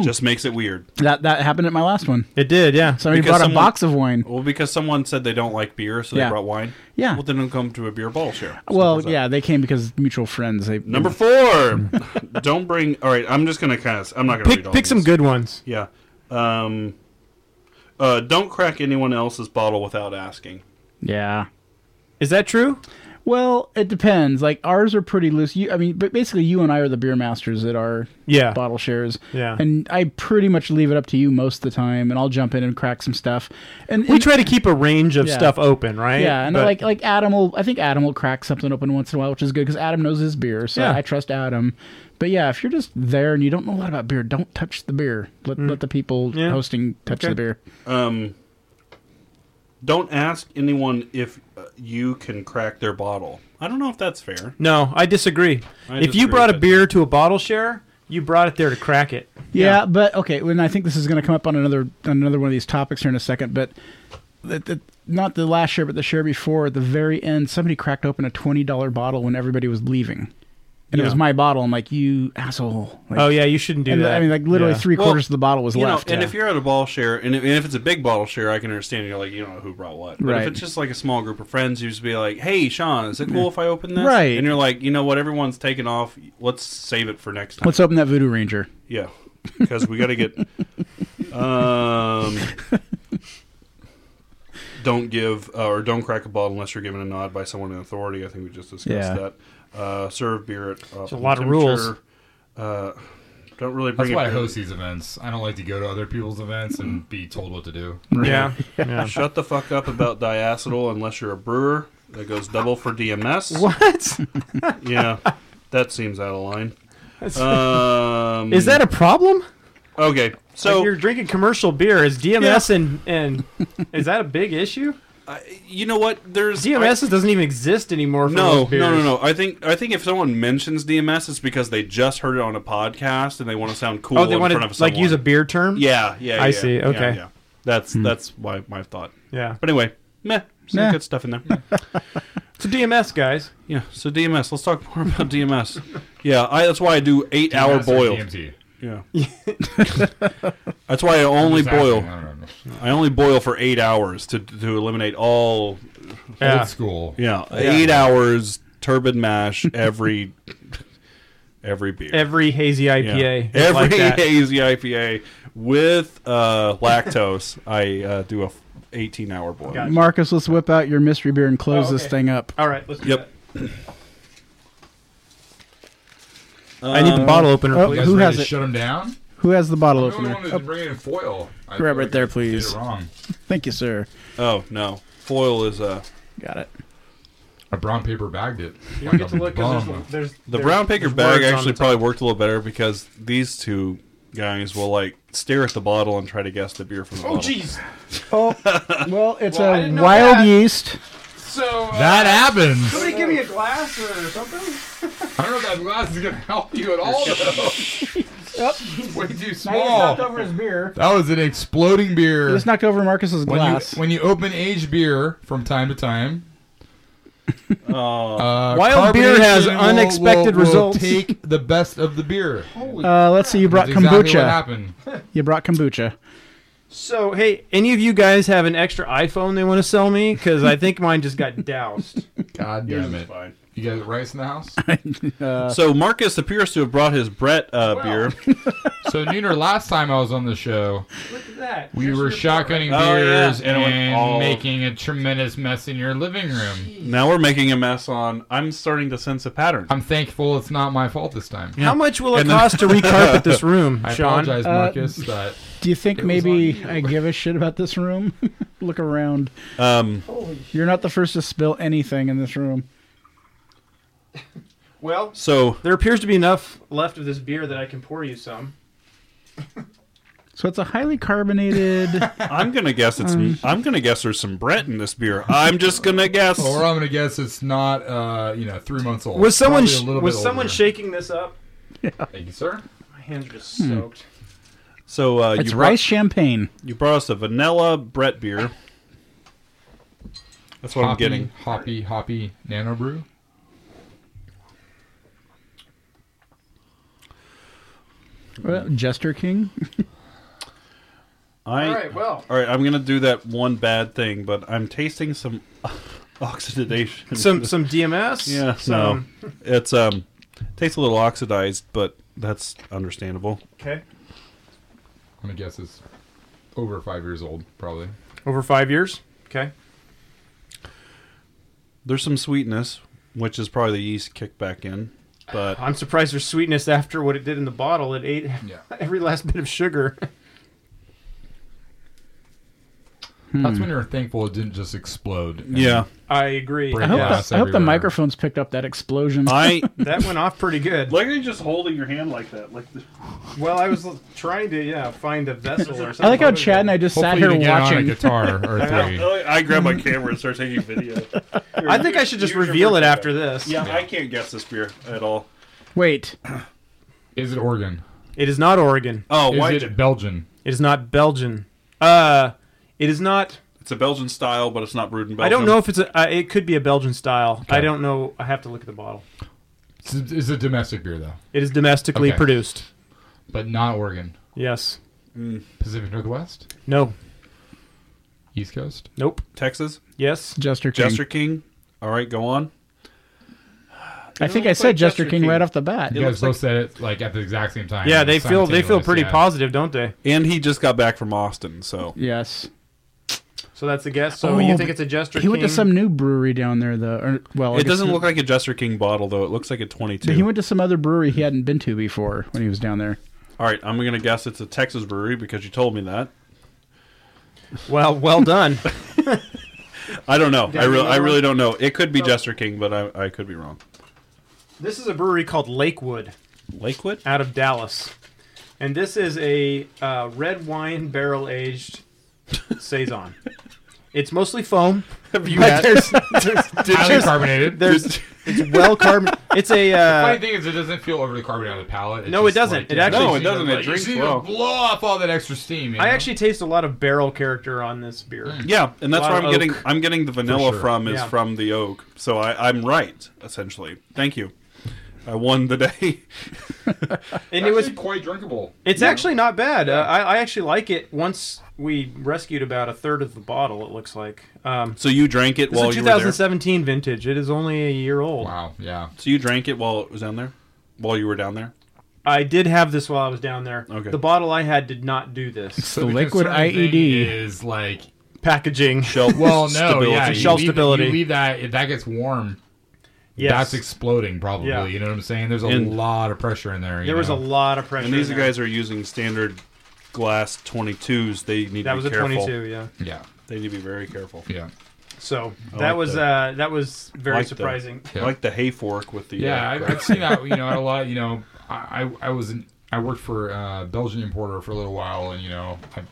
Speaker 6: Just makes it weird.
Speaker 5: That that happened at my last one.
Speaker 2: It did, yeah.
Speaker 5: Somebody
Speaker 6: Because
Speaker 5: brought
Speaker 6: someone- Oh,
Speaker 5: a box of wine.
Speaker 6: Well, because someone said they don't like beer, so
Speaker 5: Yeah.
Speaker 6: they brought wine.
Speaker 5: Yeah.
Speaker 6: Well, then don't come to a beer ball share. Simple
Speaker 5: Well,
Speaker 6: as that.
Speaker 5: yeah, they came because mutual friends. They
Speaker 6: Number four, *laughs* don't bring. All right, I'm just gonna kind of. I'm not gonna read
Speaker 2: pick
Speaker 6: all
Speaker 2: pick some
Speaker 6: these.
Speaker 2: good ones.
Speaker 6: Yeah. Um. Uh, don't crack anyone else's bottle without asking.
Speaker 5: Yeah.
Speaker 2: Is that true?
Speaker 5: Well, it depends. Like ours are pretty loose. You, I mean, but basically, you and I are the beer masters at our
Speaker 2: Yeah.
Speaker 5: bottle shares.
Speaker 2: Yeah.
Speaker 5: and I pretty much leave it up to you most of the time, and I'll jump in and crack some stuff. And,
Speaker 2: We
Speaker 5: and-
Speaker 2: try to keep a range of
Speaker 5: Yeah.
Speaker 2: stuff open, right?
Speaker 5: yeah, and
Speaker 2: But-
Speaker 5: like like Adam will. I think Adam will crack something open once in a while, which is good because Adam knows his beer, so
Speaker 2: Yeah.
Speaker 5: I trust Adam. But yeah, if you're just there and you don't know a lot about beer, don't touch the beer. Let let the people
Speaker 2: Mm. Yeah.
Speaker 5: hosting touch
Speaker 2: Okay.
Speaker 5: the beer.
Speaker 6: Um. Don't ask anyone if uh, you can crack their bottle. I don't know if that's fair.
Speaker 2: no, I disagree.
Speaker 6: I
Speaker 2: if
Speaker 6: disagree
Speaker 2: you brought a
Speaker 6: with
Speaker 2: beer to a bottle share, you brought it there to crack it.
Speaker 5: Yeah, but okay. When I think this is going to come up on another on another one of these topics here in a second, but the, the, not the last year, but the year before, at the very end, somebody cracked open a twenty dollar bottle when everybody was leaving, and it was
Speaker 2: Yeah.
Speaker 5: my bottle. I'm like, you asshole! Like,
Speaker 2: Oh yeah, you shouldn't do
Speaker 5: and
Speaker 2: that.
Speaker 5: I mean, like literally
Speaker 2: Yeah.
Speaker 5: three
Speaker 6: Well,
Speaker 5: quarters of the bottle was
Speaker 6: You
Speaker 5: left.
Speaker 6: know, and
Speaker 5: yeah.
Speaker 6: if you're at a ball share, and if, and if it's a big bottle share, I can understand you're like, you don't know who brought what. But
Speaker 5: Right.
Speaker 6: if it's just like a small group of friends, you just be like, hey, Sean, is it cool if I open this?
Speaker 5: Right.
Speaker 6: And you're like, you know what? Everyone's taking off. Let's save it for next time.
Speaker 5: Let's open that Voodoo Ranger.
Speaker 6: Yeah, because we got
Speaker 5: *laughs*
Speaker 6: to get. Um, don't give uh, or don't crack a bottle unless you're given a nod by someone in authority. I think we just discussed
Speaker 5: Yeah.
Speaker 6: that. Uh, serve beer at uh,
Speaker 2: a lot of rules.
Speaker 6: Uh, don't really bring
Speaker 3: That's why
Speaker 6: it.
Speaker 3: I host these events. I don't like to go to other people's events and be told what to do.
Speaker 2: *laughs*
Speaker 5: *laughs*
Speaker 2: yeah, yeah.
Speaker 6: Shut the fuck up about diacetyl unless you're a brewer. That goes double for DMS.
Speaker 2: What
Speaker 6: Yeah, that seems out of line. Um,
Speaker 2: is that a problem?
Speaker 6: okay? So
Speaker 2: like you're drinking commercial beer. Is DMS and and is that a big *laughs* issue?
Speaker 6: uh, you know what? There's
Speaker 2: DMS doesn't even exist anymore. For
Speaker 6: No,
Speaker 2: most
Speaker 6: no, no,
Speaker 2: beers. Oh,
Speaker 6: no. I think I think if someone mentions DMS, it's because they just heard it on a podcast and they want to sound cool
Speaker 2: Oh, they
Speaker 6: in
Speaker 2: want
Speaker 6: front of
Speaker 2: to like
Speaker 6: someone.
Speaker 2: use a beer term.
Speaker 6: yeah, yeah.
Speaker 2: I
Speaker 6: yeah,
Speaker 2: see,
Speaker 6: yeah,
Speaker 2: okay. Hmm.
Speaker 6: yeah. that's that's my my thought.
Speaker 2: yeah.
Speaker 6: But anyway, meh, some
Speaker 5: Meh.
Speaker 6: good stuff in there.
Speaker 2: So DMS guys,
Speaker 6: yeah. So DMS. Let's talk *laughs* more about DMS. Yeah, I, that's why I do eight hour
Speaker 3: Master
Speaker 6: boils.
Speaker 3: DMT.
Speaker 6: *laughs* Yeah. that's why I only
Speaker 3: Just asking,
Speaker 6: boil.
Speaker 3: I don't know.
Speaker 6: I only boil for eight hours to to eliminate all.
Speaker 2: yeah.
Speaker 3: Old school.
Speaker 6: Yeah, eight hours turbid mash every every beer.
Speaker 2: every hazy IPA,
Speaker 6: Yeah.
Speaker 2: is
Speaker 6: Every E
Speaker 2: like that.
Speaker 6: hazy IPA with uh, lactose, I uh, do a 18 hour boil.
Speaker 2: Got it.
Speaker 5: Marcus, let's whip out your mystery beer and close
Speaker 2: Oh,
Speaker 5: this
Speaker 2: okay.
Speaker 5: thing up.
Speaker 2: All right, let's do
Speaker 6: Yep.
Speaker 2: that. I
Speaker 6: Um,
Speaker 2: need the bottle opener,
Speaker 5: oh,
Speaker 3: You
Speaker 2: please.
Speaker 3: guys
Speaker 5: Who
Speaker 3: ready
Speaker 5: has
Speaker 3: to
Speaker 5: it?
Speaker 3: Shut them down.
Speaker 5: Who has the bottle
Speaker 3: I'm the only
Speaker 5: opener?
Speaker 3: one
Speaker 5: Oh,
Speaker 3: that's bringing in foil. I
Speaker 5: Grab
Speaker 3: feel
Speaker 5: it
Speaker 3: like
Speaker 5: there,
Speaker 3: I did it
Speaker 5: please.
Speaker 3: wrong.
Speaker 5: thank you, sir.
Speaker 6: Oh, no. Foil is uh,
Speaker 5: Got it.
Speaker 3: I brown paper bagged it.
Speaker 2: You
Speaker 3: Like
Speaker 2: don't get
Speaker 3: a
Speaker 2: to look 'cause
Speaker 3: bum.
Speaker 2: there's, there's
Speaker 6: the
Speaker 2: there's-
Speaker 6: brown paper
Speaker 2: there's
Speaker 6: bag.
Speaker 2: words on
Speaker 6: Actually,
Speaker 2: the top.
Speaker 6: probably worked a little better because these two guys will like stare at the bottle and try to guess the beer from the
Speaker 2: Oh
Speaker 6: bottle.
Speaker 2: jeez.
Speaker 5: Oh, well, it's
Speaker 2: Well, I
Speaker 5: a
Speaker 2: didn't know
Speaker 5: wild
Speaker 2: that.
Speaker 5: yeast.
Speaker 2: So uh,
Speaker 3: That happens.
Speaker 2: somebody give me a glass or something.
Speaker 3: I don't know if that glass is gonna help you at all. Though. It's *laughs* way too
Speaker 2: knocked
Speaker 3: small.
Speaker 2: over his beer.
Speaker 3: That was an exploding beer.
Speaker 5: This knocked over Marcus's
Speaker 3: when you
Speaker 5: glass.
Speaker 3: when you open aged beer from time to time.
Speaker 6: *laughs* Oh.
Speaker 3: uh,
Speaker 2: Wild beer has
Speaker 3: carbonation
Speaker 2: unexpected
Speaker 3: will, will,
Speaker 2: results.
Speaker 3: Will take the best of the beer.
Speaker 6: *laughs*
Speaker 5: Uh, let's see. You brought
Speaker 3: That's exactly what
Speaker 5: kombucha.
Speaker 3: happened.
Speaker 5: You brought kombucha.
Speaker 2: So hey, any of you guys have an extra iPhone they want to sell me? Because I think mine just got
Speaker 6: *laughs*
Speaker 2: doused.
Speaker 3: God
Speaker 6: Yours
Speaker 3: damn
Speaker 6: is
Speaker 3: it!
Speaker 6: fine.
Speaker 3: You guys got rice in the
Speaker 2: *laughs*
Speaker 3: house.
Speaker 6: So Marcus appears to have brought his Brett uh, beer.
Speaker 3: so Nooner, last time I was on the show,
Speaker 2: Look at that.
Speaker 3: we were shotgunning
Speaker 6: Oh, yeah.
Speaker 3: beers
Speaker 6: And it went
Speaker 3: and
Speaker 6: all-
Speaker 3: making a tremendous mess in your living room.
Speaker 6: Now we're making a mess on. I'm starting to sense a pattern.
Speaker 3: I'm thankful it's not my fault this time.
Speaker 2: How much will it
Speaker 6: And then-
Speaker 2: cost to recarpet
Speaker 6: *laughs*
Speaker 2: this room,
Speaker 3: I
Speaker 2: Sean? uh,
Speaker 3: apologize, Marcus. that
Speaker 5: Do you think
Speaker 3: was
Speaker 5: *laughs* maybe
Speaker 3: on you.
Speaker 5: I give a shit about this room? *laughs* Look around.
Speaker 6: Um,
Speaker 5: You're not the first to spill anything in this room.
Speaker 2: Well,
Speaker 6: so
Speaker 2: there appears to be enough left of this beer that I can pour you some.
Speaker 5: So it's a highly carbonated.
Speaker 6: I'm gonna guess it's.
Speaker 2: *laughs*
Speaker 6: I'm gonna guess there's some Brett in this beer. I'm just gonna guess.
Speaker 3: Or I'm gonna guess it's not, uh, you know, three months old.
Speaker 2: Was someone
Speaker 3: Probably a little
Speaker 2: was
Speaker 3: bit
Speaker 2: someone
Speaker 3: older.
Speaker 2: shaking this up?
Speaker 3: Thank you, sir.
Speaker 2: My hands are just
Speaker 6: Hmm.
Speaker 2: soaked.
Speaker 6: So uh,
Speaker 5: it's
Speaker 6: you
Speaker 5: rice
Speaker 6: Brought,
Speaker 5: champagne.
Speaker 6: you brought us a vanilla Brett beer. That's what I'm
Speaker 3: hoppy,
Speaker 6: getting.
Speaker 3: hoppy, hoppy nano brew.
Speaker 5: Well, Jester King.
Speaker 6: I,
Speaker 2: All right, well.
Speaker 6: All right, I'm gonna do that one bad thing, but I'm tasting some *laughs* oxidation.
Speaker 2: Some some DMS.
Speaker 6: *laughs* yeah, no,
Speaker 2: Some,
Speaker 6: it's um, tastes a little oxidized, but that's understandable.
Speaker 2: Okay.
Speaker 3: I'm gonna guess it's over five years old, probably.
Speaker 2: Over five years. Okay.
Speaker 6: There's some sweetness, which is probably the yeast kick back in, but
Speaker 2: I'm surprised there's sweetness after what it did in the bottle. It ate *laughs*
Speaker 3: Yeah.
Speaker 2: every last bit of sugar. *laughs* Hmm.
Speaker 3: That's when you're thankful it didn't just explode. and
Speaker 6: yeah,
Speaker 2: I agree.
Speaker 5: I
Speaker 3: Break
Speaker 5: hope,
Speaker 3: ass
Speaker 5: the, I hope the
Speaker 3: everywhere.
Speaker 5: microphones picked up that explosion.
Speaker 6: *laughs* I
Speaker 2: That went off pretty good.
Speaker 6: like you just holding your hand like that, like. The,
Speaker 2: Well, I was trying to yeah find a vessel or something.
Speaker 5: I like how Chad and I just
Speaker 3: Hopefully
Speaker 5: sat
Speaker 3: you
Speaker 5: here
Speaker 3: can get on a
Speaker 5: watching.
Speaker 3: guitar or
Speaker 5: *laughs*
Speaker 3: three.
Speaker 6: I grab my camera and start taking video.
Speaker 2: *laughs* I think I should just reveal it after this.
Speaker 6: Yeah, I can't guess this beer at all.
Speaker 5: Wait,
Speaker 3: Is it Oregon?
Speaker 2: It is not Oregon.
Speaker 6: Oh,
Speaker 3: Is
Speaker 6: why?
Speaker 3: it Belgian?
Speaker 2: It is not Belgian. Uh, it is not.
Speaker 6: It's a Belgian style, but it's not brewed in Belgium.
Speaker 2: I don't know if it's a. Uh, it could be a Belgian style. I don't know. I have to look at the bottle.
Speaker 3: It's a, it's a domestic beer though,
Speaker 2: It is domestically
Speaker 3: Okay.
Speaker 2: produced.
Speaker 3: but not Oregon.
Speaker 2: Yes.
Speaker 3: Pacific Northwest,
Speaker 2: No.
Speaker 3: East Coast.
Speaker 2: Nope.
Speaker 6: Texas
Speaker 2: Yes.
Speaker 5: Jester King.
Speaker 6: Jester King. All right, go on.
Speaker 5: I think I
Speaker 6: It looks
Speaker 5: said Jester
Speaker 6: like Jester
Speaker 5: King,
Speaker 6: King.
Speaker 5: right off the bat.
Speaker 3: You
Speaker 6: It
Speaker 3: guys both
Speaker 6: looks
Speaker 3: said it like at the exact same time.
Speaker 2: Yeah, they feel they feel
Speaker 3: Simultaneous,
Speaker 2: pretty
Speaker 3: yeah.
Speaker 2: positive, don't they?
Speaker 6: And he just got back from Austin, so
Speaker 5: Yes.
Speaker 2: So that's the guess. So
Speaker 5: Oh,
Speaker 2: you think
Speaker 5: but
Speaker 2: it's a Jester?
Speaker 5: He went to
Speaker 2: King?
Speaker 5: some new brewery down there, though. Or, well, I
Speaker 6: it
Speaker 5: guess
Speaker 6: doesn't
Speaker 5: the-
Speaker 6: look like a Jester King bottle though. It looks like a 22.
Speaker 5: He went to some other brewery he hadn't been to before when he was down there.
Speaker 6: All right, I'm gonna guess it's a Texas brewery because you told me that.
Speaker 2: Well, well
Speaker 5: *laughs*
Speaker 2: done.
Speaker 6: I don't know. I
Speaker 2: you
Speaker 6: really,
Speaker 2: know
Speaker 6: I
Speaker 2: what?
Speaker 6: really don't know. It could be Jester King, but I, I could be wrong.
Speaker 2: this is a brewery called Lakewood
Speaker 6: Lakewood.
Speaker 2: out of Dallas, and this is a uh, red wine barrel aged saison. it's mostly foam.
Speaker 6: Have you
Speaker 2: But
Speaker 6: had?
Speaker 2: there's, there's,
Speaker 3: Highly carbonated.
Speaker 2: there's it's well carb.
Speaker 6: *laughs*
Speaker 2: It's a
Speaker 3: Funny
Speaker 2: uh,
Speaker 3: thing is, it doesn't feel overly carbonated on the palate. It's
Speaker 2: No, it
Speaker 3: just
Speaker 2: doesn't.
Speaker 3: like-
Speaker 2: It actually-
Speaker 6: No, it doesn't. It
Speaker 3: Like, you
Speaker 6: drinks
Speaker 3: see
Speaker 6: well.
Speaker 3: blow off all that extra steam. you
Speaker 2: I
Speaker 3: know?
Speaker 2: actually taste a lot of barrel character on this beer.
Speaker 6: Yeah, and that's
Speaker 2: Lot
Speaker 6: where
Speaker 2: of
Speaker 6: I'm getting.
Speaker 2: oak.
Speaker 6: I'm getting the vanilla
Speaker 3: sure.
Speaker 6: from is
Speaker 2: Yeah.
Speaker 6: from the oak. So I, I'm right essentially. Thank you. I won the day. *laughs*
Speaker 2: And it was
Speaker 3: quite drinkable.
Speaker 2: it's actually not bad. Uh, I, I actually like it. Once we rescued about a third of the bottle, it looks like. Um,
Speaker 6: So you drank it
Speaker 2: this
Speaker 6: while
Speaker 2: is a
Speaker 6: you were there. So
Speaker 2: 2017 vintage. It is only a year old.
Speaker 3: Wow. Yeah.
Speaker 6: you drank it while it was down there, while you were down there.
Speaker 2: I did have this while I was down there.
Speaker 6: Okay.
Speaker 2: The bottle I had did not do this.
Speaker 3: *laughs*
Speaker 5: the liquid E
Speaker 3: concerning thing
Speaker 5: IED.
Speaker 3: is like.
Speaker 2: Packaging. *laughs*
Speaker 6: Shell.
Speaker 3: *laughs* Well, no, yeah,
Speaker 6: stability.
Speaker 3: you
Speaker 2: Shell
Speaker 3: leave-
Speaker 2: stability.
Speaker 3: You leave that if that gets warm,
Speaker 2: Yes.
Speaker 3: that's exploding probably.
Speaker 2: Yeah.
Speaker 3: You know what I'm saying? There's a
Speaker 6: And-
Speaker 3: lot of pressure in there. you
Speaker 2: there was a
Speaker 3: know?
Speaker 2: lot of pressure.
Speaker 6: And these
Speaker 2: in there.
Speaker 6: guys are using standard glass 22s. They need
Speaker 2: That
Speaker 6: to be
Speaker 2: was a
Speaker 6: careful.
Speaker 2: 22, yeah.
Speaker 3: Yeah.
Speaker 6: They need to be very careful.
Speaker 3: Yeah.
Speaker 2: So
Speaker 6: I
Speaker 2: that
Speaker 6: like
Speaker 2: was
Speaker 6: that.
Speaker 2: uh, that was very
Speaker 6: Like the-
Speaker 3: *laughs*
Speaker 2: surprising.
Speaker 3: Yeah.
Speaker 6: Like the hay fork with the
Speaker 3: Yeah,
Speaker 6: uh,
Speaker 3: I, I've seen that. You know, at a lot. You know, I I, I was in, I worked for uh, Belgian importer for a little while, and you know, I,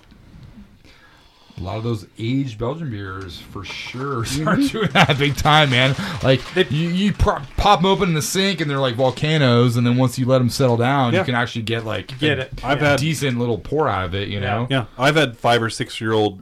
Speaker 3: a lot of those aged Belgian beers for sure *laughs* start doing that big time, man. Like you, you pro- pop them open in the sink, and they're like volcanoes, and then once you let them settle down,
Speaker 6: Yeah.
Speaker 3: you can actually get like
Speaker 2: Get
Speaker 3: a
Speaker 2: it. *laughs*
Speaker 6: I've
Speaker 2: Yeah.
Speaker 6: had
Speaker 3: decent little pour out of it. You know,
Speaker 6: yeah. I've had five or six year old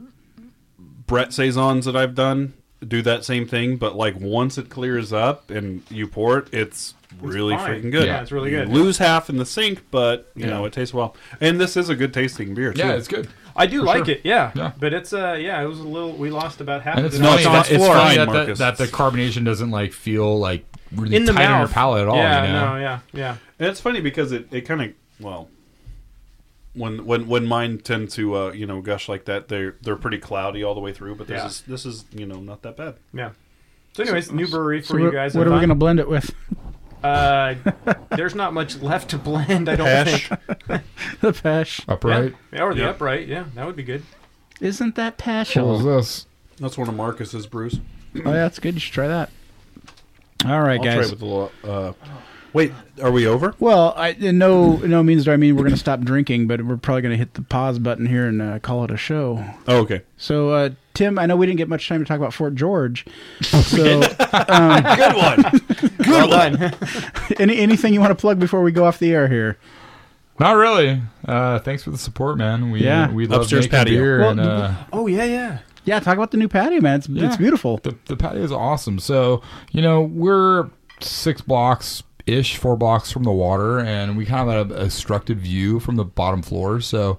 Speaker 6: Brett saisons that I've done do that same thing, but like once it clears up and you pour it, it's really
Speaker 2: fine.
Speaker 6: freaking good.
Speaker 2: Yeah, it's really good.
Speaker 6: You lose half in the sink, but you
Speaker 3: Yeah.
Speaker 6: know it tastes well. And this is a good tasting beer. Too.
Speaker 3: yeah, it's good.
Speaker 2: I do like it, yeah.
Speaker 3: Yeah.
Speaker 2: But it's uh yeah, it was a little we lost about half
Speaker 3: And
Speaker 2: of
Speaker 3: it's
Speaker 2: it.
Speaker 6: No,
Speaker 3: not
Speaker 6: it's not- it's fine,
Speaker 3: that, the,
Speaker 6: Marcus.
Speaker 3: that the carbonation doesn't like feel like really
Speaker 2: in the
Speaker 3: tight
Speaker 2: mouth.
Speaker 3: on your palate at all.
Speaker 2: Yeah,
Speaker 3: you know?
Speaker 2: no, yeah, yeah.
Speaker 6: And it's funny because it, it kind of well, when when when mine tend to uh, you know gush like that, they're they're pretty cloudy all the way through. But this
Speaker 2: Yeah.
Speaker 6: is this is you know not that bad.
Speaker 2: Yeah. So, anyways, new brewery for
Speaker 5: So
Speaker 2: you
Speaker 5: what-
Speaker 2: guys.
Speaker 5: what are we going to blend it with? *laughs*
Speaker 2: to? Uh, there's not much left to blend, I don't
Speaker 6: Hash.
Speaker 2: think.
Speaker 5: the Pesh.
Speaker 3: Upright.
Speaker 2: Yeah, or the
Speaker 6: Yeah.
Speaker 2: upright. Yeah, that would be good.
Speaker 5: Isn't that
Speaker 3: What was
Speaker 5: Pesh?
Speaker 3: this?
Speaker 6: *laughs* That's one of Marcus's brews.
Speaker 5: Oh, yeah, that's good. You should try that. All right,
Speaker 6: I'll try
Speaker 5: guys.
Speaker 6: it with a little uh, Wait, are we over?
Speaker 5: Well, I, in no in no means do I mean we're going to stop drinking, but we're probably going to hit the pause button here and uh, call it a show.
Speaker 6: Oh, okay.
Speaker 5: So, uh, Tim, I know we didn't get much time to talk about Fort
Speaker 6: *laughs*
Speaker 5: George. So, um,
Speaker 6: Good one.
Speaker 2: Well done.
Speaker 5: *laughs* any anything you want to plug before we go off the air here?
Speaker 3: Not really. Uh, thanks for the support, man. We
Speaker 5: Yeah.
Speaker 3: we love
Speaker 6: Upstairs
Speaker 3: making
Speaker 6: patio.
Speaker 3: beer
Speaker 5: Well,
Speaker 3: and, uh,
Speaker 2: oh yeah, yeah.
Speaker 5: Yeah, talk about the new patio, man. It's,
Speaker 3: Yeah.
Speaker 5: it's beautiful.
Speaker 3: the the patio is awesome. So you know we're six blocks ish, four blocks from the water, and we kind of have a obstructed view from the bottom floor. So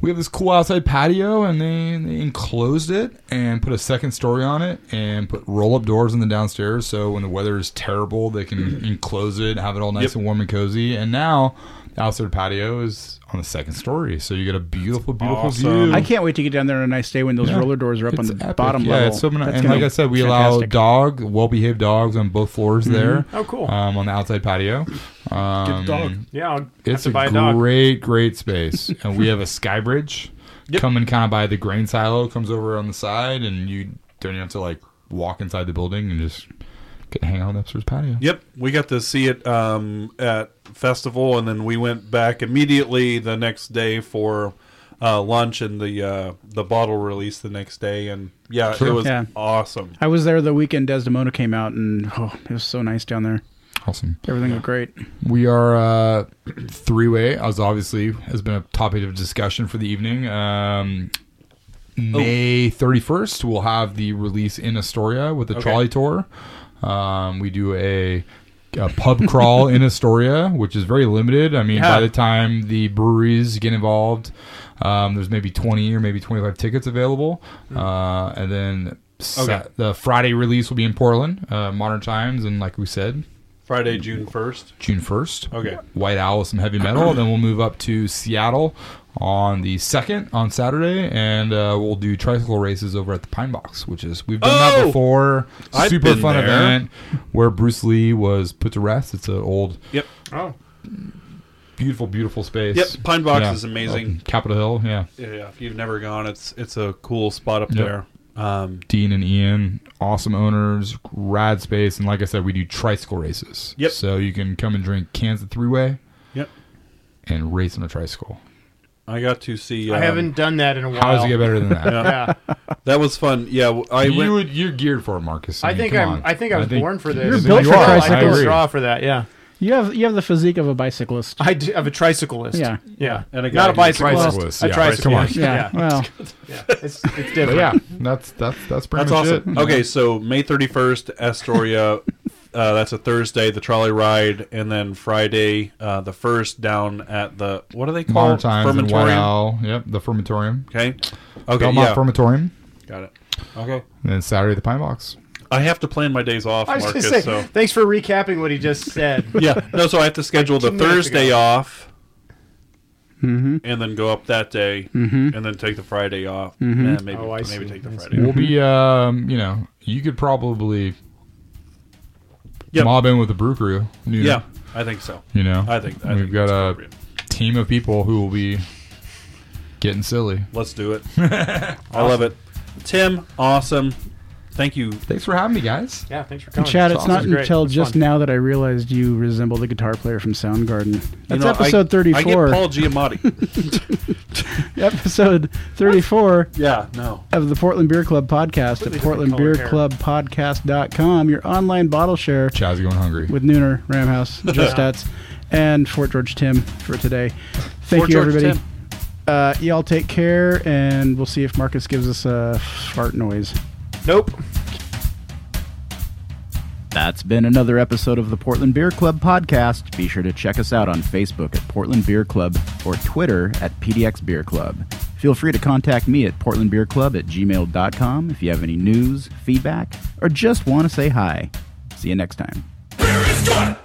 Speaker 3: we have this cool outside patio, and they, they enclosed it and put a second story on it, and put roll up doors in the downstairs. So when the weather is terrible, they
Speaker 5: Mm-hmm.
Speaker 3: can enclose it, have it all nice
Speaker 6: Yep.
Speaker 3: and warm and cozy. And now the outside patio is on the second story, so you get a beautiful, beautiful
Speaker 6: awesome.
Speaker 3: view.
Speaker 5: I can't wait to get down there on a nice day when those
Speaker 3: Hmm. Yeah.
Speaker 5: roller doors are up on
Speaker 3: It's
Speaker 5: the
Speaker 3: epic.
Speaker 5: bottom
Speaker 3: yeah,
Speaker 5: level.
Speaker 3: It's so many,
Speaker 5: That's
Speaker 3: and
Speaker 5: gonna
Speaker 3: like
Speaker 5: be
Speaker 3: I said, we allow
Speaker 5: fantastic. Mm-hmm.
Speaker 3: dog, well-behaved dogs on both floors there.
Speaker 2: Oh, cool.
Speaker 3: Um, on the outside patio. Um,
Speaker 6: Get the dog.
Speaker 2: Yeah, I'll have
Speaker 3: It's
Speaker 2: to
Speaker 3: a,
Speaker 2: buy a dog.
Speaker 3: great, great space, *laughs* and we have a sky bridge coming kind of by the grain silo. Comes over on the side, and you don't even have to like walk inside the building and just get hang out on the upstairs patio.
Speaker 6: Yep, we got to see it um, at festival, and then we went back immediately the next day for uh, lunch and the uh, the bottle release the next day. And yeah, it
Speaker 3: Sure.
Speaker 6: was
Speaker 5: Yeah.
Speaker 6: awesome.
Speaker 5: I was there the weekend Desdemona came out, and oh, it was so nice down there.
Speaker 3: Awesome.
Speaker 5: Everything looked great.
Speaker 3: We are uh, three way, as obviously has been a topic of discussion for the evening. Um,
Speaker 6: Oh.
Speaker 3: May 31st, we'll have the release in Astoria with the
Speaker 6: Okay.
Speaker 3: trolley tour. Um, we do a, a
Speaker 6: *laughs*
Speaker 3: pub crawl in Astoria, which is very limited. I mean,
Speaker 2: Yeah.
Speaker 3: by the time the breweries get involved, um, there's maybe 20 or maybe 25 tickets available. Uh, and then. Sa-
Speaker 6: Mm-hmm. Okay.
Speaker 3: the Friday release will be in Portland, uh, Modern Times, and like we said,
Speaker 6: Friday, June first.
Speaker 3: June 1st.
Speaker 6: Okay.
Speaker 3: White Owl with some heavy metal. then we'll move up to Seattle on the 2nd on Saturday, and uh, we'll do tricycle races over at the Pine Box, which is, we've done that
Speaker 6: Oh!
Speaker 3: before.
Speaker 6: I've
Speaker 3: Super
Speaker 6: been
Speaker 3: fun
Speaker 6: there.
Speaker 3: event where Bruce Lee was put to rest. It's an old,
Speaker 6: Yep,
Speaker 2: Oh,
Speaker 3: beautiful, beautiful space.
Speaker 6: yep. Pine Box is amazing.
Speaker 3: Up Capitol Hill, yeah.
Speaker 6: Yeah, yeah, if you've never gone, it's it's a cool spot up
Speaker 3: Yep.
Speaker 6: there. Um,
Speaker 3: Dean and Ian, awesome owners, rad space, and like I said, we do tricycle races.
Speaker 6: Yep.
Speaker 3: So you can come and drink cans of three way
Speaker 6: yep.
Speaker 3: and race on a tricycle.
Speaker 6: I got to see. Um,
Speaker 2: I haven't done that in a while.
Speaker 3: How does it get better than
Speaker 6: *laughs*
Speaker 3: that?
Speaker 2: *laughs* Yeah,
Speaker 6: That was fun. Yeah, w- I
Speaker 3: you
Speaker 6: went.
Speaker 3: would, you're geared for it, Marcus.
Speaker 2: I
Speaker 3: mean,
Speaker 2: think
Speaker 3: come
Speaker 2: I'm.
Speaker 3: on.
Speaker 2: I think I was born for this.
Speaker 5: You're built
Speaker 2: You
Speaker 5: for
Speaker 2: are.
Speaker 5: tricycles.
Speaker 2: I
Speaker 3: I
Speaker 2: feel
Speaker 3: agree.
Speaker 2: straw for that. Yeah,
Speaker 5: You have you have the physique of a bicyclist.
Speaker 2: I do have a tricyclist.
Speaker 5: Yeah.
Speaker 2: yeah,
Speaker 6: And a
Speaker 2: not
Speaker 6: guy
Speaker 2: a
Speaker 6: who's a
Speaker 2: bicyclist.
Speaker 3: tricyclist.
Speaker 2: A
Speaker 3: Yeah,
Speaker 2: tricyclist. *laughs*
Speaker 3: tricyclist.
Speaker 2: Yeah, yeah.
Speaker 5: Well, *laughs*
Speaker 2: It's, it's
Speaker 3: But
Speaker 2: different.
Speaker 3: yeah, that's that's that's pretty
Speaker 6: That's
Speaker 3: much
Speaker 6: awesome.
Speaker 2: Oh,
Speaker 3: it.
Speaker 6: *laughs* Okay, so May 31st, Astoria. uh, that's a Thursday, the trolley ride, and then Friday, uh, the first down at the what do they call
Speaker 3: Modern
Speaker 6: it?
Speaker 3: times and White
Speaker 6: Fermentorium?
Speaker 3: Owl. Yep, the fermentorium.
Speaker 6: Okay, okay,
Speaker 3: Belmont
Speaker 6: yeah,
Speaker 3: fermentorium,
Speaker 6: got it. Okay,
Speaker 3: and then Saturday the Pine Box.
Speaker 6: I have to plan my days off,
Speaker 2: I was
Speaker 6: Marcus.
Speaker 2: just saying.
Speaker 6: So
Speaker 2: Thanks for recapping what he just said.
Speaker 6: yeah, no, so
Speaker 2: *laughs*
Speaker 6: I have to schedule the
Speaker 2: Two minutes
Speaker 6: Thursday
Speaker 2: ago.
Speaker 6: off,
Speaker 3: Mm-hmm.
Speaker 6: and then go up that day, and then take the Friday off,
Speaker 3: Mm-hmm.
Speaker 6: and maybe
Speaker 2: Oh, I
Speaker 6: maybe
Speaker 2: see.
Speaker 6: take the
Speaker 2: I
Speaker 6: Friday.
Speaker 3: We'll
Speaker 6: off.
Speaker 3: be, um, you know, you could probably
Speaker 6: Yep.
Speaker 3: mob in with the brew crew. You know,
Speaker 6: Yeah, I think so.
Speaker 3: you know,
Speaker 6: I think I
Speaker 3: we've
Speaker 6: think
Speaker 3: got
Speaker 6: that's
Speaker 3: a
Speaker 6: appropriate.
Speaker 3: team of people who will be getting silly.
Speaker 6: Let's do it. I love it. Tim, awesome. Thank you.
Speaker 3: Thanks for having me, guys.
Speaker 2: Yeah, thanks for coming.
Speaker 5: Chad, it's
Speaker 3: awesome.
Speaker 5: not
Speaker 2: Great.
Speaker 5: until
Speaker 2: It's
Speaker 5: just
Speaker 2: fun.
Speaker 5: now that I realized you resemble the guitar player from Soundgarden.
Speaker 6: You
Speaker 5: That's
Speaker 6: know, I-
Speaker 5: episode
Speaker 6: I get
Speaker 5: 34.
Speaker 6: Paul Giamatti.
Speaker 5: *laughs* Episode 34
Speaker 6: yeah, no.
Speaker 5: of the Portland Beer Club podcast at
Speaker 2: Completely different color
Speaker 5: portlandbeerclubpodcast.com, your online bottle share
Speaker 3: Chad's going hungry.
Speaker 5: with Nooner,
Speaker 6: *laughs*
Speaker 5: Ramhouse, Just Stats, and Fort George Tim for today. Thank
Speaker 6: Fort
Speaker 5: you,
Speaker 6: George
Speaker 5: everybody.
Speaker 6: Tim.
Speaker 5: Uh, y'all take care, and we'll see if Marcus gives us a fart noise.
Speaker 2: Nope.
Speaker 4: That's been another episode of the Portland Beer Club podcast. Be sure to check us out on Facebook at Portland Beer Club or Twitter at PDX Beer Club. Feel free to contact me at portlandbeerclub at gmail.com if you have any news, feedback, or just want to say hi. See you next time.
Speaker 7: Beer is good.